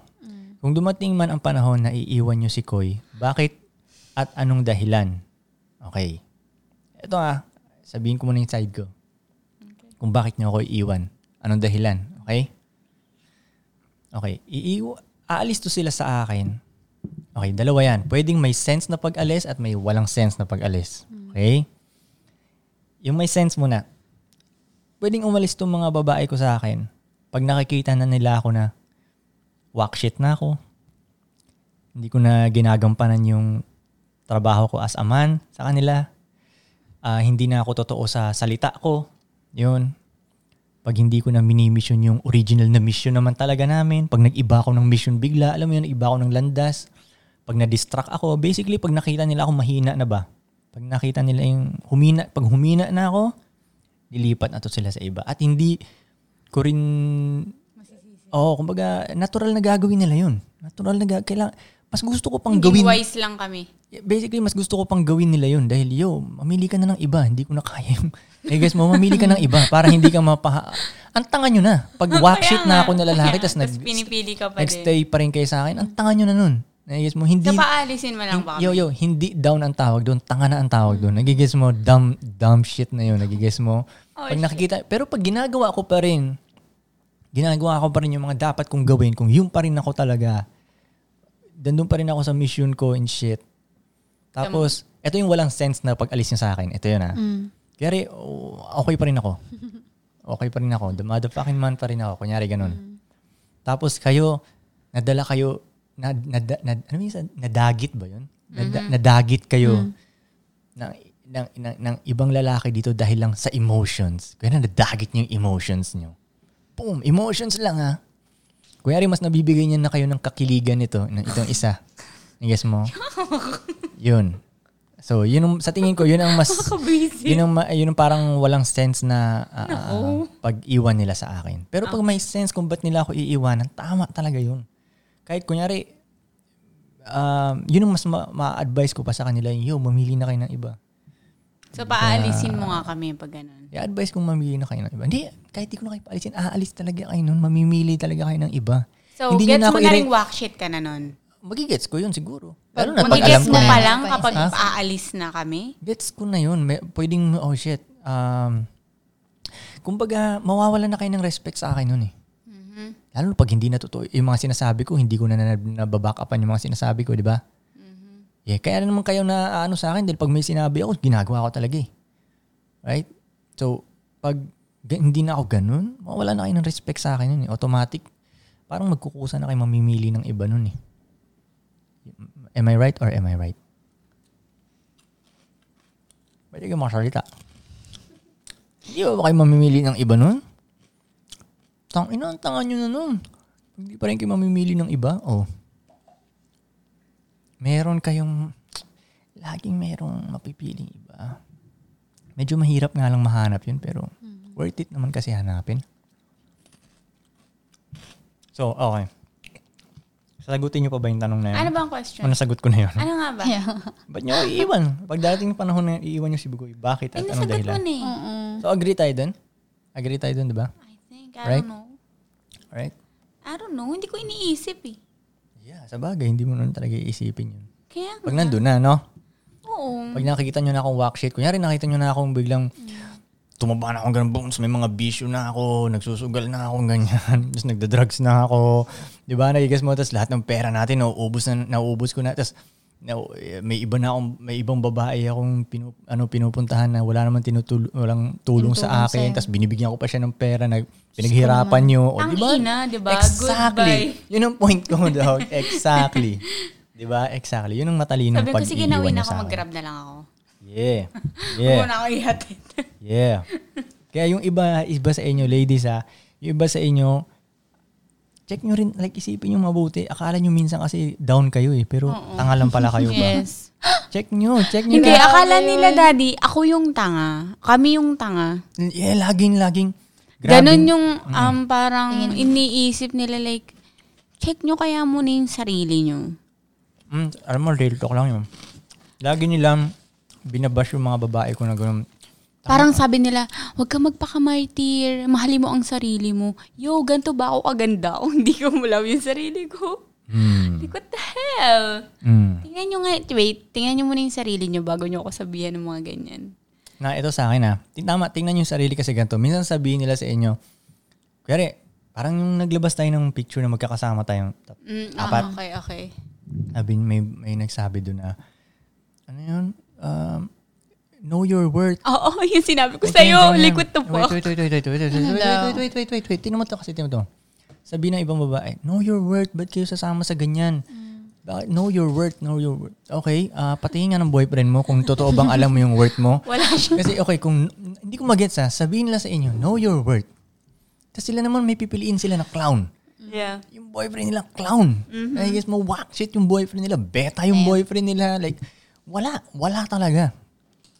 [SPEAKER 2] kung dumating man ang panahon na iiwan nyo si Koy, bakit at anong dahilan? Okay. Eto ah, sabihin ko muna yung side ko. Kung bakit nyo ako iiwan. Anong dahilan? Okay? Okay. Iiw- aalis to sila sa akin. Okay, dalawa yan. Pwedeng may sense na pag-alis at may walang sense na pag-alis. Okay? Yung may sense muna. Pwedeng umalis tong mga babae ko sa akin pag nakikita na nila ako na wak shit na ako. Hindi ko na ginagampanan yung trabaho ko as a man sa kanila. Ah, hindi na ako totoo sa salita ko. Yun. Pag hindi ko na minimission yung original na mission naman talaga namin. Pag nag-iba ako ng mission bigla, alam mo yun, iba ako ng landas. Pag na-distract ako, basically pag nakita nila ako mahina na ba? Pag nakita nila yung humina, pag humina na ako, lilipat na to sila sa iba. At hindi ko rin Oo, kumbaga, natural na gagawin nila yun. Natural na gagawin. Kailang, mas gusto ko pang gawin.
[SPEAKER 3] Hindi wise lang kami.
[SPEAKER 2] Basically, mas gusto ko pang gawin nila yun. Dahil, yo, mamili ka na ng iba. Hindi ko na kaya yung... <laughs> Eh guys, mo, mamili ka ng iba para hindi ka mapaha... Ang tanga nyo na. Pag wap shit na ako na
[SPEAKER 3] <laughs>
[SPEAKER 2] lalaki, tas nag...
[SPEAKER 3] Tapos pinipili ka pa din.
[SPEAKER 2] Nagstay pa rin kayo sa akin. Ang tanga nyo na nun. Eh guys, mo, hindi...
[SPEAKER 3] So, paalisin mo lang ba kami?
[SPEAKER 2] Yo, yo, hindi down ang tawag doon. Tanga na ang tawag doon. Nagigis mo, dumb, dumb shit na yun. Nagigis mo.
[SPEAKER 3] Oh,
[SPEAKER 2] pag nakikita, pero pag ginagawa ko pa rin, ginagawa ko pa rin yung mga dapat kong gawin, kung yung pa rin ako talaga, nandun pa rin ako sa mission ko and shit. Tapos, ito yung walang sense na pag alis niya sa akin. Ito yun ah.
[SPEAKER 4] Mm.
[SPEAKER 2] Kaya oh, okay pa rin ako. Okay pa rin ako. The motherfucking man pa rin ako. Kunyari ganun. Tapos kayo, nadala kayo, na, na, na, ano yung isa? nadagit ba yun? Nada- Nadagit kayo ng, ng, ng, ng ibang lalaki dito dahil lang sa emotions. Kaya na nadagit niyo yung emotions niyo. Boom! Emotions lang ha. Kunyari, mas nabibigay niya na kayo ng kakiligan nito, ng itong isa. Guess mo? yun. So, yun ang- sa tingin ko, yun ang mas...
[SPEAKER 3] Kabisi.
[SPEAKER 2] Yun ang, ma- yun ang parang walang sense na ah, ah,
[SPEAKER 3] Nako.
[SPEAKER 2] pag-iwan nila sa akin. Pero pag may sense kung ba't nila ako iiwanan, tama talaga yun. Kahit kunyari, um, yun ang mas ma- ma-advise ko pa sa kanila, yo, mamili na kayo ng iba.
[SPEAKER 3] So, paalisin
[SPEAKER 2] Ah.
[SPEAKER 3] mo nga kami pag ganun.
[SPEAKER 2] I-advise kong mamili na kayo ng iba. Hindi, kahit di ko na kayo paalisin, aalis talaga kayo nun, mamimili talaga kayo ng iba.
[SPEAKER 3] So,
[SPEAKER 2] Hindi niyo
[SPEAKER 3] gets
[SPEAKER 2] na
[SPEAKER 3] mo
[SPEAKER 2] ako
[SPEAKER 3] na
[SPEAKER 2] i-re-
[SPEAKER 3] rin wak shit ka na nun.
[SPEAKER 2] Magigets ko yun siguro.
[SPEAKER 4] Pag-
[SPEAKER 2] Lalo na pag alam
[SPEAKER 3] Magigets
[SPEAKER 2] ko
[SPEAKER 3] mo
[SPEAKER 2] na
[SPEAKER 3] pa
[SPEAKER 2] yun.
[SPEAKER 3] lang
[SPEAKER 4] Ha?
[SPEAKER 3] kapag aalis na kami.
[SPEAKER 2] Gets ko na yun. May, pwedeng, oh shit. Um, kumbaga, mawawala na kayo ng respect sa akin nun eh. Lalo na pag hindi na totoo. Yung mga sinasabi ko, hindi ko na na- nababack upan yung mga sinasabi ko, di ba? Yeah, kaya naman kayo na ano sa akin dahil pag may sinabi ako, ginagawa ko talaga eh. Right? So, pag g- hindi na ako ganun, mawala na kayo ng respect sa akin nun eh. Automatic. Parang magkukusa na kayo mamimili ng iba nun eh. Am I right or am I right? Ba't ikaw makasalita? Hindi ba kayo mamimili ng iba nun? Tang ina, ang tanga nyo na nun. Hindi pa rin kayo mamimili ng iba? Oh. Meron kayong, laging merong mapipiling iba. Medyo mahirap nga lang mahanap yun, pero worth it naman kasi hanapin. So, okay. Sagutin nyo pa ba yung tanong na yun?
[SPEAKER 3] Ano ba ang
[SPEAKER 2] O
[SPEAKER 3] question?
[SPEAKER 2] nasagot ko na yun?
[SPEAKER 3] Ano nga ba?
[SPEAKER 2] Ba't nyo ako iiwan? Pag darating ng panahon na yun, iiwan nyo si Bugoy, bakit
[SPEAKER 3] Ay,
[SPEAKER 2] at anong
[SPEAKER 3] nasagot mo
[SPEAKER 2] dahilan?
[SPEAKER 3] na eh.
[SPEAKER 4] Mm.
[SPEAKER 2] So, agree tayo dun? Agree tayo dun, di ba?
[SPEAKER 3] I think, I
[SPEAKER 2] Right?
[SPEAKER 3] don't know.
[SPEAKER 2] Alright?
[SPEAKER 3] I don't know. Hindi ko iniisip eh.
[SPEAKER 2] Yeah, sa bagay, hindi mo nun talaga iisipin yun.
[SPEAKER 3] Kaya,
[SPEAKER 2] Pag nandun na, no?
[SPEAKER 3] oo.
[SPEAKER 2] Pag nakikita nyo na akong walk shit, kunyari nakita nyo na akong biglang tumaba na akong ganun bones, may mga bisyo na ako, <laughs> nagsusugal na akong ganyan, tapos nagda-drugs na ako. Di ba? Nagigas mo, tapos lahat ng pera natin, nauubos, na, nauubos ko na. Tapos nau- eh, may iba na akong, may ibang babae akong pinu, ano, pinupuntahan na wala naman tinutul, walang tulong sa
[SPEAKER 4] Tinutulong
[SPEAKER 2] akin.
[SPEAKER 4] sa'yo.
[SPEAKER 2] Tapos binibigyan ko pa siya ng pera na pinaghirapan nyo. O, di
[SPEAKER 3] Ang
[SPEAKER 2] ba?
[SPEAKER 3] ina, di ba?
[SPEAKER 2] Exactly. Yun ang point ko, <laughs> dog. Exactly. di ba? Exactly. Yun ang matalinong
[SPEAKER 3] Sabi ko,
[SPEAKER 2] pag-iiwan
[SPEAKER 3] sige na, uwi
[SPEAKER 2] niyo
[SPEAKER 3] na
[SPEAKER 2] sa
[SPEAKER 3] ako,
[SPEAKER 2] akin.
[SPEAKER 3] mag-grab na lang ako. <laughs>
[SPEAKER 2] Yeah.
[SPEAKER 3] Yeah.
[SPEAKER 2] Yeah.
[SPEAKER 3] Muna ako ihatid.
[SPEAKER 2] yeah. Kaya yung iba, iba sa inyo, ladies ha, yung iba sa inyo, check nyo rin, like isipin nyo mabuti. Akala nyo minsan kasi down kayo eh, pero tanga lang pala kayo ba?
[SPEAKER 3] yes.
[SPEAKER 2] <gasps> Check nyo, check nyo.
[SPEAKER 3] Hindi, akala nila, daddy, ako yung tanga. Kami yung tanga.
[SPEAKER 2] Yeah, laging, laging.
[SPEAKER 3] Ganon
[SPEAKER 2] grabing-
[SPEAKER 3] yung um, parang iniisip nila like, check nyo kaya muna yung sarili nyo.
[SPEAKER 2] Mm, alam mo, real talk lang yun. Lagi nilang binabash yung mga babae ko na ganun.
[SPEAKER 3] Parang sabi nila, huwag ka magpakamartir, mahalin mo ang sarili mo. Yo, ganito ba ako kaganda? <laughs> O hindi ko love yung sarili ko.
[SPEAKER 2] Mm,
[SPEAKER 3] Like, what the hell?
[SPEAKER 2] mm.
[SPEAKER 3] Tingnan nyo nga, wait, tingnan nyo muna yung sarili nyo bago nyo ako sabihan ng mga ganyan.
[SPEAKER 2] na ito sa akin ha. Tama, tingnan yung sarili kasi ganito. Minsan sabihin nila sa inyo, kunyari, parang yung naglabas tayo ng picture na magkakasama tayo. Tap-
[SPEAKER 3] Mm,
[SPEAKER 2] Apat.
[SPEAKER 3] ah, okay, okay.
[SPEAKER 2] Sabi, may, may nagsabi doon na, ano yun, um, know your worth.
[SPEAKER 3] Oo, <laughs> yung sinabi ko
[SPEAKER 2] Ay,
[SPEAKER 3] sa'yo,
[SPEAKER 2] ganyan, ganyan.
[SPEAKER 3] likod to po.
[SPEAKER 2] Wait, wait, wait, wait, wait, wait, wait, wait, wait, wait, wait, wait, wait. Tingnan mo to kasi, tingnan mo to. Sabi ng ibang babae, know your worth, ba't kayo sasama sa ganyan?
[SPEAKER 3] Mm.
[SPEAKER 2] Bakit? Know your worth, know your worth. Okay, ah, patingin nga ng boyfriend mo kung totoo bang alam mo yung worth mo.
[SPEAKER 3] Wala siya.
[SPEAKER 2] Kasi okay, kung hindi ko magets ha, sabihin nila sa inyo, know your worth. Tapos sila naman may pipiliin sila na clown.
[SPEAKER 3] <laughs> Yeah.
[SPEAKER 2] Yung boyfriend nila, clown.
[SPEAKER 4] Mm-hmm.
[SPEAKER 2] I guess mo, whack shit yung boyfriend nila. Beta yung boyfriend nila. Like, wala. Wala talaga.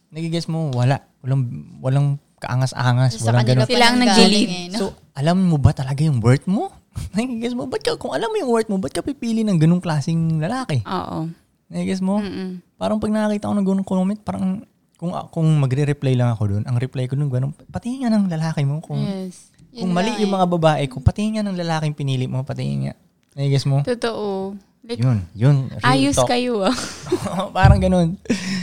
[SPEAKER 2] Nagigess mo, wala. Walang, walang kaangas-angas.
[SPEAKER 4] Sa
[SPEAKER 2] Walang
[SPEAKER 4] kanila
[SPEAKER 2] ganun.
[SPEAKER 4] pa
[SPEAKER 3] Sila ang
[SPEAKER 4] yung
[SPEAKER 3] nag-delete.
[SPEAKER 4] galing eh, no?
[SPEAKER 2] So, alam mo ba talaga yung worth mo? <laughs> Nagigess mo, ba't ka, kung alam mo yung worth mo, ba't ka pipili ng ganung klaseng lalaki?
[SPEAKER 3] Oo.
[SPEAKER 2] Nagigess mo?
[SPEAKER 3] Mm-mm.
[SPEAKER 2] Parang pag nakakita ko ng ganung comment, parang kung kung magre-reply lang ako doon, ang reply ko doon ganun, patingin nga ng lalaki mo kung
[SPEAKER 3] Yes.
[SPEAKER 2] kung mali yung
[SPEAKER 3] eh.
[SPEAKER 2] mga babae ko, patingin nga ng lalaking pinili mo, patingin nga. Nagigess mo?
[SPEAKER 3] Totoo. Like,
[SPEAKER 2] Yun, yun. real
[SPEAKER 3] ayos
[SPEAKER 2] talk. <laughs>
[SPEAKER 3] kayo ah. <laughs>
[SPEAKER 2] parang ganun.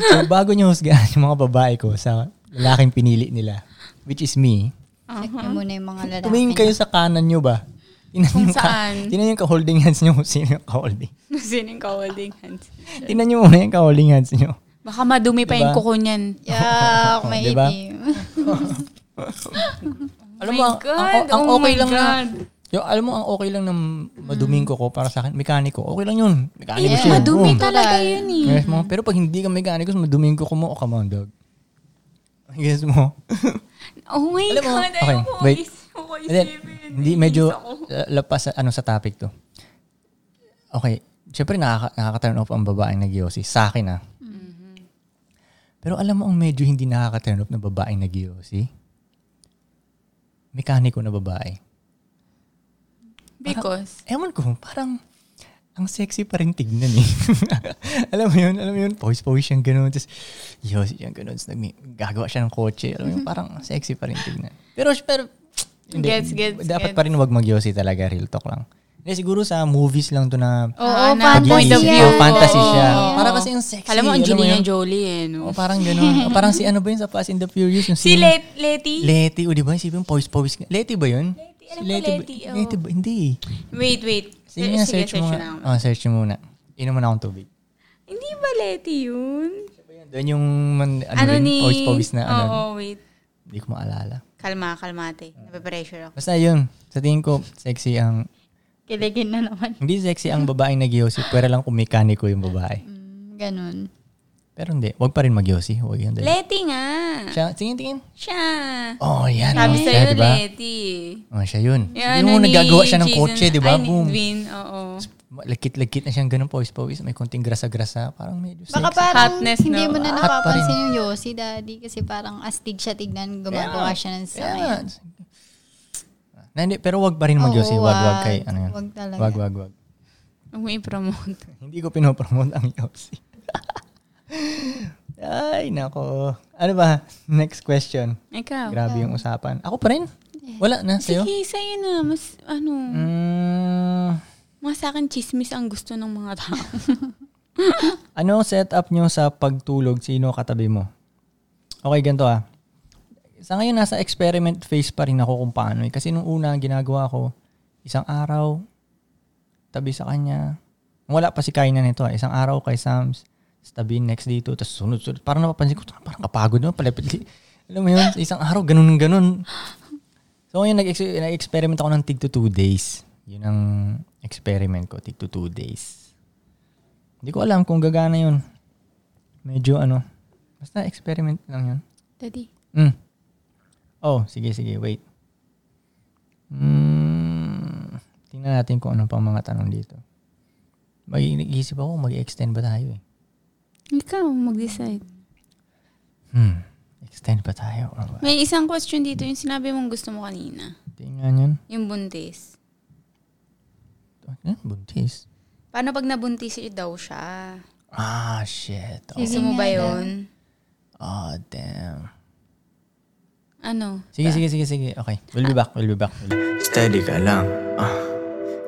[SPEAKER 2] So, bago nyo husgahan yung mga babae ko sa lalaking pinili nila, which is me,
[SPEAKER 3] uh-huh.
[SPEAKER 4] Check nyo muna yung mga lalaki.
[SPEAKER 2] tumingin kayo sa kanan nyo ba? Tinan
[SPEAKER 3] Kung
[SPEAKER 2] yung ka-
[SPEAKER 3] saan.
[SPEAKER 2] Tinan yung ka-holding hands nyo. <laughs> kung Sino yung ka-holding?
[SPEAKER 3] Sining ka holding hands.
[SPEAKER 2] Tinan nyo muna yung ka-holding hands nyo.
[SPEAKER 3] Baka madumi pa yung
[SPEAKER 2] Diba?
[SPEAKER 3] kuko niyan.
[SPEAKER 4] Yeah,
[SPEAKER 2] <laughs> Oo,
[SPEAKER 4] may
[SPEAKER 2] diba?
[SPEAKER 4] itim.
[SPEAKER 2] Alam
[SPEAKER 3] my
[SPEAKER 2] mo, ang-
[SPEAKER 3] God!
[SPEAKER 2] ang, ang
[SPEAKER 3] Oh
[SPEAKER 2] okay
[SPEAKER 3] my
[SPEAKER 2] lang na,
[SPEAKER 3] God!
[SPEAKER 2] yung, alam mo, ang okay lang ng maduming ko para sa akin, mekaniko, okay lang yun. Mekaniko
[SPEAKER 4] Yeah.
[SPEAKER 2] siya.
[SPEAKER 3] Madumi
[SPEAKER 2] boom.
[SPEAKER 3] talaga
[SPEAKER 4] Total.
[SPEAKER 3] yun eh.
[SPEAKER 2] Yes, mo. Pero pag hindi ka mekaniko, maduming ko mo, oh, come on, dog. <laughs> Yes mo.
[SPEAKER 3] Oh my
[SPEAKER 2] Alam mo-
[SPEAKER 3] God,
[SPEAKER 2] Okay,
[SPEAKER 3] ayoko
[SPEAKER 2] wait.
[SPEAKER 3] is- ayoko
[SPEAKER 2] And then,
[SPEAKER 3] isipin.
[SPEAKER 2] hindi, medyo la- lapas sa, ano, sa topic to. Okay. Siyempre, nakaka, nakaka-turn off ang babaeng nag-yosi. Sa akin, ah.
[SPEAKER 3] Mm-hmm.
[SPEAKER 2] Pero alam mo ang medyo hindi nakaka-turn off na babaeng nag-yosi? Mekaniko na babae.
[SPEAKER 3] Because,
[SPEAKER 2] Ewan ko, parang ang sexy pa rin tignan eh. <laughs> alam mo yun, alam mo yun, poise-poise siyang ganun. Tapos, yosi siyang ganun. Tapos, nagmi- gagawa siya ng kotse. Alam mo yun, parang ang sexy pa rin tignan. Pero, pero, hindi.
[SPEAKER 3] Gets, gets,
[SPEAKER 2] Dapat
[SPEAKER 3] gets.
[SPEAKER 2] pa rin wag mag-yosi talaga, real talk lang. Hindi, siguro sa movies lang to na
[SPEAKER 3] Oo,
[SPEAKER 4] Ah,
[SPEAKER 3] na-
[SPEAKER 4] fantasy
[SPEAKER 3] point of
[SPEAKER 4] yan.
[SPEAKER 3] view.
[SPEAKER 4] Oh,
[SPEAKER 2] fantasy siya.
[SPEAKER 3] Oo.
[SPEAKER 2] Para kasi yung sexy,
[SPEAKER 3] Alam mo,
[SPEAKER 2] alam mo
[SPEAKER 3] Angelina
[SPEAKER 2] yun? Oh,
[SPEAKER 3] Jolie eh. No?
[SPEAKER 2] O, parang ganun. O, parang si ano ba yun sa Fast and the Furious? Yung
[SPEAKER 3] Si
[SPEAKER 2] sino-
[SPEAKER 3] Let- Letty?
[SPEAKER 2] Leti, o di ba? Isipin, poise-poise. nga. Leti ba yun?
[SPEAKER 3] Leti, alam
[SPEAKER 2] Si
[SPEAKER 3] ko
[SPEAKER 2] ba-
[SPEAKER 3] Leti, oo.
[SPEAKER 2] Leti ba? Hindi.
[SPEAKER 3] wait, wait.
[SPEAKER 2] Sige nga, search, mo
[SPEAKER 3] ko
[SPEAKER 2] nga.
[SPEAKER 3] na.
[SPEAKER 2] Oh, search mo muna. Inom mo na akong tubig.
[SPEAKER 3] Hindi ba Letty yun?
[SPEAKER 2] Doon yung man- ano, rin,
[SPEAKER 3] ni...
[SPEAKER 2] poise-poise na ano.
[SPEAKER 3] Oo, wait.
[SPEAKER 2] Hindi ko maalala.
[SPEAKER 3] Kalma, kalmate. Nape-pressure ako.
[SPEAKER 2] Basta yun, sa tingin ko, sexy ang,
[SPEAKER 4] Kiligin na naman.
[SPEAKER 2] hindi sexy ang babaeng nag-yosi, pwera lang kung mekaniko yung babae.
[SPEAKER 4] Mm, Ganun.
[SPEAKER 2] Pero hindi, wag pa rin mag-yosi. Huwag yun. dahil-
[SPEAKER 3] Letty nga.
[SPEAKER 2] Siya, tingin, tingin.
[SPEAKER 3] Siya.
[SPEAKER 2] Oh, yan.
[SPEAKER 3] Sabi
[SPEAKER 2] oh,
[SPEAKER 3] sa'yo,
[SPEAKER 2] siya, diba?
[SPEAKER 3] Letty.
[SPEAKER 2] Oh, siya yun.
[SPEAKER 3] Yan,
[SPEAKER 2] yung
[SPEAKER 3] ano ni
[SPEAKER 2] nagagawa siya ng
[SPEAKER 3] Jason-
[SPEAKER 2] kotse, di ba?
[SPEAKER 3] Ay, ni
[SPEAKER 2] Boom.
[SPEAKER 3] Vin, oo.
[SPEAKER 2] Lagkit-lagkit na siyang ganun pawis-pawis. May konting grasa-grasa. Parang medyo sexy.
[SPEAKER 4] Baka parang
[SPEAKER 3] Hotness
[SPEAKER 4] hindi
[SPEAKER 3] na-
[SPEAKER 4] mo na
[SPEAKER 2] pa
[SPEAKER 3] hot
[SPEAKER 4] napapansin yung Yossi, daddy, kasi parang astig siya tignan, gumagawa siya ng
[SPEAKER 2] Kaya
[SPEAKER 4] sama.
[SPEAKER 2] nga. Na, hindi, pero wag pa rin mag-yosi.
[SPEAKER 4] Oo,
[SPEAKER 2] Wag, wag
[SPEAKER 4] wag.
[SPEAKER 2] kay, ano yun.
[SPEAKER 4] Wag talaga.
[SPEAKER 2] Wag, wag, wag.
[SPEAKER 3] Huwag mo i-promote.
[SPEAKER 2] Hindi ko pinopromote ang yosi. Ay, nako. Ano ba? Next question.
[SPEAKER 3] Ikaw.
[SPEAKER 2] Grabe yung usapan. Ako pa rin? Wala na sa'yo?
[SPEAKER 3] Sige, sa'yo na. Mas, ano,
[SPEAKER 2] Mm,
[SPEAKER 3] mas sa akin chismis ang gusto ng mga tao. <laughs>
[SPEAKER 2] Anong Ano setup nyo sa pagtulog? Sino katabi mo? Okay, ganito ah. Sa ngayon, nasa experiment phase pa rin ako kung paano. Eh. Kasi nung una, ginagawa ko, isang araw, tabi sa kanya. Wala pa si kainan nito. ah. Isang araw kay Sams, tas tabi next dito, tapos sunod-sunod. Parang napapansin ko, parang kapagod naman, palapit. Alam mo yun, isang araw, ganun ng ganun. So ngayon, nag-ex- nag-experiment ako ng tig to two days. Yun ang experiment ko, tig to two days. Hindi ko alam kung gagana yun. Medyo ano. Basta experiment lang yun.
[SPEAKER 3] Daddy.
[SPEAKER 2] Mm. Oh, sige, sige. Wait. Mm. Tingnan natin kung ano pang mga tanong dito. Mag-iisip ako, kung mag-extend ba tayo eh.
[SPEAKER 3] Ikaw, mag-decide.
[SPEAKER 2] Hmm. Extend ba tayo? Or what?
[SPEAKER 3] May isang question dito, yung sinabi mong gusto mo kanina.
[SPEAKER 2] Tingnan yun.
[SPEAKER 3] Yung buntis.
[SPEAKER 2] Eh, buntis.
[SPEAKER 3] Paano pag nabuntis eh, daw siya?
[SPEAKER 2] Ah, shit. Oh,
[SPEAKER 3] Gusto mo ba yun?
[SPEAKER 2] oh damn.
[SPEAKER 3] Ano?
[SPEAKER 2] Sige, sige, sige, sige. Okay. We'll be back. We'll be back. We'll be back.
[SPEAKER 1] Steady ka lang, ah.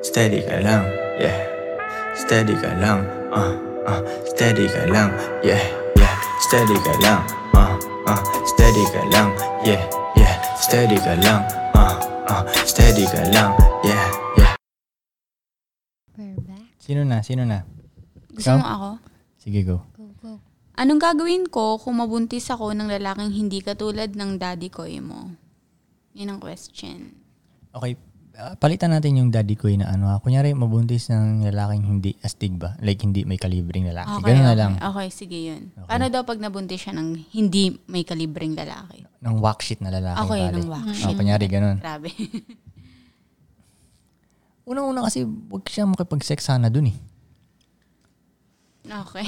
[SPEAKER 1] Steady ka lang, yeah. Steady ka lang, ah, ah. Steady ka lang, yeah, yeah. Steady ka lang, ah, ah. Steady ka lang, yeah, yeah. Steady ka lang, ah, ah. Steady ka lang, yeah, yeah.
[SPEAKER 4] We're back.
[SPEAKER 2] Sino na? Sino na?
[SPEAKER 3] Gusto
[SPEAKER 2] Ikaw?
[SPEAKER 3] mo ako?
[SPEAKER 2] Sige, go.
[SPEAKER 4] Go, go.
[SPEAKER 3] Anong gagawin ko kung mabuntis ako ng lalaking hindi katulad ng daddy ko mo? Yun ang question.
[SPEAKER 2] Okay, ah, palitan natin yung daddy ko na ano. ah. Kunyari, mabuntis ng lalaking hindi astig ba? Like, hindi may kalibring lalaki.
[SPEAKER 3] Okay,
[SPEAKER 2] Ah, Ganun
[SPEAKER 3] okay.
[SPEAKER 2] na lang.
[SPEAKER 3] Okay, sige yun. Paano daw pag nabuntis siya ng hindi may kalibreng lalaki?
[SPEAKER 2] Ng whack shit na lalaki.
[SPEAKER 3] Okay,
[SPEAKER 2] bali.
[SPEAKER 3] ng whack
[SPEAKER 2] Ah,
[SPEAKER 3] shit.
[SPEAKER 2] kunyari, ganun.
[SPEAKER 3] Grabe. <laughs>
[SPEAKER 2] Unang-una kasi, wag siya makipag-sex sana dun eh. <laughs>
[SPEAKER 3] okay.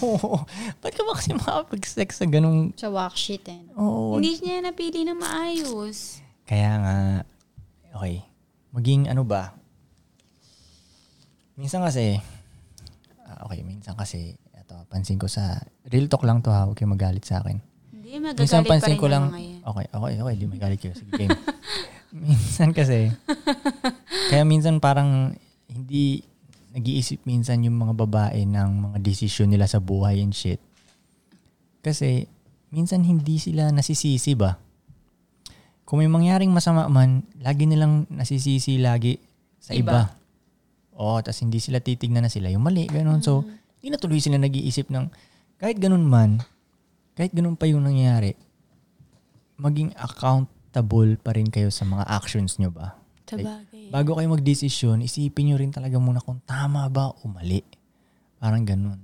[SPEAKER 2] Oo. Ba't ka ba kasi makapag-sex sa ganung...
[SPEAKER 4] Sa worksheet eh. no?
[SPEAKER 2] Oo. wag-
[SPEAKER 3] hindi niya napili na maayos.
[SPEAKER 2] Kaya nga, okay. Maging ano ba? Minsan kasi, ah, okay, minsan kasi, ito, pansin ko sa, real talk lang to ha, huwag kayong magalit sa akin.
[SPEAKER 3] Hindi, magagalit
[SPEAKER 2] Minsan
[SPEAKER 3] pa rin
[SPEAKER 2] pansin ko lang,
[SPEAKER 3] mga yan.
[SPEAKER 2] okay, okay, okay, di magalit kayo. Sige, game. <laughs> minsan
[SPEAKER 3] <laughs>
[SPEAKER 2] kasi, kaya minsan parang hindi nag-iisip minsan yung mga babae ng mga desisyon nila sa buhay and shit. Kasi minsan hindi sila nasisisi ba? Kung may mangyaring masama man, lagi nilang nasisisi lagi sa iba. Oo, tapos hindi sila titignan na sila yung mali, ganun. So, hindi na tuloy sila nag-iisip ng, kahit ganun man, kahit ganun pa yung nangyayari, maging accountable pa rin kayo sa mga actions nyo ba?
[SPEAKER 3] Sabagay.
[SPEAKER 2] Bago kayo mag-desisyon, isipin nyo rin talaga muna kung tama ba o mali. Parang ganun.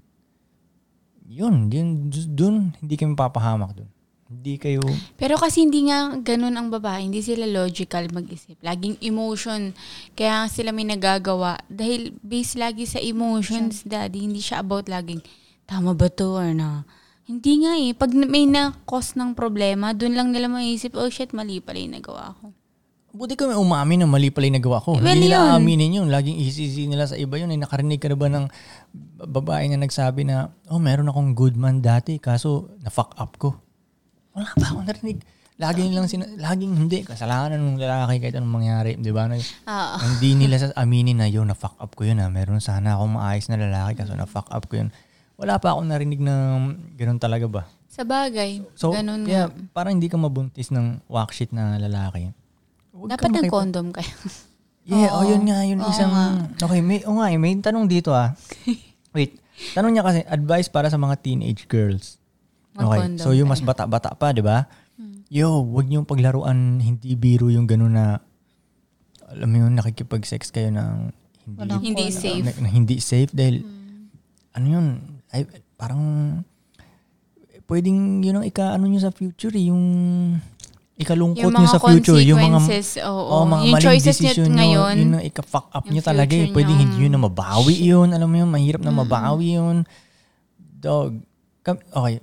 [SPEAKER 2] Yun, yun, dun, hindi kayo mapapahamak dun. Hindi kayo,
[SPEAKER 3] Pero kasi hindi nga ganun ang babae, hindi sila logical mag-isip. Laging emotion. Kaya sila may nagagawa. Dahil based lagi sa emotions, daddy, hindi siya about laging, tama ba to or na? Hindi nga eh. Pag na- may na-cause ng problema, dun lang nila maisip, oh shit, mali pala yung nagawa ko.
[SPEAKER 2] buti ko may umami na mali pala yung nagawa ko.
[SPEAKER 3] Well,
[SPEAKER 2] hindi
[SPEAKER 3] yun.
[SPEAKER 2] nila aaminin yun. Laging isisi nila sa iba yun. Ay, nakarinig ka na ba ng babae na nagsabi na, oh, meron akong good man dati, kaso na-fuck up ko. Wala pa ako narinig. Laging lang sina- laging hindi. Kasalanan ng lalaki kahit anong mangyari. Di ba? Na-
[SPEAKER 3] Oo.
[SPEAKER 2] Hindi nila sa aminin na yun, na-fuck up ko yun ha. Meron sana akong maayos na lalaki kaso na-fuck up ko yun. Wala pa akong narinig na ganun talaga ba.
[SPEAKER 3] Sa bagay,
[SPEAKER 2] So,
[SPEAKER 3] ganun
[SPEAKER 2] kaya
[SPEAKER 3] nga.
[SPEAKER 2] parang hindi ka mabuntis ng wak shit na lalaki. Huwag
[SPEAKER 3] Dapat
[SPEAKER 2] kang
[SPEAKER 3] ng
[SPEAKER 2] makipag-
[SPEAKER 3] condom kayo.
[SPEAKER 2] Yeah, oh, yun nga, yun isang... Okay, may, oh nga, eh, may tanong dito
[SPEAKER 3] <laughs>
[SPEAKER 2] ah. Wait, tanong niya kasi, advice para sa mga teenage girls. Okay,
[SPEAKER 3] Mag-condom Hmm.
[SPEAKER 2] so yung mas bata-bata pa, di ba? Yo, wag niyong paglaruan, hindi biro yung gano'n na, alam mo yun, nakikipag-sex kayo ng hindi,
[SPEAKER 4] Walang
[SPEAKER 3] <laughs> Hindi
[SPEAKER 4] condom.
[SPEAKER 3] safe. Hmm.
[SPEAKER 2] na- na hindi safe dahil, ano yun, ay, parang, pwedeng, yun ang ika, ano nyo sa future, eh, yung, ikalungkot
[SPEAKER 3] Yung
[SPEAKER 2] nyo
[SPEAKER 3] mga
[SPEAKER 2] sa future, yung mga,
[SPEAKER 3] consequences, oo.
[SPEAKER 2] Oh, mga
[SPEAKER 3] yung
[SPEAKER 2] maling
[SPEAKER 3] choices niya
[SPEAKER 2] decision nyo,
[SPEAKER 3] ngayon,
[SPEAKER 2] yun ang ika-fuck up
[SPEAKER 3] yung
[SPEAKER 2] nyo talaga. eh.
[SPEAKER 3] future Mm.
[SPEAKER 2] Pwede
[SPEAKER 3] nyo.
[SPEAKER 2] hindi yun na mabawi yun. Alam mo yun, mahirap na mabawi yun. Dog. Kam- okay.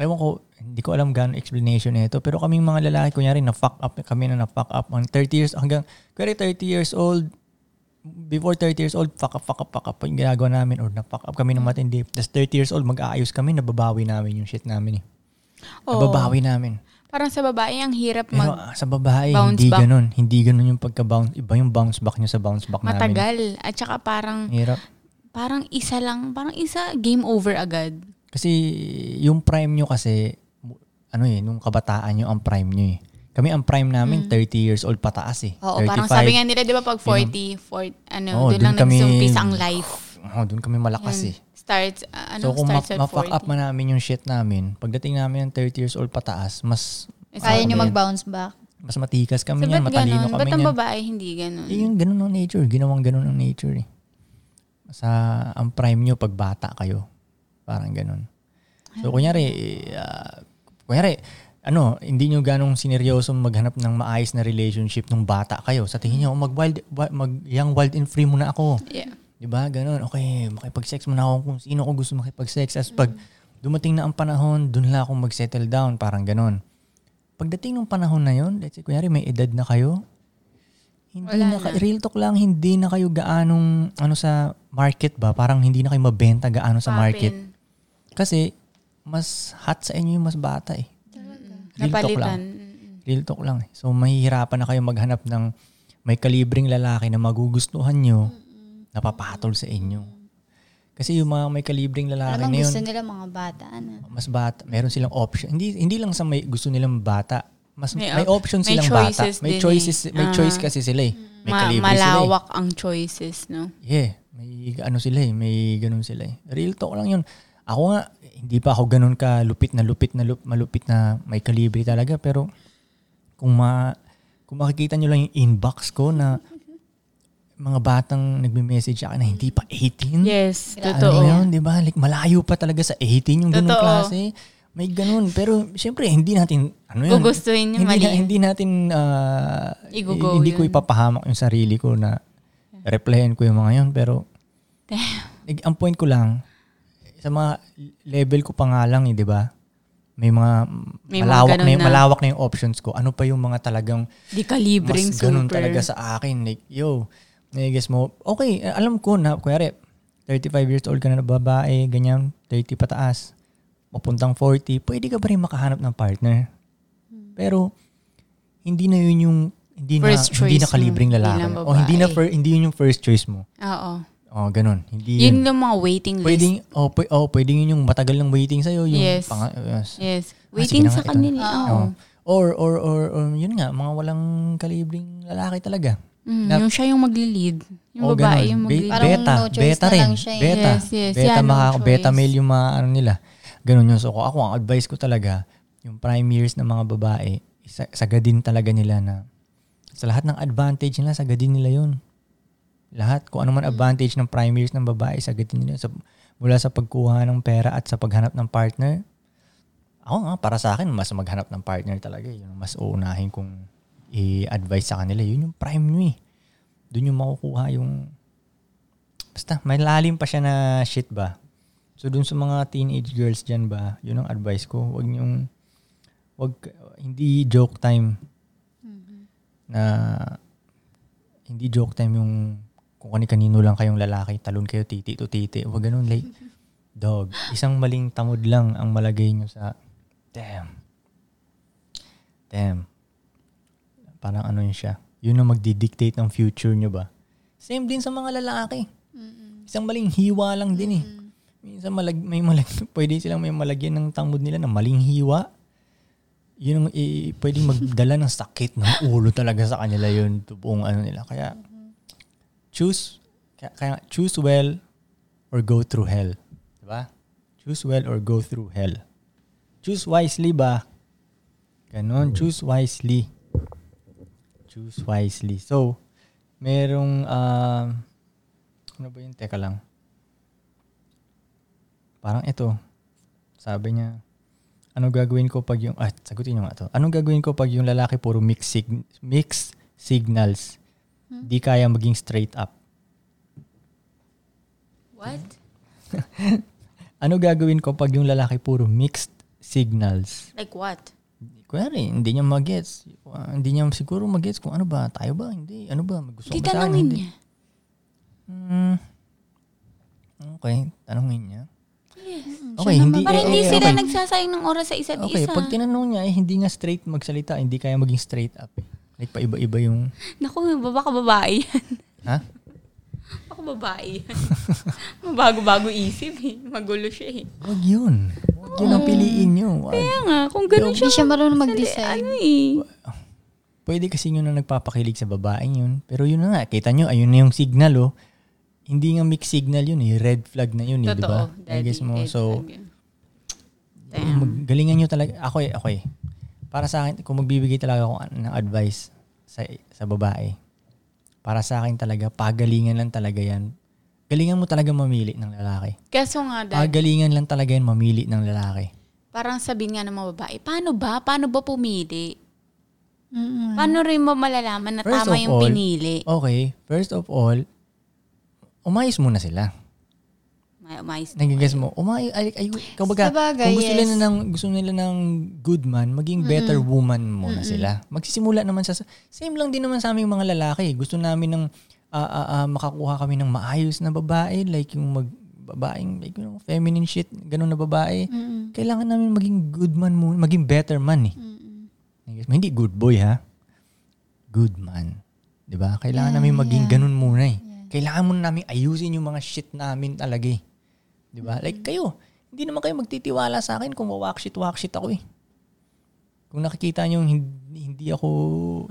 [SPEAKER 2] Ewan ko, hindi ko alam gaano explanation nito. Pero kaming mga lalaki, kunyari, na-fuck up, kami na na-fuck up. On 30 years, hanggang, kunyari 30 years old, before 30 years old, fuck up, fuck up, fuck up yung ginagawa namin or na-fuck up kami ng matindi. Tapos 30 years old, mag-aayos kami, nababawi namin yung shit namin eh.
[SPEAKER 3] oo.
[SPEAKER 2] Nababawi namin.
[SPEAKER 3] Parang sa babae, ang hirap
[SPEAKER 2] Pero ah,
[SPEAKER 3] mag-
[SPEAKER 2] sa babae,
[SPEAKER 3] bounce
[SPEAKER 2] hindi
[SPEAKER 3] back.
[SPEAKER 2] ganun. Hindi ganun yung pagka-bounce. Iba yung bounce back nyo sa bounce back namin.
[SPEAKER 3] matagal. At saka parang,
[SPEAKER 2] Hirap.
[SPEAKER 3] parang isa lang, parang isa, game over agad.
[SPEAKER 2] Kasi yung prime nyo kasi, mu- ano eh, nung kabataan nyo, ang prime nyo eh. Kami ang prime namin, 30 years old pataas eh.
[SPEAKER 3] Hmm. Oo, parang sabi nga nila, di ba, pag 40, 40 ano, doon lang nagsumpisa ang
[SPEAKER 2] <sighs>
[SPEAKER 3] life.
[SPEAKER 2] Oh, doon kami malakas
[SPEAKER 3] Yun.
[SPEAKER 2] eh.
[SPEAKER 3] Starts, uh, ano,
[SPEAKER 2] So kung ma-
[SPEAKER 3] starts at
[SPEAKER 2] ma-fuck
[SPEAKER 3] 40.
[SPEAKER 2] up man namin yung shit namin, pagdating namin ng 30 years old pataas, mas
[SPEAKER 3] Eh,
[SPEAKER 4] Kaya
[SPEAKER 2] ano
[SPEAKER 4] nyo
[SPEAKER 2] ba yun?
[SPEAKER 4] mag-bounce back.
[SPEAKER 2] mas matikas kami
[SPEAKER 3] so,
[SPEAKER 2] niyan,
[SPEAKER 3] ba't
[SPEAKER 2] matalino
[SPEAKER 3] ganun?
[SPEAKER 2] kami
[SPEAKER 3] Ba't ang
[SPEAKER 2] niyan.
[SPEAKER 3] babae hindi ganun?
[SPEAKER 2] Eh, yung ganun ng nature. Ginawang ganun ng nature eh. Sa ang prime nyo pag bata kayo. Parang ganun. So, kunyari, eh, ah, kunyari, ano, hindi nyo ganong sineryoso maghanap ng maayos na relationship nung bata kayo. Sa tingin nyo, oh, mag-wild, wi- mag, young wild and free muna ako.
[SPEAKER 3] Yeah.
[SPEAKER 2] Di ba? Diba? Ganun. Okay, makipag-sex muna ako kung sino ko gusto makipag-sex. As pag dumating na ang panahon, dun lang ako mag-settle down. Parang ganun. Pagdating ng panahon na yon, let's say, kunyari may edad na kayo, hindi
[SPEAKER 3] Wala
[SPEAKER 2] na, ka- real talk lang, hindi na kayo gaanong, ano sa market ba? Parang hindi na kayo mabenta gaano sa market.
[SPEAKER 3] Papin.
[SPEAKER 2] Kasi, mas hot sa inyo yung mas bata eh. Real talk
[SPEAKER 3] Napalitan.
[SPEAKER 2] lang. Real talk lang eh. So, mahihirapan na kayo maghanap ng may kalibring lalaki na magugustuhan nyo, napapatol sa inyo. Kasi yung mga may kalibring lalaki
[SPEAKER 4] Alam
[SPEAKER 2] na yun,
[SPEAKER 4] gusto nila mga bata. Ano?
[SPEAKER 2] mas bata, meron silang option. Hindi hindi lang sa may gusto nilang bata, mas may,
[SPEAKER 3] May op-
[SPEAKER 2] option
[SPEAKER 3] may
[SPEAKER 2] silang bata.
[SPEAKER 3] choices
[SPEAKER 2] May
[SPEAKER 3] din eh.
[SPEAKER 2] choices, may
[SPEAKER 3] Ah.
[SPEAKER 2] choice kasi sila eh. May
[SPEAKER 3] Ma-
[SPEAKER 2] kalibre sila. Eh.
[SPEAKER 3] malawak ang choices, no?
[SPEAKER 2] Yeah, may ano sila eh, may ganun sila eh. Real talk lang 'yun. Ako nga hindi pa ako ganun ka lupit na lupit na lup, malupit na may kalibre talaga pero kung ma kung makikita nyo lang yung inbox ko na mga batang nagme-message sa akin na hindi pa 18.
[SPEAKER 3] Yes,
[SPEAKER 2] Ano
[SPEAKER 3] totoo.
[SPEAKER 2] yun, di ba? Like, malayo pa talaga sa 18 yung ganun
[SPEAKER 3] Totoo.
[SPEAKER 2] klase. May ganun. Pero, syempre, hindi natin, ano yun?
[SPEAKER 3] Gugustuhin yung
[SPEAKER 2] hindi,
[SPEAKER 3] mali.
[SPEAKER 2] na- hindi natin, ah,
[SPEAKER 3] Igugo
[SPEAKER 2] hindi ko
[SPEAKER 3] yun.
[SPEAKER 2] ipapahamak yung sarili ko na replyan ko yung mga yun. Pero, like, ang point ko lang, sa mga level ko pa nga lang, eh, di ba? May mga
[SPEAKER 3] May mga
[SPEAKER 2] malawak,
[SPEAKER 3] ganun
[SPEAKER 2] na, yung-
[SPEAKER 3] na.
[SPEAKER 2] malawak na yung options ko. Ano pa yung mga talagang
[SPEAKER 3] Di kalibring
[SPEAKER 2] mas ganun
[SPEAKER 3] super.
[SPEAKER 2] talaga sa akin. Like, yo, guess mo, okay, eh, alam ko na, kunyari, 35 years old ka na na babae, ganyan, 30 pataas, mapuntang 40, pwede ka ba rin makahanap ng partner? Pero, hindi na yun yung, hindi na,
[SPEAKER 3] First
[SPEAKER 2] hindi
[SPEAKER 3] choice
[SPEAKER 2] na kalibring
[SPEAKER 3] mo
[SPEAKER 2] lalaki.
[SPEAKER 3] bilang
[SPEAKER 2] O hindi na,
[SPEAKER 3] babae.
[SPEAKER 2] fir- hindi yun yung first choice mo.
[SPEAKER 3] Oo.
[SPEAKER 2] O, ganun. Hindi
[SPEAKER 3] Yun
[SPEAKER 2] yun.
[SPEAKER 3] yung mga waiting list.
[SPEAKER 2] Pwedeng, oh, pwe- oh, pwedeng yun yung matagal ng waiting sa'yo. Yung
[SPEAKER 3] Yes.
[SPEAKER 2] pang- yes.
[SPEAKER 3] Yes.
[SPEAKER 2] Ah, sige na
[SPEAKER 3] Waiting sa
[SPEAKER 2] nga, ito.
[SPEAKER 3] kanila.
[SPEAKER 4] Oo.
[SPEAKER 3] Oo.
[SPEAKER 2] um, Or, or, or, or, yun nga, mga walang kalibring lalaki talaga.
[SPEAKER 3] Mm,
[SPEAKER 2] Na-
[SPEAKER 3] yung siya yung magli-lead. Yung
[SPEAKER 2] Oo, ganun.
[SPEAKER 3] babae yung
[SPEAKER 2] Be-
[SPEAKER 3] magli-lead.
[SPEAKER 4] Parang
[SPEAKER 2] beta,
[SPEAKER 4] no choice
[SPEAKER 2] beta
[SPEAKER 4] na
[SPEAKER 2] rin.
[SPEAKER 4] lang siya eh.
[SPEAKER 2] Beta.
[SPEAKER 3] Yes, yes.
[SPEAKER 2] Beta,
[SPEAKER 3] Yeah, no
[SPEAKER 2] maka-
[SPEAKER 3] choice.
[SPEAKER 2] beta male yung mga ano nila. Ganun yun. So ako, ako, ang advice ko talaga, yung prime years ng mga babae, isa- sagadin talaga nila na sa lahat ng advantage nila, sagadin nila yun. Lahat. Kung ano
[SPEAKER 3] Mm.
[SPEAKER 2] man advantage ng prime years ng babae, sagadin nila. Sa, mula sa pagkuha ng pera at sa paghanap ng partner, ako nga, para sa akin, mas maghanap ng partner talaga. eh. Yun ang mas uunahin kung i-advise sa kanila. Yun yung prime nyo eh. Doon yung makukuha yung... Basta, may lalim pa siya na shit ba. So, doon sa mga teenage girls dyan ba, yun ang advice ko. Huwag nyong... Wag, hindi joke time. Na... Hindi joke time yung kung kani-kanino lang kayong lalaki, talon kayo titi to titi. Huwag ganun, like, dog, isang maling tamod lang ang malagay nyo sa, damn. Damn. Parang ano yun siya. Yun ang magdidictate ng future nyo ba? Same din sa mga lalaki. Isang maling hiwa lang din eh. Minsan malag, may malag, <laughs> pwede silang may malagyan ng tamod nila na maling hiwa. Yun ang i- pwedeng magdala ng sakit ng ulo talaga sa kanila yun. Buong ano nila. Kaya, choose kaya, kaya nga, choose well or go through hell. Diba? Choose well or go through hell. Choose wisely ba? Ganon, choose wisely. Choose wisely. So, merong, um, ano ba yun? Teka lang. Parang ito. Sabi niya, ano gagawin ko pag yung, ah, sagutin niyo nga to. Anong gagawin ko pag yung lalaki puro mixed, sig- mixed signals? Di kaya maging straight up.
[SPEAKER 3] What?
[SPEAKER 2] Ano gagawin ko pag yung lalaki puro mixed signals?
[SPEAKER 3] Like what?
[SPEAKER 2] Kuwari, hindi niya magets. Ah, hindi niya siguro magets kung ano ba, tayo ba, hindi, ano ba, gusto
[SPEAKER 3] Di
[SPEAKER 2] mo ba sa akin,
[SPEAKER 3] tanongin
[SPEAKER 2] hindi.
[SPEAKER 3] niya.
[SPEAKER 2] Hmm. Okay, tanongin niya.
[SPEAKER 4] Mm,
[SPEAKER 2] Okay,
[SPEAKER 4] siya
[SPEAKER 2] hindi-
[SPEAKER 4] naman.
[SPEAKER 3] Para
[SPEAKER 2] Eh,
[SPEAKER 3] hindi
[SPEAKER 2] eh,
[SPEAKER 3] sila
[SPEAKER 2] okay.
[SPEAKER 3] nagsasayang ng oras sa isa't
[SPEAKER 2] Okay,
[SPEAKER 3] isa.
[SPEAKER 2] pag tinanong niya, eh, hindi nga straight magsalita, hindi kaya maging straight up. Eh. Like, paiba-iba yung,
[SPEAKER 3] Naku, baka babae yan.
[SPEAKER 2] ha?
[SPEAKER 3] Baka babae yan. <laughs> Mabago-bago isip eh. Magulo siya eh.
[SPEAKER 2] Huwag yun. Huwag yun ang piliin niyo. Wag.
[SPEAKER 3] Kaya nga, kung ganun
[SPEAKER 4] Hindi
[SPEAKER 3] siya,
[SPEAKER 4] siya marunong
[SPEAKER 3] ano
[SPEAKER 4] mag-decide.
[SPEAKER 3] eh.
[SPEAKER 2] Pwede kasi yun ang nagpapakilig sa babae yun. Pero yun na nga, kita nyo, ayun na yung signal oh. Hindi nga mixed signal yun eh. Red flag na yun eh, di
[SPEAKER 3] Totoo.
[SPEAKER 2] ba? I guess mo.
[SPEAKER 3] red
[SPEAKER 2] so,
[SPEAKER 3] flag yun.
[SPEAKER 2] galingan nyo talaga. Ako eh, ako eh. Para sa akin, kung magbibigay talaga ako ng advice sa, sa babae, para sa akin talaga, pagalingan lang talaga yan. Galingan mo talaga mamili ng lalaki.
[SPEAKER 3] Kaso nga, dad,
[SPEAKER 2] Pagalingan lang talaga yan mamili ng lalaki.
[SPEAKER 3] parang sabihin nga ng mga babae, paano ba? Paano ba pumili? ah.
[SPEAKER 4] Mm-mm.
[SPEAKER 3] Paano rin mo malalaman na
[SPEAKER 2] Mm. First of
[SPEAKER 3] tama yung
[SPEAKER 2] all, oh,
[SPEAKER 3] pinili?
[SPEAKER 2] Okay, first of all, umayos muna sila.
[SPEAKER 3] May umayos na.
[SPEAKER 2] Nag-guess mo, umay, ay, ay, kumbaga,
[SPEAKER 4] Sabagay,
[SPEAKER 2] kung gusto
[SPEAKER 4] yes.
[SPEAKER 2] nila ng, gusto nila ng good man, maging better woman muna sila. Magsisimula naman sa, same lang din naman sa aming mga lalaki. Gusto namin ng, ah, ah, ah, makakuha kami ng maayos na babae, like yung mag, babaeng, like yung feminine shit, ganun na babae. Kailangan namin maging good man muna, maging better man eh. Nag-gets mo? Hindi good boy ha. Good man. 'Di ba? Kailangan namin maging ganun muna eh. Kailangan muna namin ayusin yung mga shit namin talaga eh. 'Di ba? Like kayo, hindi naman kayo magtitiwala sa akin kung wawak shit, wak shit ako eh. Kung nakikita niyo yung hindi, hindi ako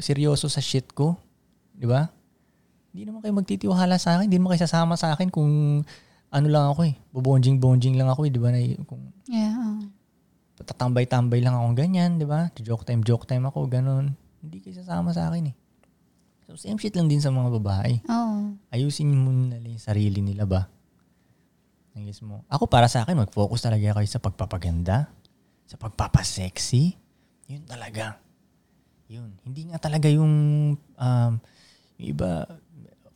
[SPEAKER 2] seryoso sa shit ko, 'di ba? Hindi naman kayo magtitiwala sa akin, hindi naman kayo sasama sa akin kung ano lang ako eh. Bobonjing-bonjing lang ako eh, 'di ba? Na, kung
[SPEAKER 4] Yeah, oh.
[SPEAKER 2] tatambay-tambay lang akong ganyan, di ba? Joke time, joke time ako, ganun. Hindi kayo sasama sa akin eh. So, same shit lang din sa mga babae.
[SPEAKER 4] Oo.
[SPEAKER 2] Ayusin muna nila yung sarili nila ba? Nagis mo. Ako para sa akin, mag-focus talaga kayo sa pagpapaganda, sa pagpapasexy. Yun talaga. Yun. Hindi nga talaga yung, um, yung iba,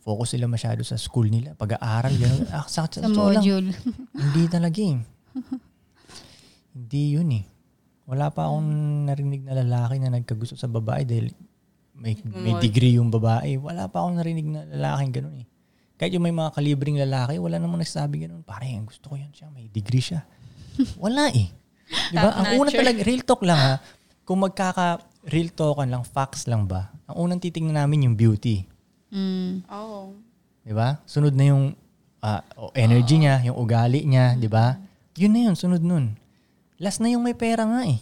[SPEAKER 2] focus sila masyado sa school nila, pag-aaral, gano'n. Ah, sa, sa,
[SPEAKER 4] Sa
[SPEAKER 2] totoo lang,
[SPEAKER 4] module. <laughs>
[SPEAKER 2] hindi talaga eh. Hindi yun eh. Wala pa akong narinig na lalaki na nagkagusto sa babae dahil may, may degree yung babae. Wala pa akong narinig na lalaking ganun eh. Kahit yung may mga kalibring lalaki, wala namang nagsasabi ganun. Pare, ang gusto ko yan siya. May degree siya. Wala
[SPEAKER 3] <laughs>
[SPEAKER 2] eh. Diba?
[SPEAKER 3] Top
[SPEAKER 2] Ang una
[SPEAKER 3] notcher.
[SPEAKER 2] talaga, real talk lang ha. Kung magkaka real talkan lang, facts lang ba? Ang unang titingnan namin yung beauty.
[SPEAKER 4] Mm.
[SPEAKER 3] Oh.
[SPEAKER 2] Di ba? Sunod na yung ah, o- energy niya, yung ugali niya, di ba? Yun na yun, sunod nun. Last na yung may pera nga eh.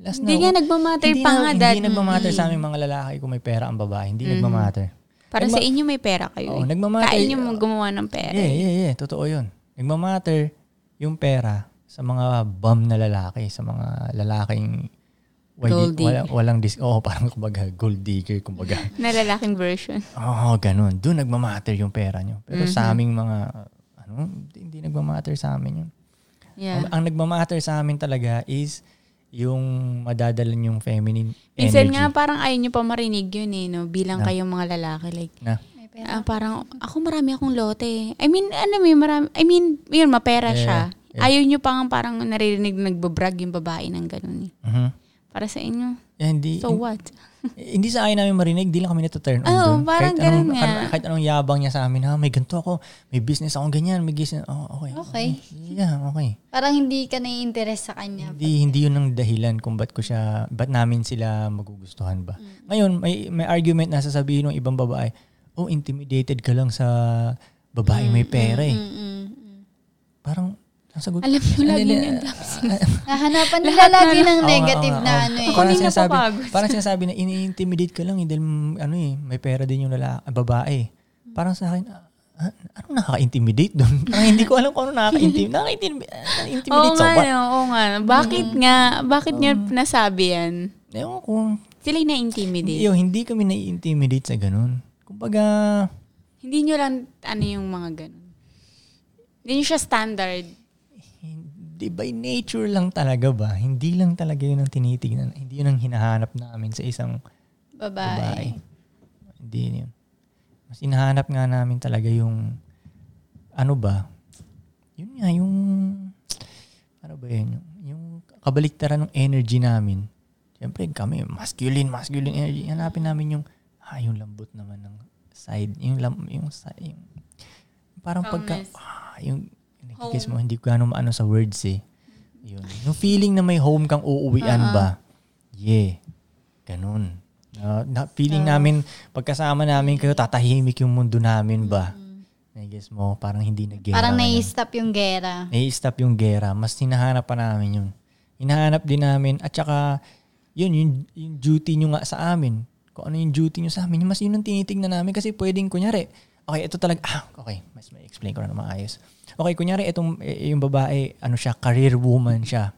[SPEAKER 2] Last
[SPEAKER 3] Hindi nga nagmamatter
[SPEAKER 2] Hindi
[SPEAKER 3] pa
[SPEAKER 2] na-
[SPEAKER 3] nga,
[SPEAKER 2] Hindi
[SPEAKER 3] dad. Mm.
[SPEAKER 2] nagmamatter sa aming mga lalaki kung may pera ang babae. Hindi nagmamatter.
[SPEAKER 3] Para
[SPEAKER 2] Nagma-
[SPEAKER 3] sa inyo may pera kayo.
[SPEAKER 2] Oo,
[SPEAKER 3] eh.
[SPEAKER 2] nagmamatay-
[SPEAKER 3] Kaya inyo mag- gumawa ng pera.
[SPEAKER 2] Yeah,
[SPEAKER 3] eh.
[SPEAKER 2] yeah, yeah. Totoo yun. Nagmamatter yung pera sa mga bum na lalaki, sa mga lalaking wali-
[SPEAKER 3] Gold digger.
[SPEAKER 2] walang, walang dis... Oo, parang kumbaga gold digger,
[SPEAKER 3] <laughs>
[SPEAKER 2] kumbaga.
[SPEAKER 3] Na lalaking version.
[SPEAKER 2] Oo, ganun. Doon nagmamatter yung pera nyo. Pero
[SPEAKER 3] Mm-hmm.
[SPEAKER 2] sa aming mga... Ano? Hindi, hindi nagmamatter sa amin yun.
[SPEAKER 3] Yeah.
[SPEAKER 2] Ang, ang nagmamatter sa amin talaga is yung madadalan yung feminine
[SPEAKER 3] Minsan
[SPEAKER 2] energy Ah.
[SPEAKER 3] nga parang ayaw nyo pa marinig yun eh, no? Bilang kayong mga lalaki. Like,
[SPEAKER 2] na
[SPEAKER 4] May pera.
[SPEAKER 3] ah, parang, ako marami akong lote. I mean, ano may marami, I mean, yun, mapera
[SPEAKER 2] Yeah,
[SPEAKER 3] siya.
[SPEAKER 2] yeah.
[SPEAKER 3] Ayaw nyo pang parang naririnig na nagbabrag yung babae ng ganun eh.
[SPEAKER 2] Mhm.
[SPEAKER 3] Para sa inyo.
[SPEAKER 2] Eh, hindi,
[SPEAKER 3] So what?
[SPEAKER 2] Eh, hindi sa akin namin marinig, di lang kami nataturn on
[SPEAKER 3] Oo,
[SPEAKER 2] doon.
[SPEAKER 3] parang
[SPEAKER 2] kahit anong,
[SPEAKER 3] ganun nga.
[SPEAKER 2] kar- Kahit anong yabang niya sa amin, ha, may ganito ako, may business akong ganyan, may business, oh, okay.
[SPEAKER 4] Okay.
[SPEAKER 2] Yeah, okay.
[SPEAKER 4] Parang hindi ka nai-interest sa kanya.
[SPEAKER 2] Hindi, hindi yun ang dahilan kung ba't ko siya, ba't namin sila magugustuhan ba.
[SPEAKER 3] Mm.
[SPEAKER 2] Ngayon, may, may argument na sasabihin ng ibang babae, oh, intimidated ka lang sa babae may
[SPEAKER 3] Mm,
[SPEAKER 2] pera eh.
[SPEAKER 4] Mm-mm.
[SPEAKER 2] Parang, ang sagot,
[SPEAKER 3] Alam mo,
[SPEAKER 2] Ano,
[SPEAKER 3] lagi
[SPEAKER 2] ano,
[SPEAKER 3] niyang <laughs>
[SPEAKER 4] Nahanapan nila lagi ng
[SPEAKER 2] Oo nga,
[SPEAKER 4] negative
[SPEAKER 2] oo
[SPEAKER 4] na
[SPEAKER 2] nga, oo.
[SPEAKER 4] ano eh.
[SPEAKER 2] Parang
[SPEAKER 3] Hindi na
[SPEAKER 2] sinasabi,
[SPEAKER 3] papagod.
[SPEAKER 2] parang sinasabi na ini-intimidate ka lang eh, dahil mm, ano eh, may pera din yung lala, ah, babae.
[SPEAKER 3] Mm.
[SPEAKER 2] Parang sa akin, ah, ah, ano nakaka-intimidate doon? Parang hindi ko alam kung ano nakaka-intimidate. Nakaka-intimidate,
[SPEAKER 3] Oo
[SPEAKER 2] nakaka-intimidate sa
[SPEAKER 3] nga, eh.
[SPEAKER 2] what? Mm-hmm.
[SPEAKER 3] no, oo nga. Bakit nga, bakit niya nasabi yan?
[SPEAKER 2] Ewan ko.
[SPEAKER 3] Sila yung
[SPEAKER 2] Hindi,
[SPEAKER 3] na-intimidate.
[SPEAKER 2] oh, hindi kami nai-intimidate sa ganun. Kumbaga,
[SPEAKER 3] Hindi nyo lang, ano yung mga ganun. Hindi nyo siya standard.
[SPEAKER 2] hindi by nature lang talaga ba? Hindi lang talaga yun ang tinitignan. Hindi yun ang hinahanap namin sa isang
[SPEAKER 4] Babae.
[SPEAKER 2] babae. Hindi yun yun. Mas hinahanap nga namin talaga yung ano ba? Yun nga, yung ano ba yun? Yung, yung kabaliktaran ng energy namin. Siyempre kami, masculine, masculine energy. Hanapin namin yung, ah, yung lambot naman ng side. Yung, lam, yung, sa- yung parang pagka, ah, yung, nagkikiss mo, hindi ko gano'ng maano sa words eh. Yun. Yung feeling na may home kang uuwian ba? Yeah. Ganun. Na, na- feeling namin, pagkasama namin kayo, tatahimik yung mundo namin ba? Nagkiss mo, parang hindi nag-gera.
[SPEAKER 4] Parang
[SPEAKER 2] ngayon.
[SPEAKER 4] nai-stop yung gera.
[SPEAKER 2] Nai-stop yung gera. Mas hinahanap pa namin yun. Hinahanap din namin. At saka, yun, yung, yung duty nyo nga sa amin. Kung ano yung duty nyo sa amin. Mas yun ang tinitignan namin kasi pwedeng, kunyari, okay, ito talaga, ah, okay, mas may explain ko na maayos. Okay, kunyari, itong, eh, yung babae, ano siya, career woman siya.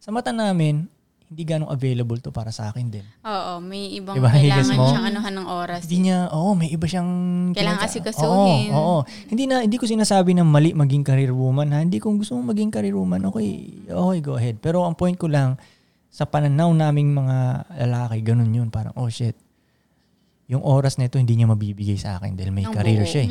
[SPEAKER 2] Sa mata namin, hindi ganong available to para sa akin din.
[SPEAKER 3] Oo, may ibang
[SPEAKER 2] Diba, <laughs>
[SPEAKER 3] kailangan
[SPEAKER 2] higis mo?
[SPEAKER 3] siyang anuhan ng oras.
[SPEAKER 2] Hindi niya, oo, may iba siyang...
[SPEAKER 3] Kailangan
[SPEAKER 2] pinag-
[SPEAKER 3] asikasuhin.
[SPEAKER 2] Oo, oo. Hindi, na, hindi ko sinasabi na mali maging career woman ha. Hindi kung gusto mong maging career woman, okay, okay, go ahead. Pero ang point ko lang, sa pananaw naming mga lalaki, ganun yun. Parang, oh shit, yung oras na ito hindi niya mabibigay sa akin dahil may
[SPEAKER 3] Ng
[SPEAKER 2] career
[SPEAKER 3] buo.
[SPEAKER 2] siya eh.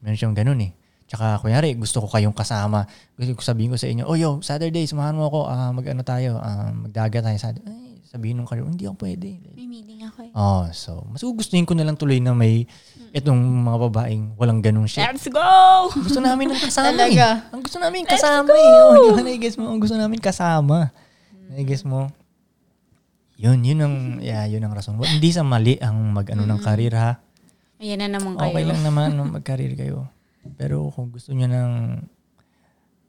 [SPEAKER 2] Meron siyang ganun eh. Tsaka kunyari, gusto ko kayong kasama. Gusto ko sabihin ko sa inyo, oh yo, Saturday, samahan mo ako, ah, mag-ano tayo, ah, magdaga tayo. Saturday. Ay, sabihin ng career, hindi ako pwede.
[SPEAKER 3] May meeting ako eh.
[SPEAKER 2] Oh, so mas gugustuhin ko na lang tuloy na may itong mga babaeng walang ganung shit.
[SPEAKER 3] Let's go!
[SPEAKER 2] Gusto namin ng kasama eh.
[SPEAKER 4] Talaga.
[SPEAKER 2] Ang gusto namin kasama eh. Oh, di ba na-guess mo? Ang gusto namin kasama. Na-guess mo? Yun, yun ang, yeah, yun ang rason. Wa- Hindi sa mali ang mag-ano ng
[SPEAKER 3] Mm.
[SPEAKER 2] karir ha.
[SPEAKER 3] Ayan na naman kayo.
[SPEAKER 2] Okay lang naman no, mag-career kayo. Pero kung gusto nyo ng,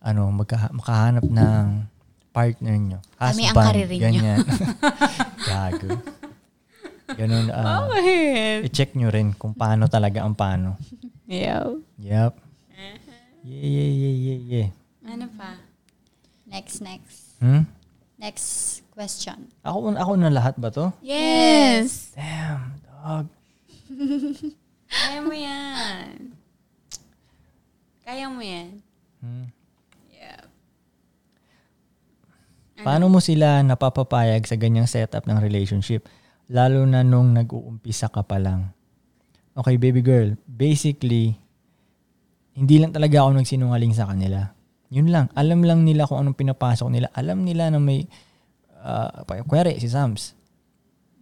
[SPEAKER 2] ano, magka, makahanap ng partner nyo.
[SPEAKER 3] Kami ang
[SPEAKER 2] Husband,
[SPEAKER 3] karirin nyo. <laughs>
[SPEAKER 2] ganyan. Gago. Ganun, ah,
[SPEAKER 3] Oh, Bakit?
[SPEAKER 2] i-check nyo rin kung paano talaga ang paano.
[SPEAKER 3] Yeah.
[SPEAKER 2] Yep. Yeah, yeah, yeah, yeah, yeah.
[SPEAKER 3] Ano pa?
[SPEAKER 4] Next, next.
[SPEAKER 2] Hmm?
[SPEAKER 4] Next question.
[SPEAKER 2] Ako, ako na lahat ba to?
[SPEAKER 3] Yes!
[SPEAKER 2] Damn, dog.
[SPEAKER 3] Kaya mo yan. Kaya mo yan.
[SPEAKER 2] Hmm.
[SPEAKER 3] Yeah.
[SPEAKER 2] Paano mo sila napapapayag sa ganyang setup ng relationship? Lalo na nung nag-uumpisa ka pa lang. Okay, baby girl. Basically, hindi lang talaga ako nagsinungaling sa kanila. Yun lang. Alam lang nila kung anong pinapasok nila. Alam nila na may, uh, kwere, si Sams.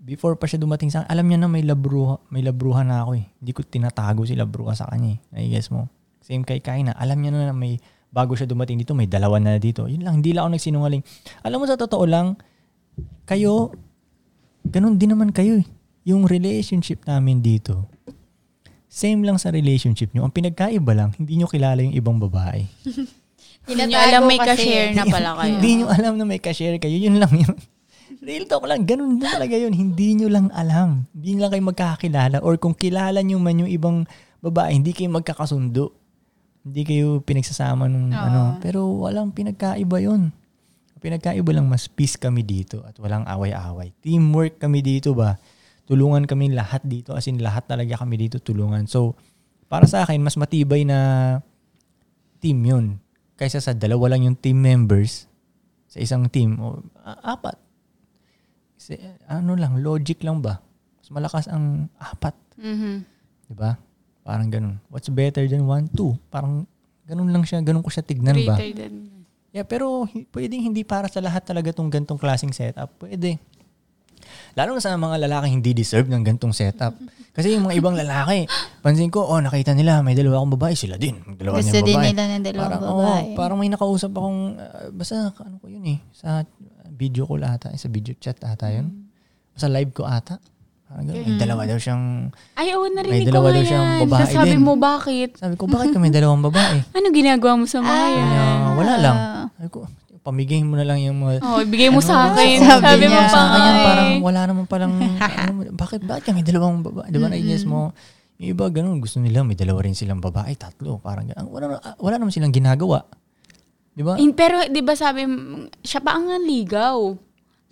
[SPEAKER 2] Before pa siya dumating sa akin, alam niya na may labruha, may labruha na ako eh. Hindi ko tinatago si labruha sa kanya eh. Nai-guess mo? Same kay Kaina. Alam niya na na may, bago siya dumating dito, may dalawa na dito. Yun lang, hindi lang ako nagsinungaling. Alam mo sa totoo lang, kayo, ganun din naman kayo eh. Yung relationship namin dito, same lang sa relationship nyo. Ang pinagkaiba lang, hindi nyo kilala yung ibang babae.
[SPEAKER 3] Hindi nyo alam may ka-share na pala kayo.
[SPEAKER 2] <laughs> Hindi nyo alam na may cashier kayo. Yun <laughs> lang yun. Real talk lang, ganun na talaga yun. Hindi nyo lang alam. Hindi nyo lang kayo magkakakilala. Or kung kilala nyo man yung ibang babae, hindi kayo magkakasundo. Hindi kayo pinagsasama nung
[SPEAKER 4] Oo.
[SPEAKER 2] ano. Pero walang pinagkaiba yun. Ang Pinagkaiba lang, mas peace kami dito at walang away-away. Teamwork kami dito ba? Tulungan kami lahat dito. As in, lahat talaga kami dito tulungan. So, para sa akin, mas matibay na team yun. Kaysa sa dalawa lang yung team members sa isang team. O, a- apat. Kasi, ano lang, logic lang ba? Mas malakas ang apat.
[SPEAKER 3] Mhm.
[SPEAKER 2] Di ba? Parang ganun. What's better than one, two? Parang ganun lang siya. Ganun ko siya tignan Ano ba?
[SPEAKER 3] Greater than...
[SPEAKER 2] Yeah, pero hi- pwedeng hindi para sa lahat talaga tong gantong klaseng setup. Pwede. Lalo na sa mga lalaking hindi deserve ng gantong setup. Kasi yung mga ibang lalaki, pansin ko, oh, nakita nila, may dalawa akong babae, sila din. May dalawa
[SPEAKER 4] Gusto
[SPEAKER 2] niyang
[SPEAKER 4] din
[SPEAKER 2] babae.
[SPEAKER 4] nila ng dalawang
[SPEAKER 2] parang, oh, oo,
[SPEAKER 4] babae.
[SPEAKER 2] parang may nakausap akong, ah, basta ano ko yun eh, sa video call ata, eh, sa video chat ata
[SPEAKER 3] Mm.
[SPEAKER 2] yun. Basta live ko ata. Parang ganun. May dalawa daw siyang,
[SPEAKER 3] Ay, oo, narinig
[SPEAKER 2] dalawa
[SPEAKER 3] ko nga
[SPEAKER 2] daw siyang
[SPEAKER 3] yan.
[SPEAKER 2] babae
[SPEAKER 3] Sasabi
[SPEAKER 2] din.
[SPEAKER 3] mo, bakit?
[SPEAKER 2] sabi ko, bakit kami dalawang babae?
[SPEAKER 3] Ano ginagawa mo sa mga
[SPEAKER 4] Ah.
[SPEAKER 2] Sabi
[SPEAKER 3] yan?
[SPEAKER 2] niya, wala
[SPEAKER 3] <laughs>
[SPEAKER 2] lang. Sabi ko, pamigay mo na lang yung mga,
[SPEAKER 3] Oo, ibigay mo
[SPEAKER 2] Ano
[SPEAKER 3] sa
[SPEAKER 2] ba?
[SPEAKER 3] akin.
[SPEAKER 4] Sabi
[SPEAKER 3] Sabi, mo
[SPEAKER 4] niya.
[SPEAKER 3] pa. eh.
[SPEAKER 2] Sa akin yan,
[SPEAKER 3] ay.
[SPEAKER 2] parang wala naman
[SPEAKER 3] <laughs>
[SPEAKER 2] palang, ano, bakit, bakit kami dalawang babae? Di ba na-ignis mo? Yung iba, ganun, gusto nila, may dalawa rin silang babae, tatlo, parang ganun. Wala, na- ah, wala naman silang ginagawa. Di ba?
[SPEAKER 3] In- pero, di ba sabi, siya pa ang ligaw.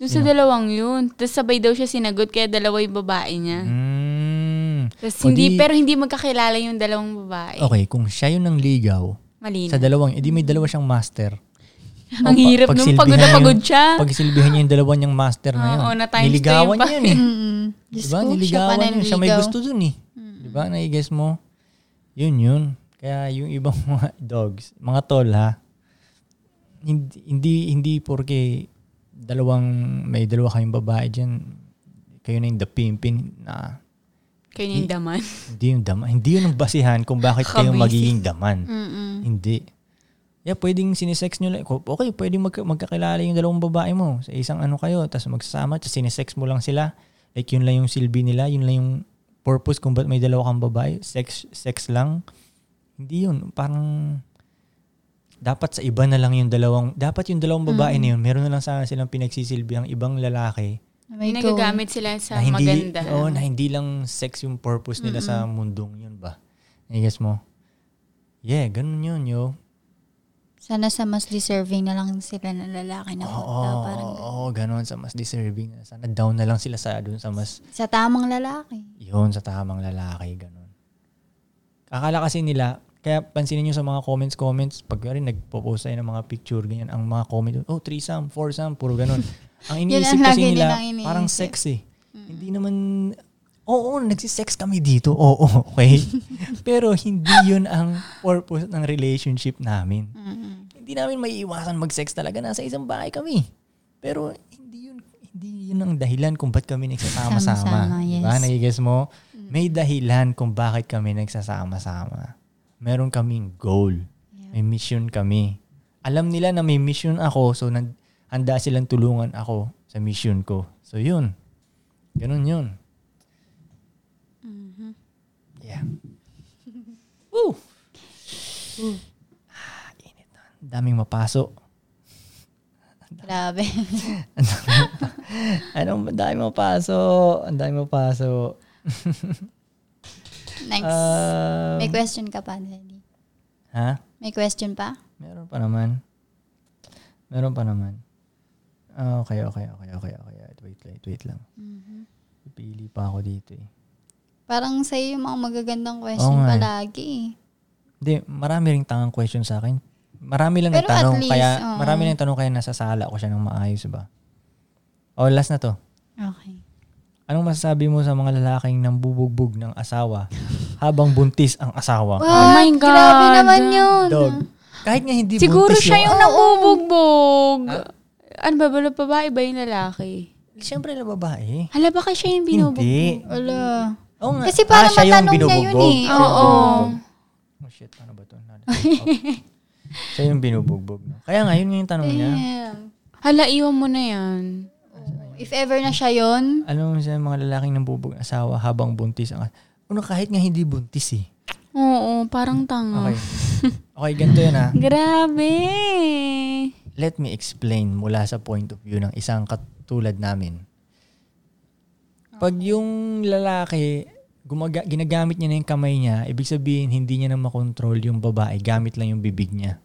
[SPEAKER 3] Doon sa dalawang yun. Tapos sabay daw siya sinagot, kaya dalawa yung babae niya.
[SPEAKER 2] Mm-hmm. Mm.
[SPEAKER 3] Tapos
[SPEAKER 2] O
[SPEAKER 3] hindi,
[SPEAKER 2] di-
[SPEAKER 3] pero hindi magkakilala yung dalawang babae.
[SPEAKER 2] Okay, kung siya yun ang ligaw,
[SPEAKER 3] Mali
[SPEAKER 2] sa
[SPEAKER 3] na.
[SPEAKER 2] dalawang, edi may dalawa siyang master.
[SPEAKER 3] Ang
[SPEAKER 2] pa-
[SPEAKER 3] hirap nung
[SPEAKER 2] pagsilbihan
[SPEAKER 3] pagod na
[SPEAKER 2] niya
[SPEAKER 3] pagod
[SPEAKER 2] yun-
[SPEAKER 3] siya.
[SPEAKER 2] Pagsilbihan niya yung dalawa niyang master na yun.
[SPEAKER 3] Oo, na times two
[SPEAKER 2] Niligawan
[SPEAKER 3] yung pa-
[SPEAKER 2] niya yun eh.
[SPEAKER 4] Mm-mm. Mm. Diyos
[SPEAKER 2] Diba?
[SPEAKER 4] ko,
[SPEAKER 2] Niligawan
[SPEAKER 4] siya pa
[SPEAKER 2] niya.
[SPEAKER 4] Mm.
[SPEAKER 2] Siya may
[SPEAKER 4] nanligaw.
[SPEAKER 2] gusto dun eh. Diba? Nai-guess mo? Yun yun. Kaya yung ibang <laughs> mga dogs, mga tol ha, hindi, hindi, hindi porke dalawang, may dalawa kayong babae dyan, kayo na yung the pimpin na
[SPEAKER 3] Kayo na yung daman.
[SPEAKER 2] hindi yung daman. Hindi yun ang basihan kung bakit kayo
[SPEAKER 3] Kabisi.
[SPEAKER 2] magiging daman.
[SPEAKER 4] Mm-mm.
[SPEAKER 2] Hindi. Yeah, pwedeng sinisex nyo lang. Okay, pwedeng magka- magkakilala yung dalawang babae mo. Sa isang ano kayo, tapos magsasama, tapos sinisex mo lang sila. Like, yun lang yung silbi nila, yun lang yung purpose kung ba't may dalawa kang babae. Sex, sex lang. Hindi yun. Parang, dapat sa iba na lang yung dalawang, dapat yung dalawang babae na yun, meron na lang sana silang pinagsisilbi ang ibang lalaki
[SPEAKER 4] May goal.
[SPEAKER 3] Nagagamit sila sa
[SPEAKER 2] na hindi,
[SPEAKER 3] maganda.
[SPEAKER 2] oo, na hindi lang sex yung purpose nila sa mundong yun ba? I-guess mo? Yeah, ganun yun, yo.
[SPEAKER 4] Sana sa mas deserving na lang sila ng lalaki na
[SPEAKER 2] Oo,
[SPEAKER 4] punta. Ah, Parang
[SPEAKER 2] oo, oo, ganun sa mas deserving. Sana down na lang sila sa dun sa mas
[SPEAKER 4] sa tamang lalaki.
[SPEAKER 2] yun sa tamang lalaki, ganun. Akala kasi nila, kaya pansinin nyo sa mga comments, comments, pag rin nagpo-post tayo ng mga picture, ganyan, ang mga comment, oh, threesome, foursome, puro ganun.
[SPEAKER 4] <laughs>
[SPEAKER 2] ang iniisip
[SPEAKER 4] ang
[SPEAKER 2] kasi
[SPEAKER 4] lagi
[SPEAKER 2] nila,
[SPEAKER 4] nilang iniisip. Mm.
[SPEAKER 2] parang sexy. Hindi naman, oo, nagsisex kami dito, oo, <laughs> okay.
[SPEAKER 4] <laughs>
[SPEAKER 2] Pero hindi yun ang purpose ng relationship namin
[SPEAKER 4] Mm-mm.
[SPEAKER 2] hindi namin may iwasan mag-sex talaga. Nasa isang bahay kami. Pero hindi yun, hindi yun ang dahilan kung ba't kami
[SPEAKER 4] Sama-sama,
[SPEAKER 2] nagsasama-sama. Diba?
[SPEAKER 4] yes.
[SPEAKER 2] Nagigets mo? May dahilan kung bakit kami nagsasama-sama. Meron kaming goal. May mission kami. Alam nila na may mission ako so nag- handa silang tulungan ako sa mission ko. So yun. Ganun yun. Yeah. Woo! Ah, init na. Ang Daming mapaso. <laughs>
[SPEAKER 4] Grabe.
[SPEAKER 2] Anong ang dami mapaso? Ang dami mapaso.
[SPEAKER 4] Next.
[SPEAKER 2] Um,
[SPEAKER 4] May question ka pa, Nelly.
[SPEAKER 2] ha?
[SPEAKER 4] May question pa?
[SPEAKER 2] Meron pa naman. Meron pa naman. Ah, okay, okay, okay, okay, okay. Wait, wait, wait lang.
[SPEAKER 4] Mm-hmm.
[SPEAKER 2] Pipili pa ako dito eh.
[SPEAKER 4] Parang sa'yo yung mga magagandang question
[SPEAKER 2] Oo nga eh.
[SPEAKER 4] palagi. eh.
[SPEAKER 2] Hindi, marami ring tangang question sa akin. Marami lang
[SPEAKER 4] Pero
[SPEAKER 2] nagtanong,
[SPEAKER 4] at least,
[SPEAKER 2] kaya
[SPEAKER 4] oo.
[SPEAKER 2] marami lang tanong kaya nasasala ko siya ng maayos ba. O last na to.
[SPEAKER 4] Okay.
[SPEAKER 2] Anong masasabi mo sa mga lalaking nang bubugbog ng
[SPEAKER 4] <laughs>
[SPEAKER 2] asawa habang buntis ang asawa?
[SPEAKER 3] Oh my
[SPEAKER 4] Grabe
[SPEAKER 3] God.
[SPEAKER 4] naman yun.
[SPEAKER 2] Dog. Kahit nga hindi
[SPEAKER 3] Siguro
[SPEAKER 2] buntis
[SPEAKER 3] siya yung
[SPEAKER 4] Oo.
[SPEAKER 3] nabubugbog. Ano ba, wala babae ba yung lalaki?
[SPEAKER 2] Siyempre na babae.
[SPEAKER 3] Hala, baka siya yung binubugbog.
[SPEAKER 2] Hindi.
[SPEAKER 4] Wala.
[SPEAKER 2] Oo nga. Ah,
[SPEAKER 4] Kasi parang
[SPEAKER 2] siya yung
[SPEAKER 4] matanong niya yun
[SPEAKER 2] binubugbog.
[SPEAKER 4] eh.
[SPEAKER 2] Siya yung
[SPEAKER 3] Oo.
[SPEAKER 2] binubugbog. Oh shit, ano ba to? Nalala ko. siya yung binubugbog. No? Kaya nga, yun nga yung tanong niya.
[SPEAKER 4] Eh. Damn.
[SPEAKER 3] Hala, iwan mo na yan.
[SPEAKER 4] Oo. If ever na siya yun,
[SPEAKER 2] Alam mo siya yung mga lalaking nang bubog ng asawa habang buntis ang Uno, kahit nga hindi buntis eh.
[SPEAKER 3] Oo, parang tanga.
[SPEAKER 2] Okay. Okay, ganito yun ah. ha.
[SPEAKER 3] Grabe.
[SPEAKER 2] Let me explain mula sa point of view ng isang kat- tulad namin. Pag yung lalaki, gumaga- ginagamit niya na yung kamay niya, ibig sabihin hindi niya na makontrol yung babae, gamit lang yung bibig niya.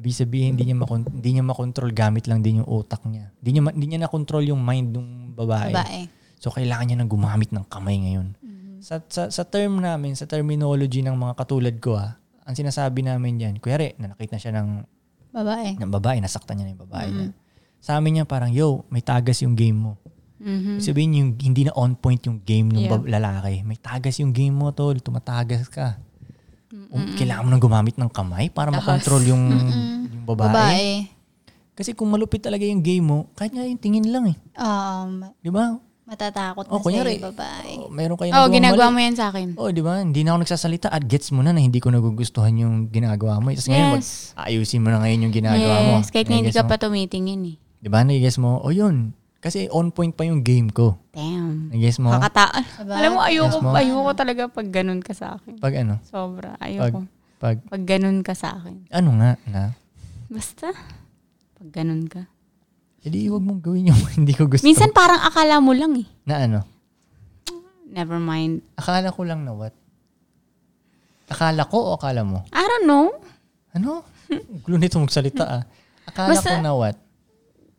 [SPEAKER 2] Ibig sabihin hindi niya makon- hindi niya makontrol gamit lang din yung utak niya. Hindi niya ma- hindi niya na control yung mind ng babae.
[SPEAKER 4] Babae.
[SPEAKER 2] So kailangan niya nang gumamit ng kamay ngayon. Sa, sa sa term namin, sa terminology ng mga katulad ko ah, ang sinasabi namin diyan, kunyari, nanakit na siya ng
[SPEAKER 4] Babae.
[SPEAKER 2] ng babae, nasaktan niya na yung babae niya. Sa amin niya parang, yo, may tagas yung game mo.
[SPEAKER 3] Mhm.
[SPEAKER 2] Ibig Sabihin yung hindi na on point yung game ng
[SPEAKER 3] Yeah.
[SPEAKER 2] bab- lalaki. May tagas yung game mo, tol. Tumatagas ka. Um, kailangan mo nang gumamit ng kamay para
[SPEAKER 3] Tahas.
[SPEAKER 2] makontrol
[SPEAKER 3] <laughs>
[SPEAKER 2] yung, yung babae.
[SPEAKER 4] Babae.
[SPEAKER 2] Kasi kung malupit talaga yung game mo, kahit nga yung tingin lang eh.
[SPEAKER 4] Um,
[SPEAKER 2] Di ba?
[SPEAKER 4] matatakot na
[SPEAKER 2] Oh, kunyari,
[SPEAKER 4] sa'yo, babae.
[SPEAKER 2] oh, meron kayo
[SPEAKER 3] Oh,
[SPEAKER 2] nagawang
[SPEAKER 3] ginagawa
[SPEAKER 2] mali.
[SPEAKER 3] mo yan sa akin.
[SPEAKER 2] Oh, di ba? Hindi na ako nagsasalita at gets mo na na hindi ko nagugustuhan yung ginagawa mo. Tapos ngayon, mag-
[SPEAKER 3] Yes.
[SPEAKER 2] ayusin mo na ngayon yung ginagawa mo.
[SPEAKER 3] Yes, kahit na hindi
[SPEAKER 2] Nagigets
[SPEAKER 3] ka
[SPEAKER 2] mo?
[SPEAKER 3] pa tumitingin eh.
[SPEAKER 2] Di ba? Nagigets mo, oh yun. Kasi on point pa yung game ko.
[SPEAKER 3] Damn.
[SPEAKER 2] Nagigets mo?
[SPEAKER 3] Kakata.
[SPEAKER 4] Diba?
[SPEAKER 3] Alam mo, ayoko,
[SPEAKER 2] Yes, ma'am.
[SPEAKER 3] ayoko talaga pag ganun ka sa akin.
[SPEAKER 2] Pag ano?
[SPEAKER 3] Sobra.
[SPEAKER 2] Pag,
[SPEAKER 3] Ayoko.
[SPEAKER 2] pag,
[SPEAKER 3] Pag ganun ka sa akin.
[SPEAKER 2] ano nga na?
[SPEAKER 3] Basta. Pag ganun ka.
[SPEAKER 2] Hindi, huwag mong gawin yung <laughs> hindi ko gusto.
[SPEAKER 3] Minsan parang akala mo lang eh.
[SPEAKER 2] Na ano?
[SPEAKER 3] Never mind.
[SPEAKER 2] Akala ko lang na what? Akala ko o akala mo?
[SPEAKER 3] I don't know. <laughs>
[SPEAKER 2] Ano? Gulo nito magsalita ah. Akala ko
[SPEAKER 3] Basta-
[SPEAKER 2] na what?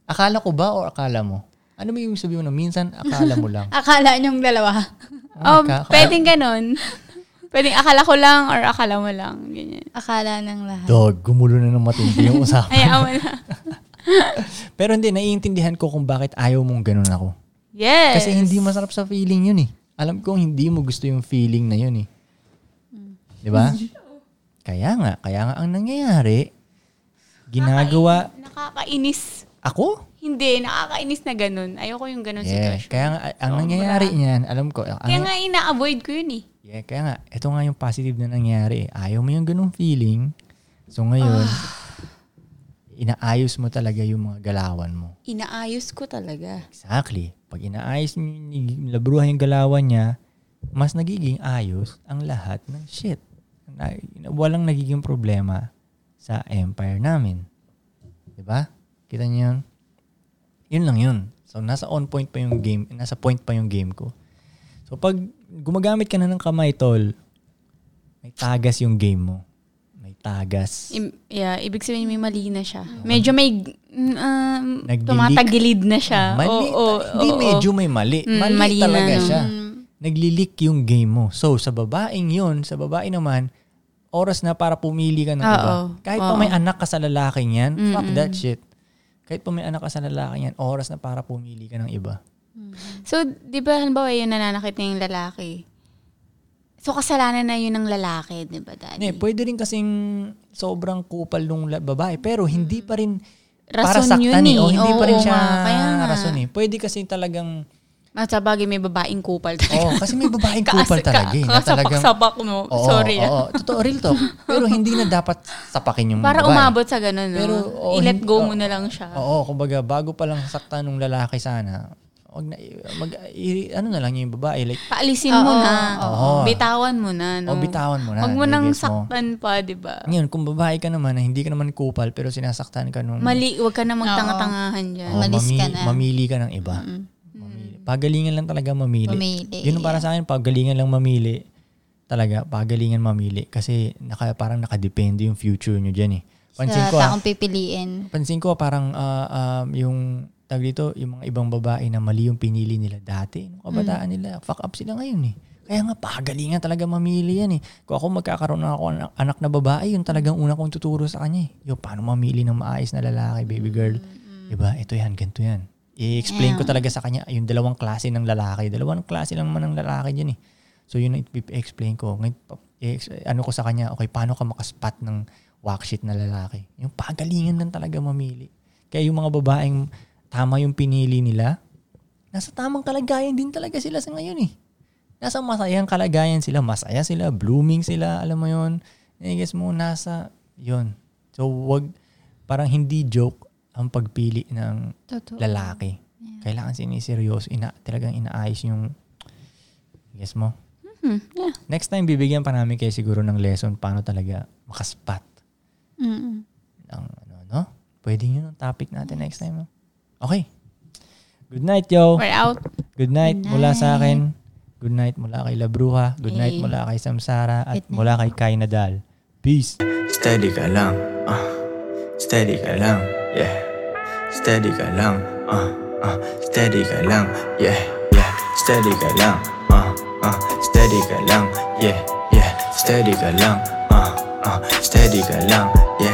[SPEAKER 2] Akala ko ba o akala mo? Ano may ibig sabihin mo na minsan akala mo
[SPEAKER 3] <laughs>
[SPEAKER 2] lang?
[SPEAKER 4] Akala niyong dalawa.
[SPEAKER 3] Um,
[SPEAKER 2] Aka-
[SPEAKER 3] pwedeng ganun. <laughs> pwedeng akala ko lang or akala mo lang. Ganyan.
[SPEAKER 4] Akala ng lahat.
[SPEAKER 2] Dog, gumulo na ng matindi
[SPEAKER 3] <laughs>
[SPEAKER 2] yung usapan.
[SPEAKER 3] Hayaan mo na.
[SPEAKER 2] Pero hindi, naiintindihan ko kung bakit ayaw mong ganun ako. <laughs>
[SPEAKER 3] Yes.
[SPEAKER 2] Kasi hindi masarap sa feeling yun eh. Alam kong hindi mo gusto yung feeling na yun eh.
[SPEAKER 3] Mm.
[SPEAKER 2] Di ba? Kaya nga, kaya nga ang nangyayari, ginagawa
[SPEAKER 3] Nakakainis.
[SPEAKER 2] ako.
[SPEAKER 3] Hindi, nakakainis na ganun. Ayoko yung ganun
[SPEAKER 2] Yeah. Ano?
[SPEAKER 3] situation.
[SPEAKER 2] Kaya nga, a- ang nangyayari niyan, alam ko, ang,
[SPEAKER 3] Kaya nga ina-avoid ko yun eh.
[SPEAKER 2] yeah, kaya nga, ito nga yung positive na nangyayari. eh. Ayaw mo yung ganung feeling. So ngayon,
[SPEAKER 3] Ah.
[SPEAKER 2] inaayos mo talaga yung mga galawan mo.
[SPEAKER 3] Inaayos ko talaga.
[SPEAKER 2] Exactly. Pag inaayos mo yung- yung labruhan yung galawan niya, mas nagiging ayos ang lahat ng shit. Na, walang nagiging problema sa empire namin. 'Di ba? Kita niyo yun? Yun lang yun. So, nasa on point pa yung game, nasa point pa yung game ko. So, pag gumagamit ka na ng kamay, tol, may tagas yung game mo. May tagas.
[SPEAKER 3] I- yeah, ibig sabihin may mali na siya. Medyo may mm, um,
[SPEAKER 2] Nagdilik. Mm,
[SPEAKER 3] tumatagilid na siya.
[SPEAKER 2] Mali.
[SPEAKER 3] Ah, Oo, oo,
[SPEAKER 2] hindi
[SPEAKER 3] oo.
[SPEAKER 2] medyo may mali.
[SPEAKER 3] Mm,
[SPEAKER 2] mali,
[SPEAKER 3] mali na,
[SPEAKER 2] talaga
[SPEAKER 3] no?
[SPEAKER 2] siya. Naglilik yung game mo. So, sa babaeng yun, sa babae naman, oras na para pumili ka ng
[SPEAKER 3] Oo.
[SPEAKER 2] iba. Kahit pa
[SPEAKER 3] Oo.
[SPEAKER 2] may anak ka sa lalaking yan, fuck that shit. Kahit pa may anak ka sa lalaking yan, oras na para pumili ka ng iba.
[SPEAKER 3] So, di ba, halimbawa, yung nananakit na yung lalaki. So, kasalanan na yun ng lalaki, di ba,
[SPEAKER 2] Eh,
[SPEAKER 3] daddy?
[SPEAKER 2] pwede rin kasing sobrang kupal nung la- babae, pero hindi pa rin para
[SPEAKER 3] Mm. Rason
[SPEAKER 2] saktan
[SPEAKER 3] yun
[SPEAKER 2] eh.
[SPEAKER 3] eh.
[SPEAKER 2] O, hindi pa rin
[SPEAKER 3] Oo
[SPEAKER 2] siya
[SPEAKER 3] nga, kaya nga.
[SPEAKER 2] rason eh. Pwede kasi
[SPEAKER 3] <laughs>
[SPEAKER 2] talagang,
[SPEAKER 3] Ah, sa bagay, may babaeng kupal
[SPEAKER 2] oh,
[SPEAKER 3] <laughs> talaga.
[SPEAKER 2] kasi may babaeng
[SPEAKER 3] Kaas-
[SPEAKER 2] kupal talaga eh.
[SPEAKER 3] ka-
[SPEAKER 2] na talagang-
[SPEAKER 3] Kasapak-sapak, no?
[SPEAKER 2] Oo,
[SPEAKER 3] Sorry. ah.
[SPEAKER 2] Oo, totoo, real talk. Pero hindi na dapat sapakin yung
[SPEAKER 3] Para
[SPEAKER 2] babae.
[SPEAKER 3] umabot sa ganun, no?
[SPEAKER 2] diba? Pero, oo,
[SPEAKER 3] I-let
[SPEAKER 2] hindi-
[SPEAKER 3] go
[SPEAKER 2] oo.
[SPEAKER 3] mo na lang siya.
[SPEAKER 2] Oo, kumbaga bago pa lang saktan ng lalaki sana, wag na, mag, i- ano na lang yung babae, like,
[SPEAKER 3] Paalisin mo na.
[SPEAKER 2] oo.
[SPEAKER 3] Bitawan mo na, no?
[SPEAKER 2] o bitawan mo na.
[SPEAKER 3] Huwag mo nang
[SPEAKER 2] nagigets mo.
[SPEAKER 3] saktan pa, di ba?
[SPEAKER 2] Ngayon, kung babae ka naman, na hindi ka naman kupal, pero sinasaktan ka nung...
[SPEAKER 3] Mali, huwag ka na magtanga-tangahan dyan.
[SPEAKER 2] Oo,
[SPEAKER 4] Umalis ka na.
[SPEAKER 2] Mamili ka ng iba. Mamili. Pagalingan lang talaga mamili.
[SPEAKER 4] Mamili,
[SPEAKER 2] Yun ang para sa akin, pagalingan lang mamili. Talaga, pagalingan mamili. Kasi naka, parang nakadepende yung future nyo dyan eh. Pansin
[SPEAKER 4] Sa
[SPEAKER 2] ko ah,
[SPEAKER 4] taong pipiliin.
[SPEAKER 2] pansin ko parang ah, um, yung tag dito, yung mga ibang babae na mali yung pinili nila dati. Nung kabataan nila, fuck up sila ngayon eh. Kaya nga, pagalingan talaga mamili yan eh. Kung ako magkakaroon na ako ng anak na babae, yun talagang una kong tuturo sa kanya eh. Yo, paano mamili ng maayos na lalaki, baby girl? Diba? Ito yan, ganito yan. I-explain ko talaga sa kanya yung dalawang klase ng lalaki. Dalawang klase lang man ng lalaki dyan eh. So yun ang i-explain ko. Ngayon, pa- i-ex- ano ko sa kanya, okay, paano ka makaspat ng worksheet na lalaki? Yung pagalingan lang talaga mamili. Kaya yung mga babaeng tama yung pinili nila, nasa tamang kalagayan din talaga sila sa ngayon eh. Nasa masayang kalagayan sila, masaya sila, blooming sila, alam mo yun. I guess mo, nasa, yun. So, wag, parang hindi joke ang pagpili ng
[SPEAKER 4] Totoo.
[SPEAKER 2] lalaki. Kailangan siniseryoso, ina, talagang inaayos yung, guess mo,
[SPEAKER 3] Hmm, yeah.
[SPEAKER 2] Next time, bibigyan pa namin kayo siguro ng lesson paano talaga makaspat
[SPEAKER 4] Mm-mm.
[SPEAKER 2] ng ano, no? Pwede yun ang topic natin next time. no? Okay. Good night, yo.
[SPEAKER 3] We're out.
[SPEAKER 2] Good night,
[SPEAKER 4] Good
[SPEAKER 2] mula
[SPEAKER 4] night.
[SPEAKER 2] sa akin. Good night mula kay Labruha. Good night
[SPEAKER 3] Eh.
[SPEAKER 2] mula kay Samsara. At
[SPEAKER 4] Good night.
[SPEAKER 2] mula kay Kai Nadal. Peace.
[SPEAKER 1] Steady ka lang, ah. Steady ka lang, yeah. Steady ka lang, ah, ah. Steady ka lang, yeah, yeah. Steady ka lang, ah, ah. Steady ka lang, yeah, yeah. Steady ka lang, ah, ah. Steady ka lang, yeah.